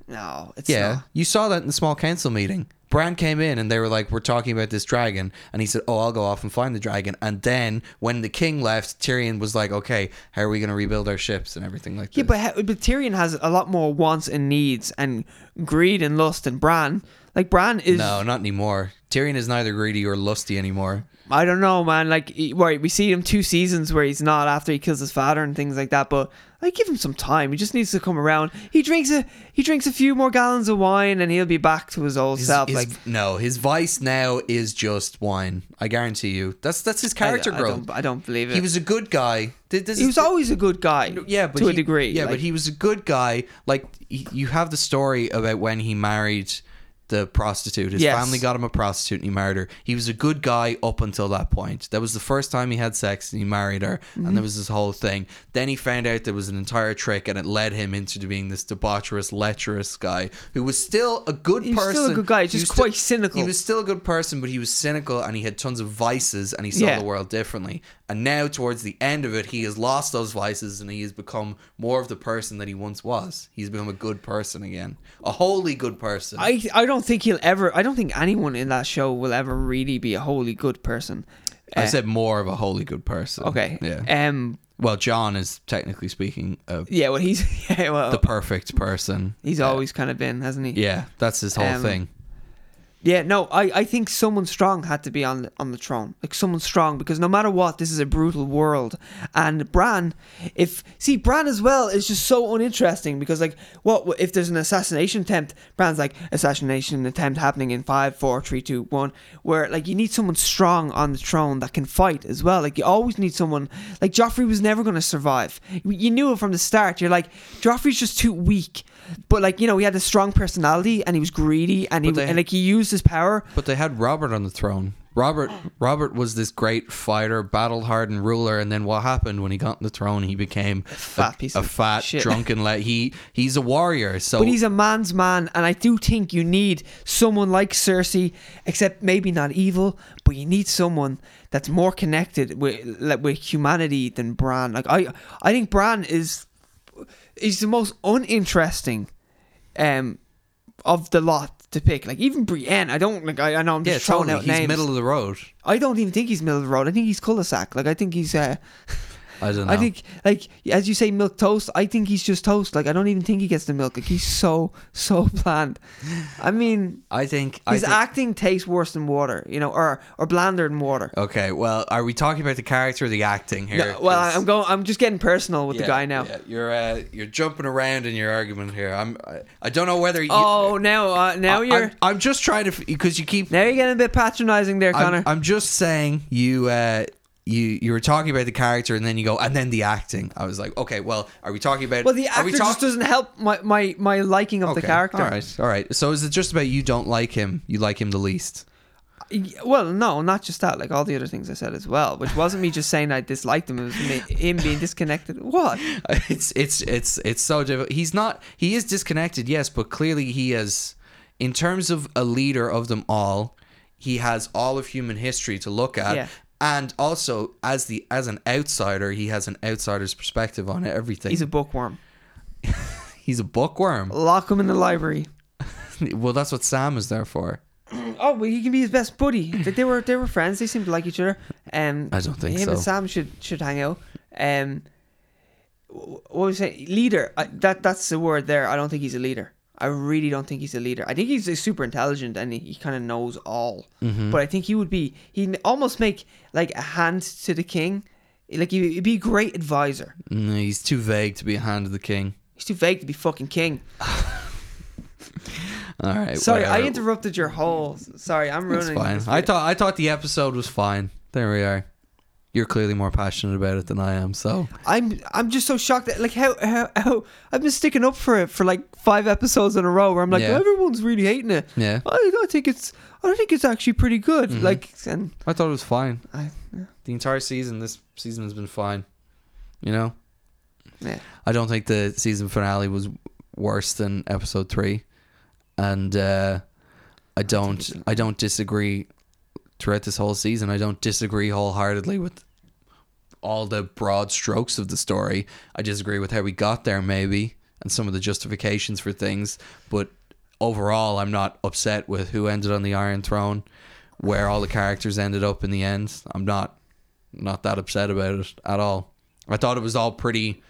no, it's Yeah, not. you saw that in the small council meeting. Bran came in and they were like, "We're talking about this dragon," and he said, "Oh, I'll go off and find the dragon." And then when the king left, Tyrion was like, "Okay, how are we going to rebuild our ships and everything like Yeah, this?" but, ha- but Tyrion has a lot more wants and needs and greed and lust and Bran. Like Bran is, no, not anymore. Tyrion is neither greedy or lusty anymore. I don't know, man. Like, he- right, we see him two seasons where he's not after he kills his father and things like that. But like, give him some time. He just needs to come around. He drinks a he drinks a few more gallons of wine and he'll be back to his old His, self. his- like no, his vice now is just wine. I guarantee you. That's that's his I- character I, growth. don't, I don't believe it. He was a good guy. Th- This he is was the- always a good guy. yeah, but to he, a degree. Yeah, Like, but he was a good guy. Like y- you have the story about when he married the prostitute. His Yes. family got him a prostitute, and he married her. He was a good guy up until that point. That was the first time he had sex, and he married her. Mm-hmm. And there was this whole thing. Then he found out there was an entire trick, and it led him into being this debaucherous, lecherous guy who was still a good He was person. still a good guy, He just was quite cynical. He was still a good person, but he was cynical, and he had tons of vices, and he saw Yeah. the world world differently. And now, towards the end of it, he has lost those vices and he has become more of the person that he once was. He's become a good person again, a wholly good person. I I don't think he'll ever. I don't think anyone in that show will ever really be a wholly good person. I Uh, said more of a wholly good person. okay. Yeah. Um. well, John is technically speaking a, Yeah. Well, he's yeah. Well, the perfect person. he's always kind of been, hasn't he? Yeah, that's his whole Um, thing. Yeah, no, I, I think someone strong had to be on the, on the throne. Like someone strong because no matter what, this is a brutal world. And Bran, if see Bran as well is just so uninteresting because like what if there's an assassination attempt? Bran's like assassination attempt happening in five, four, three, two, one. Where like you need someone strong on the throne that can fight as well. Like you always need someone like Joffrey was never going to survive. You- You knew it from the start. You're like Joffrey's just too weak. But like you know, he had a strong personality and he was greedy and he But they- and like he used his power. But they had Robert on the throne. Robert Robert was this great fighter, battle hardened ruler, and then what happened when he got on the throne? He became a fat piece a of fat, shit. drunken. Le- he he's a warrior. So But he's a man's man, and I do think you need someone like Cersei, except maybe not evil, but you need someone that's more connected with like, with humanity than Bran. Like I, I think Bran is is the most uninteresting, um, of the lot to pick. Like even Brienne, I don't like. I, I know I'm Yeah, just throwing totally. out He's names. middle of the road. I don't even think he's middle of the road. I think he's cul-de-sac. Like I think he's. Uh, I don't know. I think like as you say, milk toast. I think he's just toast. Like I don't even think he gets the milk. Like he's so so bland. I mean, I think. I his think acting tastes worse than water. You know, or or blander than water. okay. Well, are we talking about the character or the acting here? No, well, 'Cause- I'm going. I'm just getting personal with Yeah, the guy now. yeah, you're uh, you're jumping around in your argument here. I'm. I, I don't know whether. You, Oh, now uh, now I, you're I'm, I'm just trying to because you keep. now you're getting a bit patronising there, Connor. I'm, I'm just saying you. Uh, you, you were talking about the character and then you go and then the acting. I was like, okay, well, are we talking about? well, the are actor we just doesn't help my, my, my liking of the character. All right, all right. So is it just about you don't like him? You like him the least? Y- Well, no, not just that. Like all the other things I said as well, which wasn't me just saying I disliked him. It was me, him being disconnected. What? It's it's it's it's so difficult. He's not. He is disconnected, yes, but clearly he is. In terms of a leader of them all, he has all of human history to look at, Yeah. and also as the as an outsider, he has an outsider's perspective on everything. He's a bookworm. he's a bookworm. Lock him in the library. well, that's what Sam is there for. Oh, well, he can be his best buddy. They, they were they were friends. They seemed to like each other. Um, I don't think him and so. Sam should should hang out. Um, wh- what was it? Leader. I, that that's the word there. I don't think he's a leader. I really don't think he's a leader. I think he's uh, super intelligent and he, he kind of knows all. Mm-hmm. But I think he would be. He would almost make like a hand to the king. Like he, he'd be a great advisor. Mm, He's too vague to be a hand of the king. He's too vague to be fucking king. All right. Sorry, I whatever. interrupted your whole. Sorry, I'm uh, It's ruining. fine. this I bit. thought I thought the episode was fine. There we are. You're clearly more passionate about it than I am, so I'm I'm just so shocked that like how how, how I've been sticking up for it for like five episodes in a row where I'm like Yeah. Hmm. everyone's really hating it. yeah. I don't think it's I think it's actually pretty good. Mm-hmm. Like and I thought it was fine. I The entire season, this season has been fine. You know, yeah. I don't think the season finale was worse than episode three, and uh, I don't I don't disagree throughout this whole season. I don't disagree wholeheartedly with all the broad strokes of the story. I disagree with how we got there, maybe, and some of the justifications for things. But overall, I'm not upset with who ended on the Iron Throne, where all the characters ended up in the end. I'm not not that upset about it at all. I thought it was all pretty.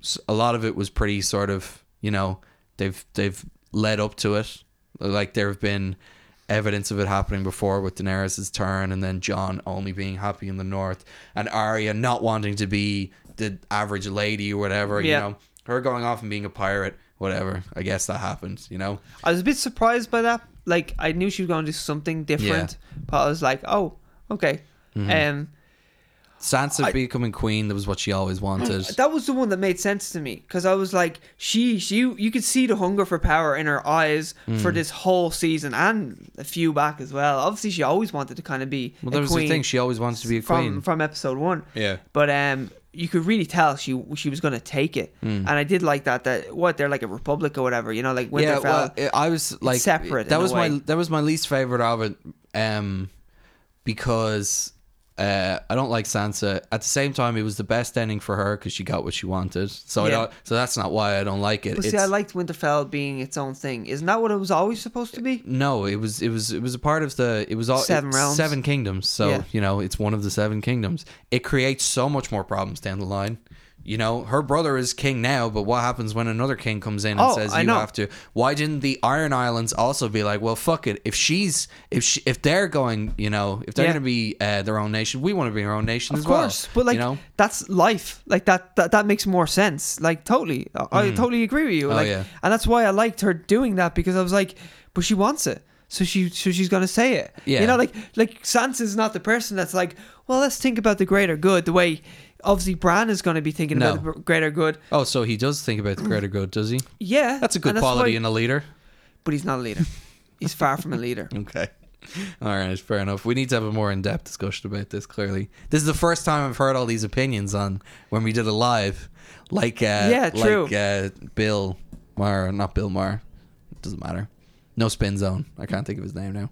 s- A lot of it was pretty sort of you know they've they've led up to it. Like there have been evidence of it happening before with Daenerys' turn and then John only being happy in the north and Arya not wanting to be the average lady or whatever, Yeah. you know. Her going off and being a pirate, whatever. I guess that happens, you know. I was a bit surprised by that. Like I knew she was going to do something different, but I was like, oh okay. Mm-hmm. Um, Sansa I- becoming queen, that was what she always wanted. that was the one that made sense to me because I was like, she, she, you could see the hunger for power in her eyes Mm. for this whole season and a few back as well. Obviously, she always wanted to kind of be well, a that was queen. the thing. She always wanted to be a from queen. from episode one. Yeah. But um, you could really tell she she was gonna take it, Hmm. and I did like that. That what they're like a republic or whatever, you know, like Winterfell. yeah, well, it- I was like separate That in a was my way. that was my least favorite of it, um, because uh, I don't like Sansa. At the same time, it was the best ending for her because she got what she wanted. So I Yeah. don't. So that's not why I don't like it. but see, It's- I liked Winterfell being its own thing. Isn't that what it was always supposed to be? no, it was it was it was a part of the it was all Seven it- realms. seven kingdoms. So Yeah. you know, it's one of the seven kingdoms. It creates so much more problems down the line. You know, her brother is king now, but what happens when another king comes in and Oh, says I you know. have to? Why didn't the Iron Islands also be like, well, fuck it. If she's if she, if they're going, you know, if they're Yeah. going to be uh, their own nation, we want to be our own nation Of as course, well. but like you know, that's life. Like that, that that makes more sense. Like totally, I- I totally agree with you. Oh, like, yeah. and that's why I liked her doing that because I was like, but she wants it, so she so she's gonna say it. Yeah. you know, like like Sansa's not the person that's like, well, let's think about the greater good. The way obviously Bran is gonna be thinking about No. the greater good. oh, so he does think about the greater good, does he? Yeah, That's a good and quality why- in a leader. but he's not a leader. he's far from a leader. Okay. All right, fair enough. We need to have a more in-depth discussion about this. Clearly, this is the first time I've heard all these opinions on when we did a live, like uh, Yeah, true. like uh, Bill Maher, not Bill Maher, doesn't matter. No spin zone. I can't think of his name now.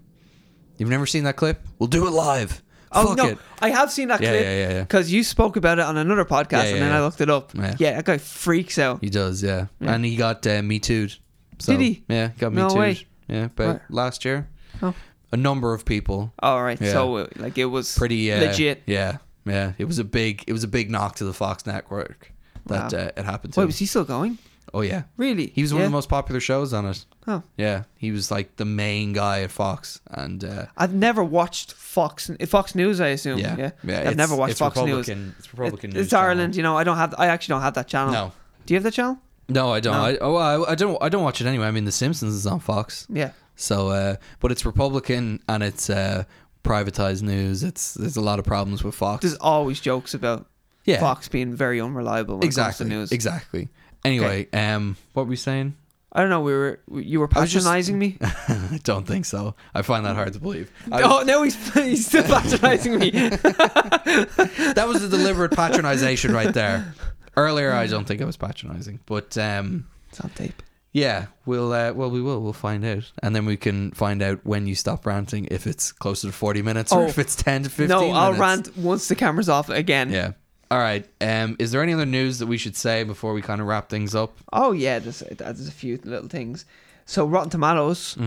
You've never seen that clip? We'll do it live. Oh Fuck no, it. I have seen that Yeah, clip. yeah, yeah, yeah. Because you spoke about it on another podcast, Yeah, yeah, and then yeah. I looked it up. Yeah. Yeah, that guy freaks out. He does, yeah. And he got uh, me too'd. So, Did he? Yeah, got me No too'd. way. Yeah, but Right. last year, Oh. a number of people All right. Yeah. So uh, like it was pretty uh, legit. Yeah, yeah. It was a big it was a big knock to the Fox network that Wow. uh, it happened to. Wait, was he still going? oh yeah, Really? he was one yeah. of the most popular shows on it. Oh. Yeah, he was like the main guy at Fox, and uh, I've never watched Fox Fox News. I assume. yeah, Oh, Yeah. yeah. I've it's- never watched it's Fox News. Republican, It's Republican. It- news it's Ireland. You know, I don't have. I actually don't have that channel. Channel. No, Do you have that channel? no, I don't. No. I, oh, I, I don't. I don't watch it anyway. I mean, The Simpsons is on Fox, Yeah. so uh, but it's Republican and it's uh, privatized news. It's there's a lot of problems with Fox. There's always jokes about yeah, Fox being very unreliable. When It exactly, comes to news. exactly. Anyway, um, what were we saying? I don't know. We were you were was just- patronizing me. I don't think so. I find that hard to believe. I- oh no, he's, he's still patronizing me. That was a deliberate patronization right there. Earlier, I don't think I was patronizing, but um, It's on tape. yeah, we'll uh, well we will we'll find out, and then we can find out when you stop ranting if it's closer to forty minutes or Oh. if it's ten to fifteen. no, I'll minutes. rant once the camera's off again. Yeah. All right. Um, is there any other news that we should say before we kind of wrap things up? Oh yeah, there's, there's a few little things. So Rotten Tomatoes,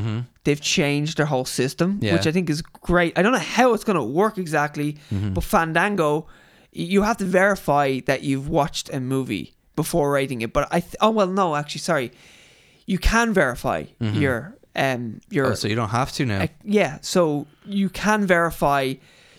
they've changed their whole system, Mm-hmm. Yeah. which I think is great. I don't know how it's going to work exactly, Mm-hmm. but Fandango, y- you have to verify that you've watched a movie before rating it. But I th- oh well, no, actually, sorry, you can verify your um your Mm-hmm. Oh, so you don't have to now. I- yeah, so you can verify,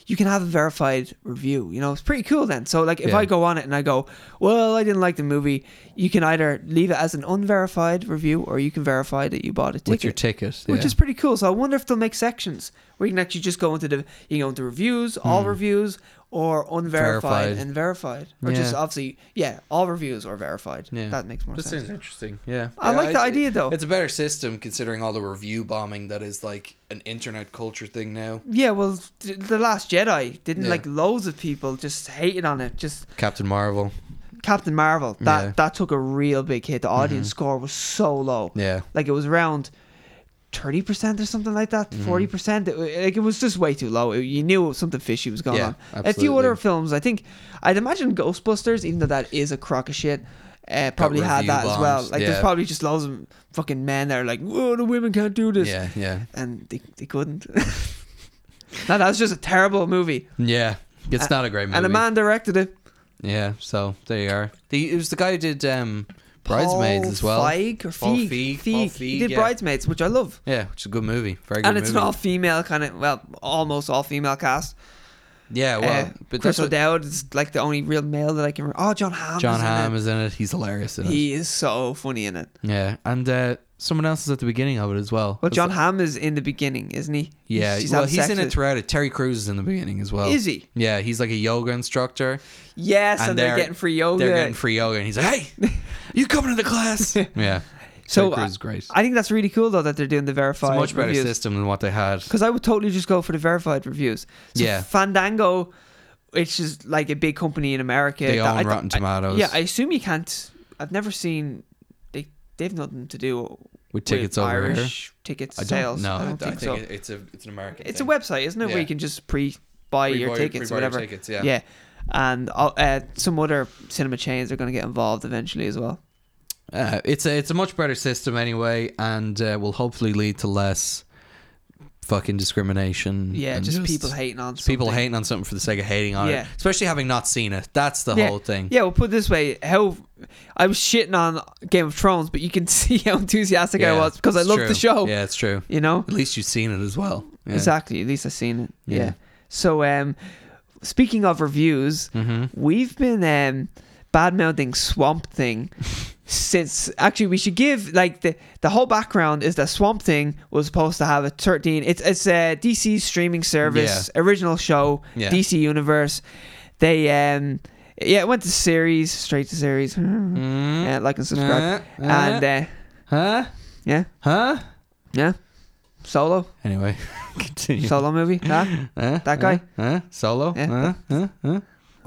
you can have a verified review. You know, it's pretty cool then. So, like, if Yeah. I go on it and I go, well, I didn't like the movie, you can either leave it as an unverified review or you can verify that you bought a ticket. With your ticket, which yeah. is pretty cool. So I wonder if they'll make sections where you can actually just go into the you can go into reviews, all reviews, or unverified Hmm. Verified. and verified, or Yeah. just obviously yeah, all reviews are verified. That makes more This sense. seems interesting. Yeah, I Yeah, like the it- idea, though. It's a better system considering all the review bombing that is like an internet culture thing now. Yeah, well, th- the Last Jedi didn't Yeah. like loads of people just hated on it, just Captain Marvel. Captain Marvel, that Yeah. Mm-hmm. that took a real big hit. The audience score was so low. Yeah. Like it was around 30% or something like that, Mm-hmm. 40%. It, wa- like it was just way too low. It- you knew something fishy was going Yeah, on. A few other absolutely. films, I think I'd imagine Ghostbusters, even though that is a crock of shit. Uh, probably had review that as well. bombs, Like, there's yeah. probably just loads of fucking men that are like, "Whoa, the women can't do this," Yeah, yeah. and they, they couldn't. no, that was just a terrible movie. Yeah. It's not a great movie. and a man directed it. Yeah, so there you are. The, it was the guy who did um, Bridesmaids Paul as well. Feig or Paul Feig. Feig, Paul Feig. He Feig, did yeah. Bridesmaids, which I love. Yeah, which is a good movie. Very good And it's movie. an all female kind of, well, almost all female cast. Yeah, well, uh, Oh, but Chris that's what, O'Dowd is like the only real male that I can remember. Oh, John Hamm. John is in Hamm it. is in it. He's hilarious in it. He is so funny in it. Yeah, and uh, someone else is at the beginning of it as well. Well, It's John like- Hamm is in the beginning, isn't he? Yeah, She's well, having he's sex in it with- throughout it. Terry Crews is in the beginning as well. Is he? Yeah, he's like a yoga instructor. Yes, and, they're, getting free yoga. They're getting free yoga, and he's like, "Hey, you coming to the class?" yeah. So, Terry I- Crews is great. I think that's really cool though that they're doing the it's verified a much better reviews. system than what they had. because I would totally just go for the verified reviews. So Yeah. Fandango, which is like a big company in America, They that own I don't- Rotten I- Tomatoes. yeah, I assume you can't. I've never seen they they've nothing to do with tickets with over here. Irish ticket sales. No, I don't think, so. it- it's a it's an American. it's a thing. website, isn't it, where Yeah. you can just pre buy your Pre-buy- tickets, or pre-buy your whatever. tickets, yeah. yeah. And I'll- uh, some other cinema chains are going to get involved eventually as well. Uh, it's a it's a much better system anyway, and uh, will hopefully lead to less fucking discrimination. Yeah, and just, people hating on just people something. hating on something for the sake of hating on Yeah. it, especially having not seen it. That's the yeah. whole thing. Yeah, well, put it this way: how I was shitting on Game of Thrones, but you can see how enthusiastic I Yeah, was because I it's loved the true. show. Yeah, it's true. You know, At least you've seen it as well. Yeah. exactly. At least I've seen it. Yeah. Yeah. So, um, speaking of reviews, Mm-hmm. we've been um bad mouthing Swamp Thing since. Actually, we should give like the the whole background is that Swamp Thing was supposed to have a thirteen. It's it's a DC streaming service original show, Yeah. DC Universe. They um. Yeah, it went to series, straight to series. Mm. Yeah, like and subscribe. Uh, uh. and uh, Huh? yeah, Huh? yeah. Solo, Anyway, continue. solo movie. Huh? Huh? that guy? Huh? Huh? Solo? Yeah. Huh? Huh? Huh?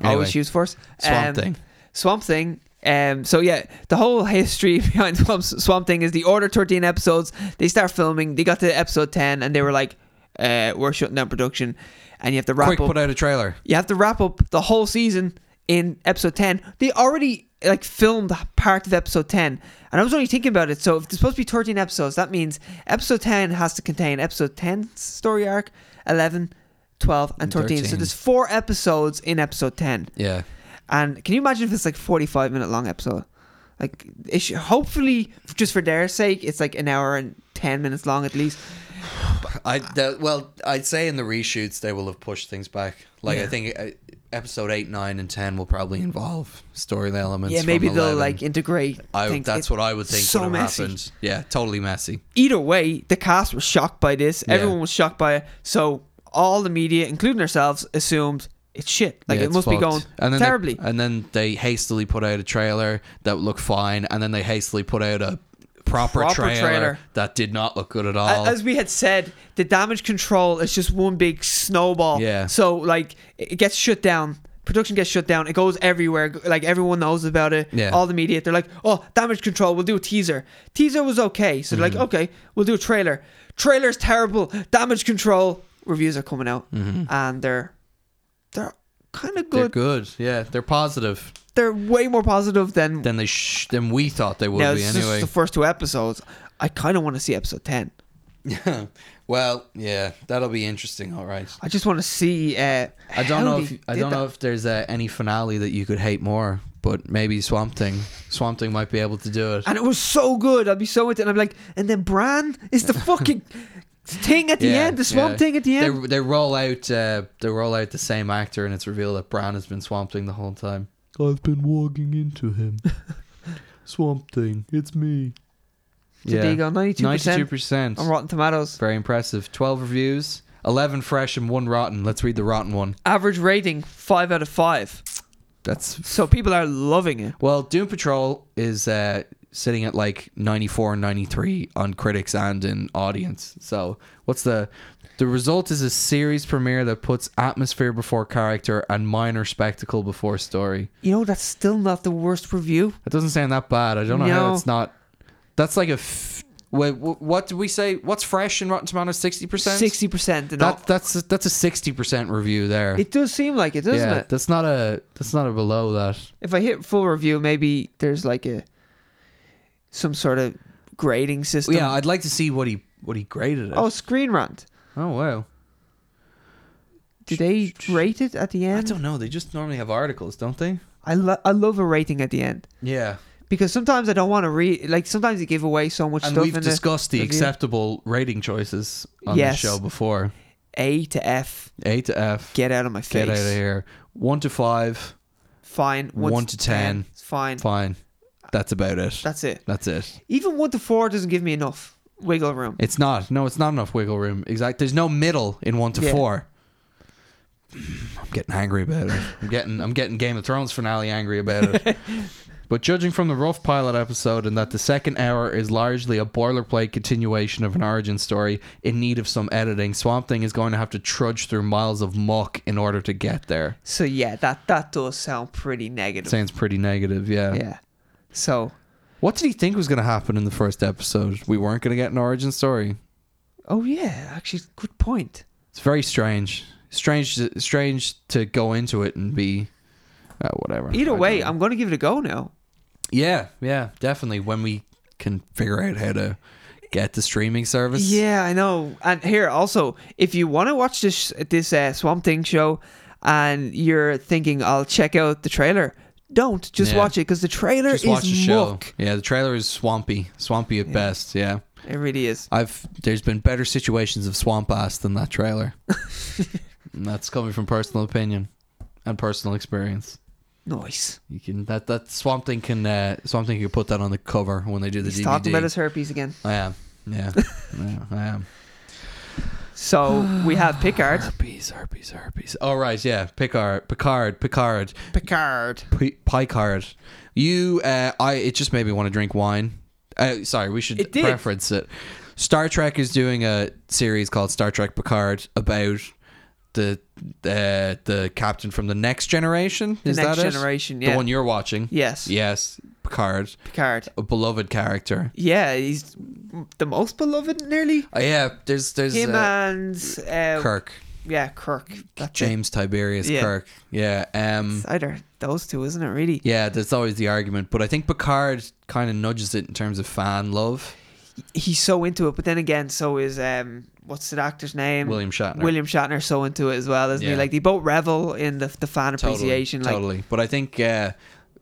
Always use force. Swamp Um, Thing. Swamp Thing. Um, so yeah, the whole history behind Swamp, Swamp Thing is the order thirteen episodes. They start filming. They got to episode ten, and they were like, uh, "We're shutting down production, and you have to wrap Quick, up. put out a trailer. you have to wrap up the whole season in episode ten. They already like filmed part of episode 10 and i was only thinking about it so if there's supposed to be 13 episodes that means episode 10 has to contain episode 10 story arc 11 12 and 13, so 13. there's four episodes in episode 10 Yeah. and can you imagine if it's like 45 minute long episode like it should, hopefully just for their sake it's like an hour and 10 minutes long at least I that, well, I'd say in the reshoots they will have pushed things back. Like I think uh, episode eight, nine, and ten will probably involve story elements. yeah maybe from they'll 11. like integrate I, things. that's It- what I would think. so would have messy. happened. Yeah, totally messy. either way, the cast was shocked by this. Yeah. Everyone was shocked by it. So all the media, including ourselves, assumed it's shit. Like Yeah, it it's must be fucked. going and then they- terribly. and then they hastily put out a trailer that looked fine, and then they hastily put out a proper, Proper trailer, trailer. that did not look good at A- all. As we had said, the damage control is just one big snowball. Yeah. So like it it gets shut down. Production gets shut down. It goes everywhere. G- Like everyone knows about it. Yeah. All the media, they're like, "Oh, damage control. We'll do a teaser. Teaser was okay." So they're Mm-hmm. like, "Okay, we'll do a trailer. Trailer's terrible. Damage control reviews are coming out, and they're they're kind of Mm-hmm. They're good. good. Yeah, they're positive. they're way more positive than Then they sh- then we thought they would now. be It's just anyway. the first two episodes. I kind of want to see episode ten. well, yeah, that'll be interesting. All right. I just want to see. Uh, I don't how know they if I did don't that. know if there's uh, any finale that you could hate more, but maybe Swamp Thing. Swamp Thing might be able to do it. And it was so good. I'd be so into. And I'm like, and then Bran is the fucking thing at the end, the swamp yeah. thing at the end. They, they roll out uh, they roll out the same actor, and it's revealed that Bran has been Swamp Thing the whole time. I've been walking into him. Swamp Thing, it's me. So there you go, 92%. ninety-two percent. on Rotten Tomatoes. Very impressive. Twelve reviews, eleven fresh and one rotten. Let's read the rotten one. Average rating five out of five. That's So people are loving it. Well, Doom Patrol is uh, sitting at like 94 and 93 on critics and in audience. So, what's the the result is a series premiere that puts atmosphere before character and minor spectacle before story. You know, that's still not the worst review. That doesn't sound that bad. I don't know how No. it's not. That's like a. F- wait, wh- what did we say? What's fresh in Rotten Tomatoes? Sixty percent. Sixty percent. And all. That that's that's a sixty percent review there. It does seem like it, doesn't yeah, it? that's not a that's not a below that. If I hit full review, maybe there's like a some sort of grading system. Yeah, I'd like to see what he what he graded it. oh, Screen Rant. oh wow. Do they rate it at the I end? don't know. They just normally have articles, don't they? I, lo- I love a rating at the end Yeah. because sometimes I don't want to read. Like sometimes they give away so much And stuff. we've in discussed the review. acceptable rating choices on Yes. this show before. the A to F. A to F. Get out of my face. Get out of here. One to five. Fine. One, One to ten. It's fine. Fine. That's about it. That's it. That's it. Even one to four doesn't give me enough wiggle room. It's not. No, it's not enough wiggle room. Exact. There's no middle in one to Yeah. four. I'm getting angry about it. I'm getting. I'm getting Game of Thrones finale angry about it. but judging from the rough pilot episode and that the second hour is largely a boilerplate continuation of an origin story in need of some editing, Swamp Thing is going to have to trudge through miles of muck in order to get there. So yeah, that that does sound pretty negative. Sounds pretty negative, yeah. Yeah. So What did he think was going to happen in the first episode? We weren't going to get an origin story. oh yeah, actually good point. It's very strange. Strange, to, strange to go into it and be, uh, whatever. I Either don't way, know. I'm gonna give it a go now. yeah, yeah, definitely. When we can figure out how to get the streaming service, Yeah, I know. And here also, if you want to watch this this uh, Swamp Thing show, and you're thinking I'll check out the trailer, don't just Yeah. watch it because the trailer just is watch the show. muck. Yeah, the trailer is swampy, swampy at best. Yeah, It really is. I've there's been better situations of swamp ass than that trailer. and that's coming from personal opinion and personal experience. Nice. You can that that swamp thing can uh, swamp thing can put that on the cover when they do the He's DVD. talking about his herpes again. I am. Yeah, yeah, I am. So we have Picard. Herpes, herpes, herpes. All Oh, right, yeah. Picard, Picard, Picard, Picard. P- Picard. You, uh, I. It just made me want to drink wine. Uh, sorry, we should It did. preference it. Star Trek is doing a series called Star Trek Picard about the uh, the captain from the Next Generation. The Is next that it? generation. The Yeah. one you're watching. yes. Yes, Picard, Picard. a beloved character. Yeah, he's the most beloved nearly. Uh, yeah, there's there's Him uh, and uh, Kirk. yeah, Kirk. That's it. James Tiberius Yeah. Kirk. Yeah. Um, It's either those two, isn't it? Really? yeah, that's always the argument. But I think Picard kind of nudges it in terms of fan love. He's so into it, but then again, so is um, what's the actor's name? William Shatner. William Shatner's so into it as well, isn't he? Yeah. Like they both revel in the the fan appreciation. Totally, Like, totally. But I think uh,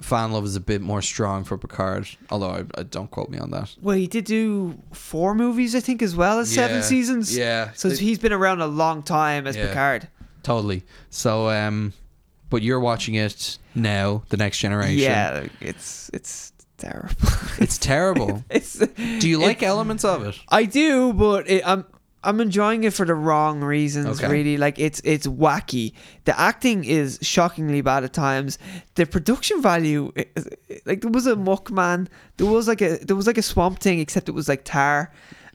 fan love is a bit more strong for Picard. Although I, I don't quote me on that. well, he did do four movies, I think, as well as seven Yeah, seasons. Yeah. So They- he's been around a long time as Yeah. Picard. totally. So, um, but you're watching it now, the Next Generation. Yeah, like, it's it's terrible. It's terrible. it's Do you like elements of it? I do, but it, I'm I'm enjoying it for the wrong reasons. Okay. Really, like it's it's wacky. The acting is shockingly bad at times. The production value, is, like there was a muck man. There was like a there was like a swamp thing, except it was like tar.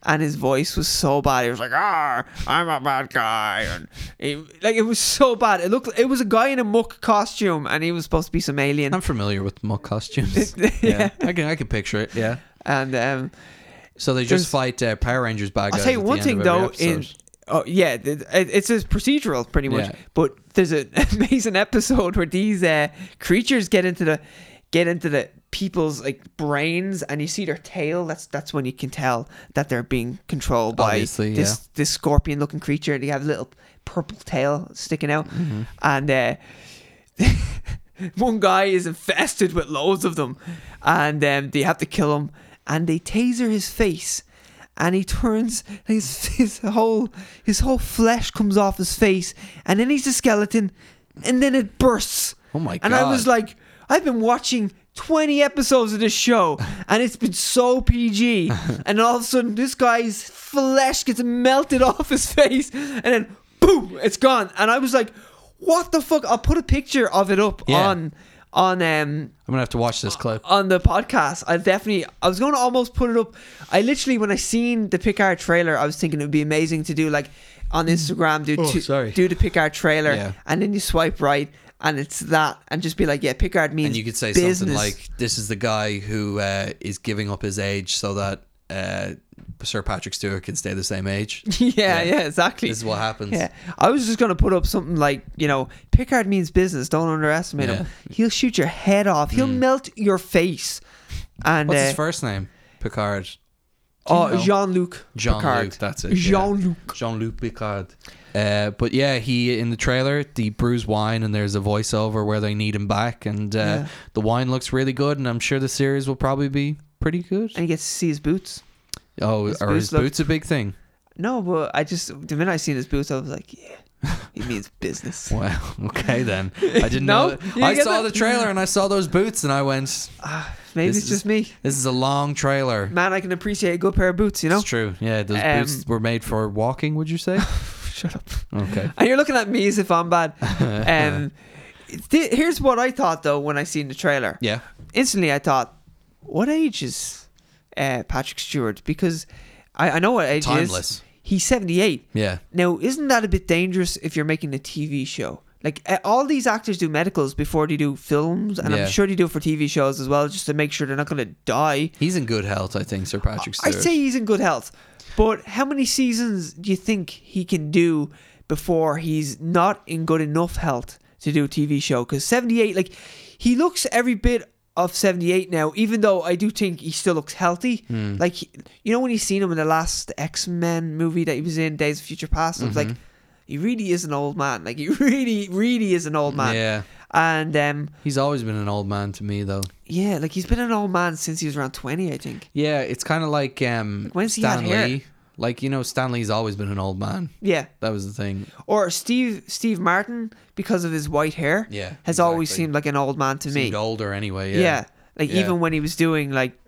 And his voice was so bad. He was like, "Ah, I'm a bad guy," and he, like it was so bad. It looked it was a guy in a muck costume, and he was supposed to be some alien. I'm familiar with muck costumes. Yeah. I can I can picture it. Yeah. And um, So they just There's- fight uh, Power Rangers bad guys. I'll tell you at the one end thing of every though. In episode. oh yeah, th- it- it's a procedural pretty much. Yeah. But there's an amazing episode where these uh, creatures get into the get into the people's like brains, and you see their tail. That's that's when you can tell that they're being controlled by Obviously, this yeah. this scorpion looking creature. They have a little purple tail sticking out, Mm-hmm. and. Uh, one guy is infested with loads of them, and um, they have to kill him. And they taser his face, and he turns his his whole his whole flesh comes off his face, and then he's a skeleton, and then it bursts. Oh my And I was God. like, I've been watching. 20 episodes of this show and it's been so PG and all of a sudden this guy's flesh gets melted off his face and then boom it's gone and I was like what the fuck I'll put a picture of it up Yeah. on on um I'm gonna have to watch this clip. on the podcast. I definitely I was gonna almost put it up. I literally when I seen the Picard trailer, I was thinking it would be amazing to do like on Instagram do Oh, two- sorry. do the Picard trailer Yeah. and then you swipe right and it's that and just be like, Yeah, Picard means And you could say business. something like, "This is the guy who uh, is giving up his age so that uh, Sir Patrick Stewart can stay the same age." yeah, yeah, Yeah. exactly. This is what happens. Yeah, I was just gonna put up something like, you know, Picard means business. Don't underestimate him. He'll shoot your head off. He'll melt your face. And Mm. What's uh, his first name? Picard. oh, know? Jean Luc Jean Picard. Luc. That's it. Jean Luc. Jean Luc Picard. Uh, but yeah, he in the trailer the brews wine and there's a voiceover where they need him back, and uh, Yeah. the wine looks really good, and I'm sure the series will probably be pretty good. and he gets to see his boots. Oh, His are boots his look- boots a big thing? No, but I just the minute I seen his boots, I was like, yeah, he means business. Wow. Okay then. I didn't No? know. That. You I get saw that? the trailer and I saw those boots and I went, Ah, Maybe This it's is- just me, "This is a long trailer." man. I can appreciate a good pair of boots, you know. It's true. Yeah, those Um, boots were made for walking. Would you say? Shut up. Okay. And you're looking at me as if I'm bad. Um, th- here's what I thought though when I seen the trailer. Yeah. Instantly, I thought, what age is uh, Patrick Stewart? Because I, I know what age he Timeless. is. He's 78. Yeah. Now, isn't that a bit dangerous if you're making a TV show? Like uh, all these actors do medicals before they do films, and Yeah. I'm sure they do it for TV shows as well, just to make sure they're not going to die. He's in good health, I think, Sir Patrick I Stewart. say he's in good health, but how many seasons do you think he can do before he's not in good enough health to do a TV show? Because 78, like he looks every bit of 78 now, even though I do think he still looks healthy. Like he- you know when you seen him in the last X Men movie that he was in, Days of Future Past, I was like. He really is an old man. Like he really, really is an old man. Yeah. And um, He's always been an old man to me, though. yeah, like he's been an old man since he was around twenty, I think. Yeah, it's kind of like um, Like, when's he had Stan hair? Lee. Like you know, Stan Lee's always been an old man. Yeah. That was the thing. or Steve Steve Martin because of his white hair. Yeah, has always exactly. seemed like an old man to me. Seemed older anyway. yeah. Yeah. like Yeah. even when he was doing like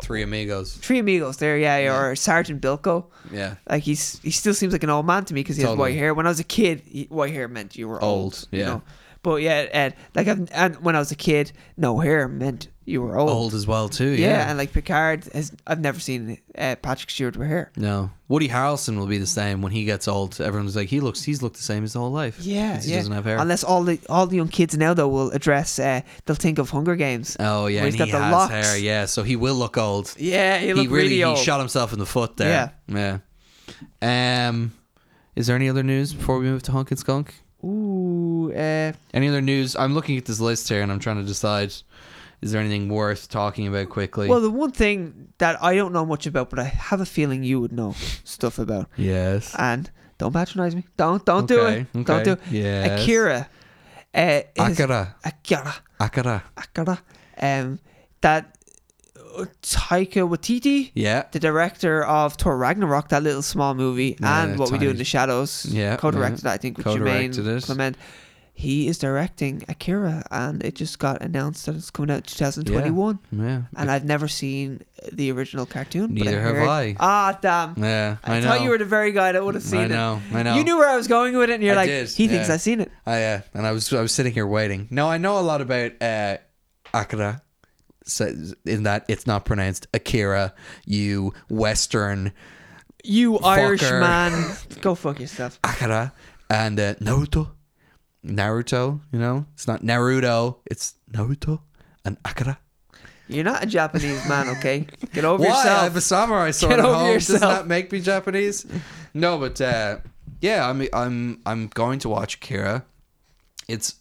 Three amigos. Three Amigos, there, yeah, or Sergeant Bilko, Yeah. like he's he still seems like an old man to me because he Totally. has white hair. When I was a kid, he, white hair meant you were old. Old, you yeah. know? But yeah, and like I've, and when I was a kid, no hair meant you were old. Old as well too. Yeah, Yeah. and like Picard, has, I've never seen uh, Patrick Stewart with hair. no, Woody Harrelson will be the same when he gets old. Everyone's like, he looks, he's looked the same his whole life. Yeah, 'Cause he yeah. doesn't have hair. Unless all the all the young kids now though will address, uh, they'll think of Hunger Games. oh yeah, Where he's and got he the has locks. hair. Yeah, so he will look old. Yeah, he he looked really, really old. he shot himself in the foot there. Yeah. Yeah. Um, Is there any other news before we move to Honkin' Skunk? Ooh, uh, Any other news? I'm looking at this list here and I'm trying to decide is there anything worth talking about quickly? well, the one thing that I don't know much about, but I have a feeling you would know stuff about, yes. and don't patronize me. Don't, don't do it. Okay, Don't do it. okay, yes. Akira. Uh, is, Akira. Akira. Akira. Akira. Um, that uh, Taika Waititi, Yeah. the director of Thor Ragnarok, that little small movie, Yeah, and What We Do tiny. in the Shadows, Yeah, co-directed, I think, with Co-directed Jermaine it. Clement. He is directing Akira, and it just got announced that it's coming out in 2021. Yeah. And I've never seen the original cartoon. Neither but I have heard- I. Ah, damn. Yeah. I, I, know. thought you were the very guy that would have seen I know. I it. know. You knew where I was going with it, and you're I like, did, he thinks yeah. I've seen it. I, uh, and I was I was sitting here waiting. No, I know a lot about uh, Akira. So in that it's not pronounced Akira, you Western You Irish Fucker. man, go fuck yourself. Akira, and uh, Naruto. Naruto, you know, it's not Naruto, it's Naruto and Akira. You're not a Japanese man, okay? Get over Why? I have yourself. a samurai sword Get at over home. Does yourself. that make me Japanese? No, but uh, yeah, I'm I'm I'm going to watch Akira. It's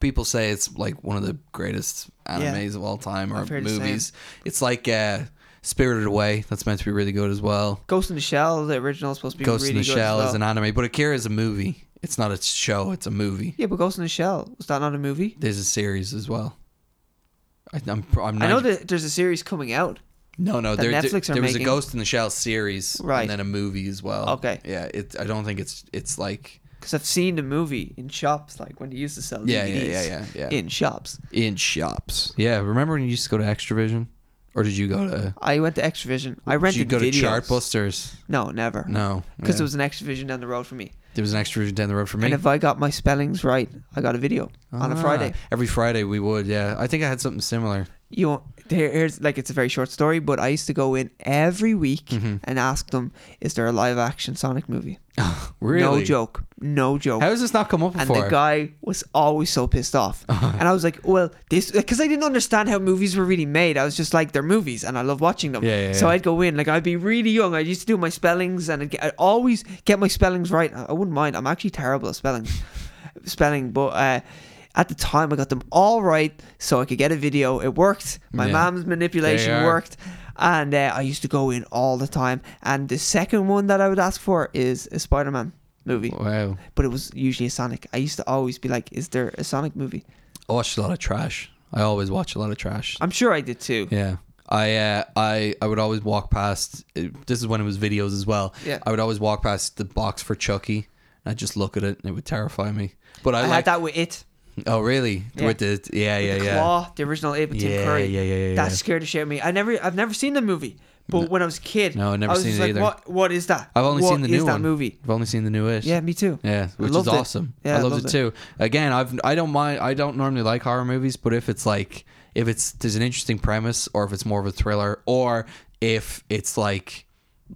people say it's like one of the greatest animes of all time or I've heard the same. movies. It's like uh, Spirited Away. That's meant to be really good as well. Ghost in the Shell, the original, is supposed to be Ghost really in the good. Shell as well. is an anime, but Akira is a movie. It's not a show. It's a movie. yeah, but Ghost in the Shell was that not a movie? There's a series as well. I, I'm I'm I know 90 that there's a series coming out. No, no, that there, there- Netflix are there was a making. Ghost in the Shell series, Right. and then a movie as well. Okay. yeah, it, I don't think it's it's like Because I've seen the movie in shops, like when they used to sell DVDs yeah, yeah, yeah, yeah, yeah, in shops. in shops. Yeah, remember when you used to go to Extravision, or did you go to? I went to Extravision. I Did rented you go videos. to Chartbusters? No, never. No, Because yeah. there was an Extravision down the road for me. there was an Extravision down the road for me And if I got my spellings right, I got a video on a Ah, Friday. Every Friday we would. Yeah, I think I had something similar. you know, there- here's like it's a very short story, but I used to go in every week Mm-hmm. and ask them, "Is there a live action Sonic movie?" Really? No joke, no joke. How has this not come up and before? the guy was always so pissed off, and I was like, "Well, this," because I didn't understand how movies were really made. I was just like, "They're movies, and I love watching them." Yeah, yeah, so yeah. I'd go in, like I'd be really young. I used to do my spellings, and I'd, get, I'd always get my spellings right. I, I wouldn't mind. I'm actually terrible at spelling, spelling, but. uh at the time, I got them all right, so I could get a video. It worked. My Yeah. mom's manipulation They are. worked, and uh, I used to go in all the time. And the second one that I would ask for is a Spider-Man movie wow, but it was usually a Sonic. I used to always be like, "Is there a Sonic movie?" I watched a lot of trash. I always watch a lot of trash. I'm sure I did too. Yeah. I uh, I I would always walk past. This is when it was videos as well. Yeah. I would always walk past the box for Chucky. And I'd just look at it and it would terrify me. But I, I, like. had that with it, Oh really? Yeah. With the yeah yeah with the yeah. Claw, the original it with Yeah, Tim Curry. yeah, yeah, yeah, That yeah. scared the shit out of me. I never, I've never seen the movie, but when I was a kid, No, I've never I was seen just it like, either. What, what is that? I've only What seen the new is one. that movie? I've only seen the newest. Yeah, me too. Yeah, which is loved it. awesome. Yeah, I I loved, loved it it. too. Again, I've I don't mind. I don't normally like horror movies, but if it's like if it's there's an interesting premise, or if it's more of a thriller, or if it's like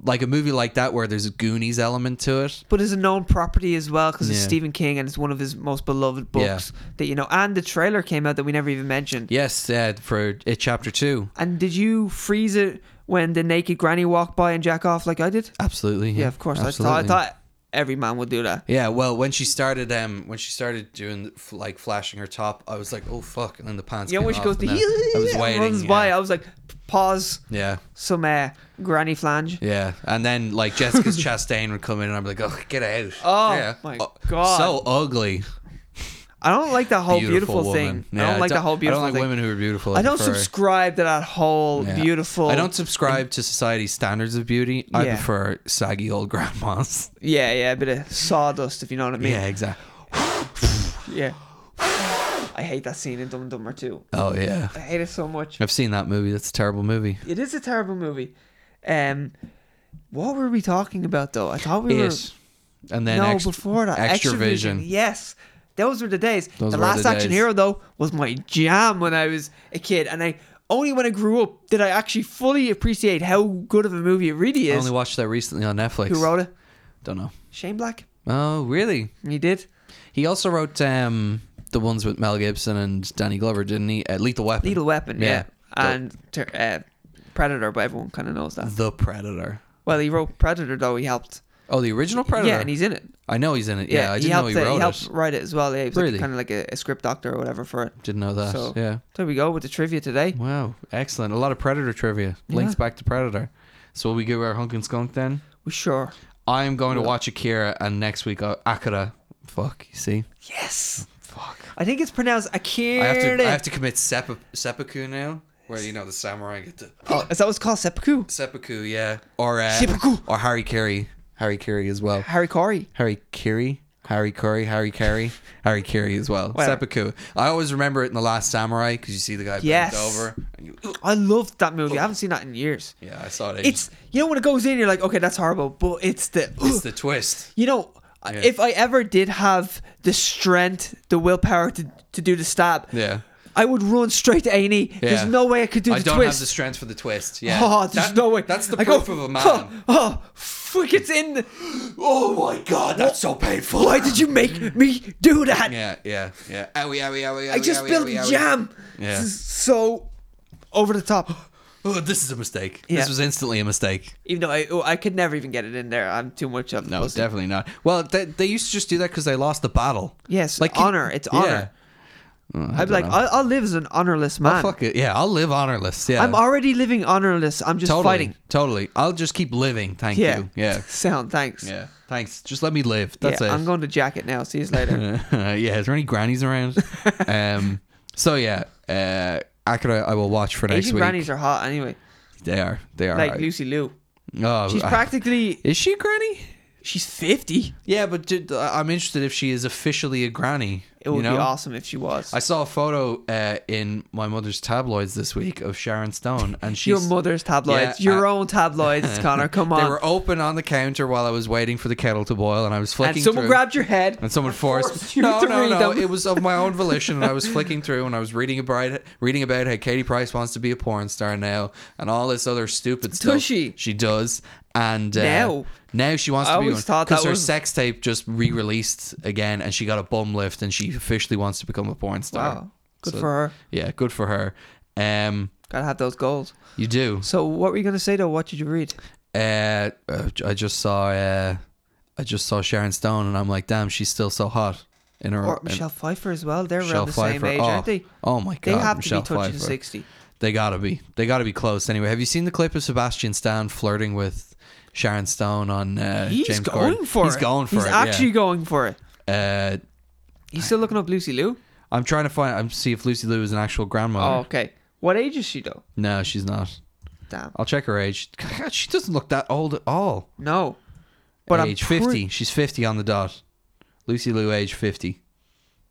like a movie like that where there's a Goonies element to it. But it's a known property as well because it's Yeah. Stephen King and it's one of his most beloved Yeah. books that you know. And the trailer came out that we never even mentioned. Yes, uh, for it chapter two. And did you freeze it when the naked granny walked by and jack off like I did? Absolutely. Yeah, of course. I thought, I Absolutely. thought every man would do that. Yeah, well, when she started, um, when she started doing f- like flashing her top, I was like, oh fuck, and then the pants. Yeah, came when she off, goes to and I, I was waiting. runs yeah. by, I was like, p- pause yeah, some uh, granny flange. yeah, and then like Jessica Chastain would come in, and I'm like, oh, get out. Oh, yeah. my Oh, God. so ugly. I don't like the whole beautiful, woman. thing. Yeah, I don't like the whole beautiful I don't like thing. women who are beautiful. I don't prefer- subscribe to that whole yeah. beautiful. I don't subscribe to society's standards of beauty. I Yeah. prefer saggy old grandmas. Yeah, yeah, a bit of sawdust, if you know what I mean. Yeah, exactly. Yeah. I hate that scene in Dumb and Dumber too. Oh yeah, I hate it so much. I've seen that movie. That's a terrible movie. It is a terrible movie. Um, what were we talking about though? I thought we were. it. And then Mm-hmm. no, ex- before that, extra Extravision, vision. Yes, those were the days. Those the were Last the Action days. Hero though was my jam when I was a kid, and I only when I grew up did I actually fully appreciate how good of a movie it really I is. only watched that recently on Netflix. Who wrote it? Don't know. Shane Black. Oh, really? He did. He also wrote um, the ones with Mel Gibson and Danny Glover, didn't he? Uh, Lethal Weapon. Lethal Weapon. Yeah. Yeah, Dope. and ter- uh, Predator, but everyone kind of knows that. The Predator. Well, he wrote Predator though. He helped. Oh, the original Predator. Yeah, and he's in it. I know he's in it. Yeah, I didn't know helped he it- wrote helped it. write it as well. Yeah, he was Really? kind of like a, a script doctor or whatever for it. Didn't know that. So- yeah. There we go with the trivia today. Wow. Excellent. A lot of Predator trivia. Links Yeah. back to Predator. So will we give our hunk and skunk then? We sure. I'm going to watch Akira and next week uh, Akira. Fuck, you see? Yes. Fuck. I think it's pronounced Akira. I have to I have to commit seppu- seppuku now. Where you know the samurai get to Oh, is that what's called seppuku? seppuku, yeah. Or uh, Seppuku. or Harry Carey. Harry Carey as well. Harry Corey. Harry Kiri, Harry Curry, Harry Carey, Harry Carey as well. Whatever. Seppuku. I always remember it in The Last Samurai because you see the guy bent Yes. over. And you, I loved that movie. I haven't seen that in years. yeah, I saw it. It's you know when it goes in, you're like, okay, that's horrible, but it's the it's the twist. you know. I- Yeah. If I ever did have the strength, the willpower to, to do the stab, Yeah. I would run straight to Amy. There's Yeah. no way I could do I the don't have twist. the strength for the twist. Yeah. Oh, there's That- no way. That's the I go, proof of a man. Oh, oh, fuck, it's in. the- Oh my god, that's so painful. Why did you make me do that? Yeah, yeah, yeah. Owie, owie, owie, I owie, just owie, spilled owie, owie. jam. Yeah. This is so over the top. Oh, this is a mistake. Yeah. This was instantly a mistake. Even though I, oh, I could never even get it in there. I'm too much of a No, pussy. definitely not. Well, they, they used to just do that because they lost the battle. Yes, Like, honor. It's honor. Yeah. I'd be like, I'll, I'll live as an honorless man. Oh, Fuck it. Yeah, I'll live honorless. Yeah. I'm already living honorless. I'm just totally, fighting. Totally. I'll just keep living. Thank Yeah. you. Yeah. Sound. Thanks. Yeah. Thanks. Just let me live. That's yeah, it. I'm going to jacket now. See you later. yeah. Is there any grannies around? um. So yeah. Uh. Akira, I will watch for next Asian week. grannies are hot anyway. They are. They are. Like Lucy Liu. oh, She's I- practically. Is she a granny? She's 50. Yeah, but did, I- I'm interested if she is officially a granny. It would you know? be awesome if she was. I saw a photo uh, in my mother's tabloids this week of Sharon Stone, and she's Your mother's tabloids. Yeah, your I- own tabloids, Connor. Come They on. were open on the counter while I was waiting for the kettle to boil, and I was flicking and someone through. grabbed your head. and someone forced, forced you no, to no, read no. them. It was of my own volition, and I was flicking through, and I was reading about reading about how Katie Price wants to be a porn star now, and all this other stupid stuff. she? She does, and uh, Now? now she wants I to be always one thought that because her was- sex tape just re-released again, and she got a bum lift, and she officially wants to become a porn star. Wow. Good So- for her. Yeah, good for her. Um, Gotta have those goals. you do. So, what were you gonna say though? What did you read? Uh, uh, I just saw. Uh, I just saw Sharon Stone, and I'm like, damn, she's still so hot in her. Or in- Michelle Pfeiffer as well. They're Uh, Michelle around the same Pfeiffer. age, oh, aren't they? oh my They god, have Michelle to be touching Pfeiffer. sixty. They gotta be. They gotta be close anyway. Have you seen the clip of Sebastian Stan flirting with Sharon Stone on uh, He's James going Corden? for He's it. going for He's it. yeah. actually going for it. Uh, He's still looking up Lucy Liu. I'm trying to find. I'm see if Lucy Liu is an actual Oh, grandmother. okay. What age is she though? No, she's not. Damn. I'll check her age. God, she doesn't look that old at all. No. But I'm age pre- 50. She's 50 on the dot. Lucy Liu, age 50.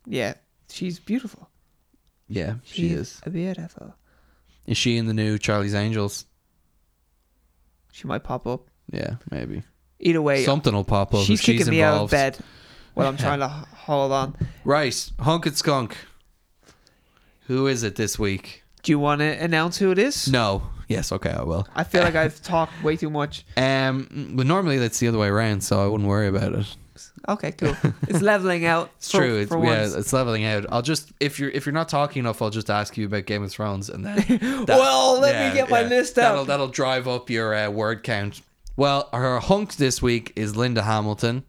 Yeah, she's beautiful. Yeah, she She's is. Beautiful. Is she in the new Charlie's Angels? She might pop up. Yeah, maybe. Either way, Something will pop up. if she's kicking me out of involved. bed. While I'm trying to h- hold on. Right, Hunk and Skunk. Who is it this week? Do you want to announce who it is? No. Yes, okay, I will. I feel like I've talked way too much. Um, but normally that's the other way around, so I wouldn't worry about it. Okay, cool. It's leveling out. It's for- true. It's, For yeah, once. it's leveling out. I'll just if you're if you're not talking enough, I'll just ask you about Game of Thrones, and then that- Well, let me get my list out. That'll that'll drive up your uh, word count. Well, her hunk this week is Linda Hamilton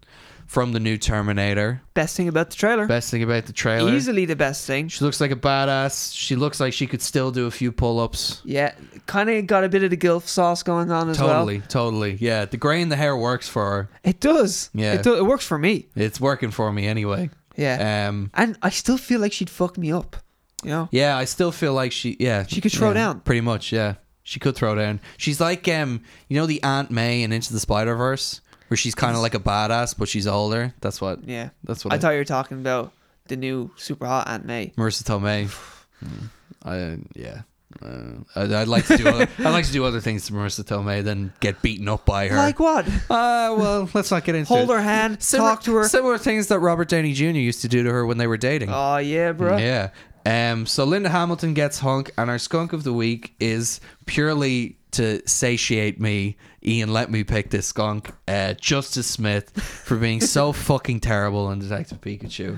from the new Terminator. Best thing about the trailer. Best thing about the trailer. Easily the best thing. She looks like a badass. She looks like she could still do a few pull-ups. Yeah, kind of got a bit of the gilf sauce going on as Totally, well. totally. Yeah, the grey in the hair works for her. It does. Yeah. it, do- it works for me. It's working for me anyway. Yeah, Um, and I still feel like she'd fuck me up. You know, yeah, I still feel like she. Yeah, She could throw yeah, down. Pretty much, yeah. She could throw down. She's like, um, you know, the Aunt May and Into the Spider Verse, where she's kind of like a badass, but she's older. That's what. yeah. That's what. I thought you were talking about the new super hot Aunt May. Marissa Tomei. Mm. I yeah. Uh, I'd, I'd like to do. Other, I'd like to do other things to Marissa Tomei than get beaten up by her. Like what? uh, well, let's not get into Hold it. her hand, Similar- talk to her. Similar things that Robert Downey Jr. used to do to her when they were dating. oh yeah, bro. Yeah. Um. So Linda Hamilton gets hunk, and our skunk of the week is purely to satiate me. Ian, let me pick this skunk. Uh, Justice Smith for being so fucking terrible in Detective Pikachu.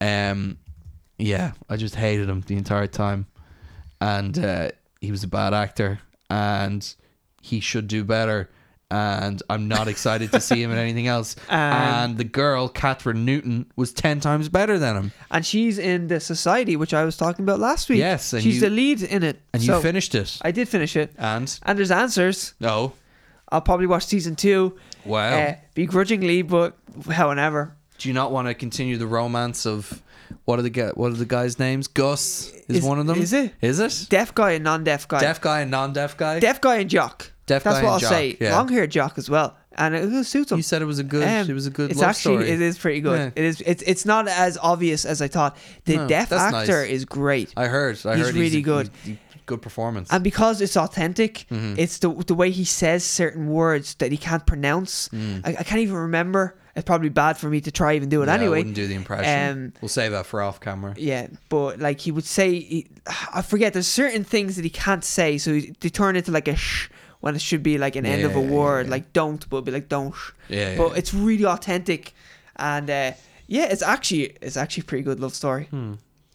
Um. Yeah, I just hated him the entire time, and uh, he was a bad actor, and he should do better. and I'm not excited to see him in anything else. And- and the girl, Catherine Newton, was 10 times better than him. And she's in the society which I was talking about last week. Yes, and she's you- the lead in it. And So, you finished it. I did finish it, and and there's answers. no, I'll probably watch season two, wow. uh, begrudgingly, but however, Do you not want to continue the romance of what are the gu- what are the guys' names? Gus is, Is- one of them. is it? Is it? deaf guy and non-deaf guy, deaf guy and non-deaf guy. deaf guy and jock. Deaf That's guy what and I'll jock, say. yeah. Long hair jock as well, and it, it suits him. you said it was a good. Um, it was a good. It's love actually story. it is pretty good. Yeah. It is. It's it's not as obvious as I thought. The No, deaf that's actor nice. is great. I heard. I He's heard really a- good. he's- good performance. and because it's authentic, Mm-hmm. it's the the way he says certain words that he can't pronounce. I, I can't even remember. It's probably bad for me to try even do it Mm. Yeah, I anyway. wouldn't do the impression. um, we'll save that for off camera. Yeah, but like he would say, he, I forget. There's certain things that he can't say, so he, they turn into like a sh when it should be like an end of a Yeah, yeah, word, yeah. like don't, but it'd be like don't. Sh. Yeah, but yeah. it's really authentic, and uh, yeah, it's actually it's actually a pretty good love story.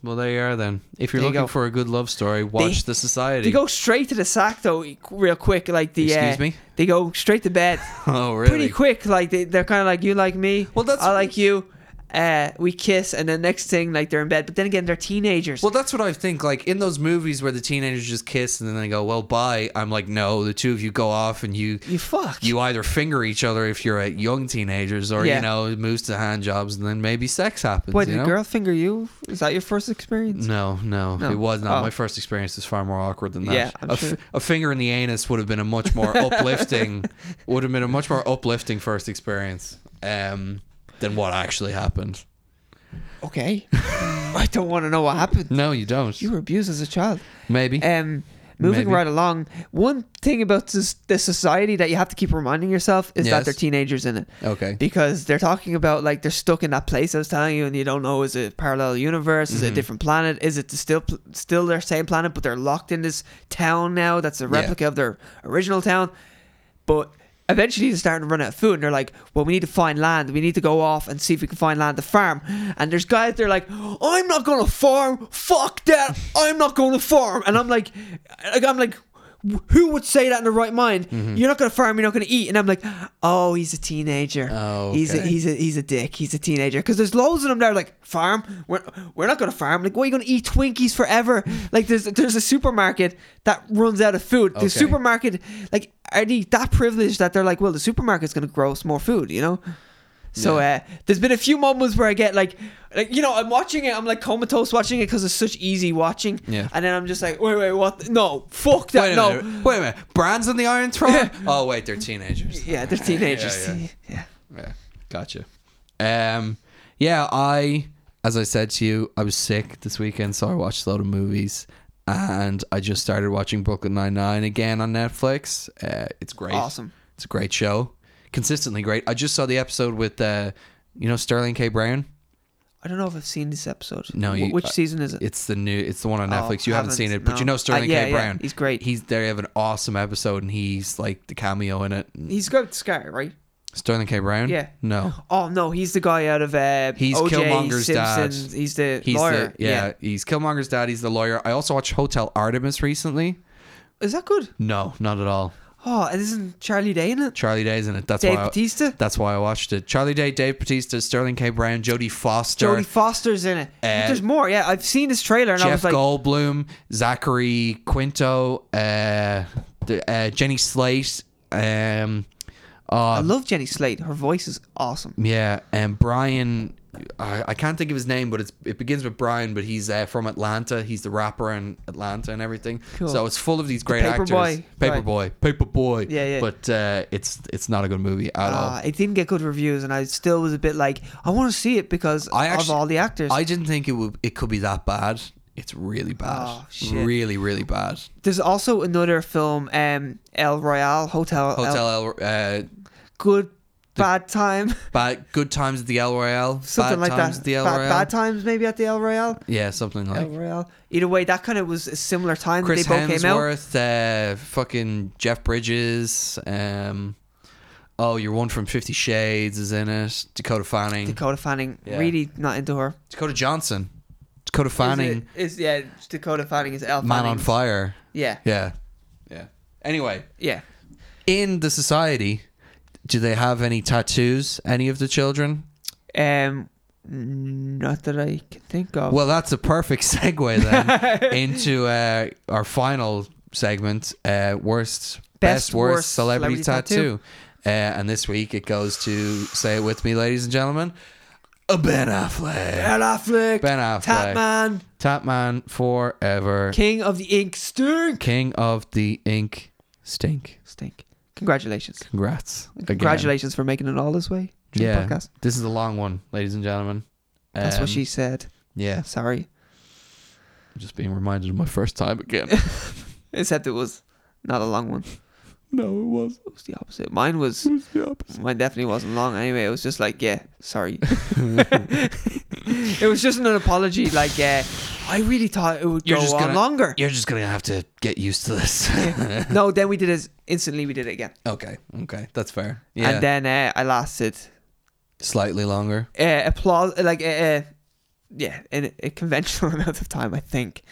Well, there you are then. If you're There you looking go. for a good love story, watch The Society. They go straight to the sack though, e- real quick. Like the uh, Excuse me? they go straight to bed, oh, really? pretty quick. Like they, they're kind of like you like me, Well, that's- I like you. Uh, we kiss, and then next thing, like they're in bed. But then again, they're teenagers. Well, that's what I think. Like in those movies where the teenagers just kiss and then they go, "Well, bye." I'm like, no, the two of you go off and you you fuck. you either finger each other if you're at young teenagers, or Yeah. you know, it moves to hand jobs and then maybe sex happens. Wait, you did know? Mm. a girl finger you? Is that your first experience? No, no, No. it was not. Oh. My first experience was far more awkward than that. Yeah, I'm A f- sure. a finger in the anus would have been a much more uplifting, would have been a much more uplifting first experience um, than what actually happened. Okay. I don't want to know what happened. No, you don't. You were abused as a child. Maybe. Um, moving Maybe. right along, one thing about this, this society that you have to keep reminding yourself is that Yes. they're teenagers in it. okay. Because they're talking about like they're stuck in that place I was telling you, and you don't know is it a parallel universe, is it Mm-hmm. a different planet, is it still pl- still their same planet, but they're locked in this town now that's a Yeah. replica of their original town. But eventually they're starting to run out of food and they're like, well, we need to find land. We need to go off and see if we can find land to farm. And there's guys, they're like, I'm not going to farm. Fuck that. I'm not going to farm. And I'm like, like I'm like, who would say that in the right mind? Mm-hmm. You're not going to farm. You're not going to eat. And I'm like, oh, he's a teenager. Oh, he's a, okay. he's a he's a dick. He's a teenager. Because there's loads of them there. Like farm. We're, we're not going to farm. Like, what are you going to eat Twinkies forever? Like there's there's a supermarket that runs out of food. The Okay. super supermarket like are they that privileged that they're like well the supermarket's gonna grow us more food you know so uh, there's been a few moments where I get like, like you know I'm watching it I'm like comatose watching it because it's such easy watching Yeah. and then I'm just like wait wait what the- no fuck that Wait a no minute. Wait a minute. Brands on the Iron Throne? oh, wait, they're teenagers. yeah they're teenagers Yeah, yeah, yeah. Yeah, gotcha. Um, yeah, I, as I said to you, I was sick this weekend, so I watched a lot of movies, and I just started watching Brooklyn Nine Nine again on Netflix. Uh, it's great. Awesome. It's a great show. Consistently great. I just saw the episode with, uh, you know, Sterling K. Brown. I don't know if I've seen this episode No, Wh- you- uh, which I- season is it It's the new. It's the one on Oh, Netflix. You haven't, haven't, seen it, but no. you know Sterling Uh, yeah, K. yeah, Brown. he's great. He's they have an awesome episode, and he's like the cameo in it. he's got the scar right Sterling K. Brown. Yeah. No. oh no he's the guy out of uh, He's OJ Killmonger's dad. Simpson's. he's the He's lawyer the yeah, He's Killmonger's dad. He's the lawyer. I also watched Hotel Artemis recently. is that good No, not at all. oh and isn't Charlie Day in it Charlie Day's in it. That's Dave why. I- Bautista? that's why I watched it. Charlie Day, Dave Batista, Sterling K. Brown, Jodie Foster, Jodie Foster's in it But there's more yeah I've seen this trailer and I Uh, Jeff was like Goldblum, Zachary Quinto, uh, the, uh, Jenny Slate. Um, I uh, love Jenny Slate. Her voice is awesome. yeah, and Brian. I, I can't think of his name, but it's it begins with Brian. But he's uh, from Atlanta. He's the rapper in Atlanta and everything. Cool. So it's full of these great actors. Paperboy guy. Paperboy, Paperboy. Yeah, yeah. But uh, it's it's not a good movie at Uh, it didn't get good reviews, and I still was a bit like, I want to see it because I of actually- all the actors. all. I didn't think it would it could be that bad. It's really bad. Oh, shit. Really, really bad. There's also another film, um, El Royale Hotel. El- Hotel El, uh, good, bad time, bad good times at the El Royale. something bad like times that. At the El bad, Royale. bad times maybe at the El Royale. yeah, something like El Royale. Either way, that kind of was a similar time that Chris they both came out. Hemsworth, uh, fucking Jeff Bridges. Um, oh, your one from Fifty Shades is in it. Dakota Fanning. Dakota, Dakota Fanning, Yeah. really not into her. Johnson. Dakota Fanning. is, it- is- yeah Dakota Fanning is El Man Fanning. on Fire. Yeah, Yeah. Yeah. Anyway, yeah. in the society, do they have any tattoos? Any of the children? Um, not that I can think of. Well, that's a perfect segue then into uh, our final segment: uh, worst, best, Best worst, worst celebrity, celebrity tattoo. Uh, and this week it goes to say it with me, ladies and gentlemen, uh, Ben Affleck. Ben Affleck, Ben Affleck, Tatman, Tapman forever, King of the Ink Stink. king of the ink stink. Stink. Congratulations. Congrats! again. Congratulations for making it all this way. through the Yeah, podcast. this is a long one, ladies and gentlemen. That's Um, what she said. Yeah, Sorry. I'm just being reminded of my first time again. Except it was not a long one. No, it was. It was the opposite. Mine was. It was the opposite. Mine definitely wasn't long. Anyway, it was just like, yeah, sorry. it was just an apology. Like, yeah, I really thought it would You're go just on gonna- longer. You're just gonna have to get used to this. no, then we did it instantly. We did it again, okay, okay, that's fair. Yeah, and then uh, I lasted slightly longer. uh, applause, like uh, uh, yeah, in a conventional amount of time, I think.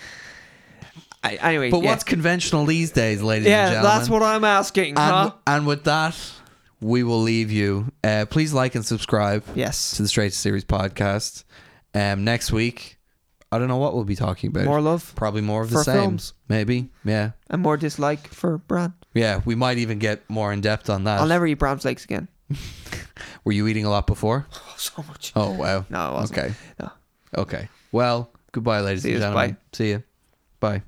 I, anyway, But yeah. what's conventional these days, ladies and yeah, gentlemen? that's what I'm asking, huh? And, and with that, we will leave you. Uh, please like and subscribe yes, to the Straight to Series podcast. Um, next week, I don't know what we'll be talking about. more love Probably more of the for same. films. Maybe. Yeah. and more dislike for Bran. Yeah. We might even get more in depth on that. I'll never eat Bran flakes again. Were you eating a lot before? Oh, so much. Oh wow. No, it wasn't. Okay. No. Okay. Well, goodbye, ladies See and yous, gentlemen. bye. See you. Bye.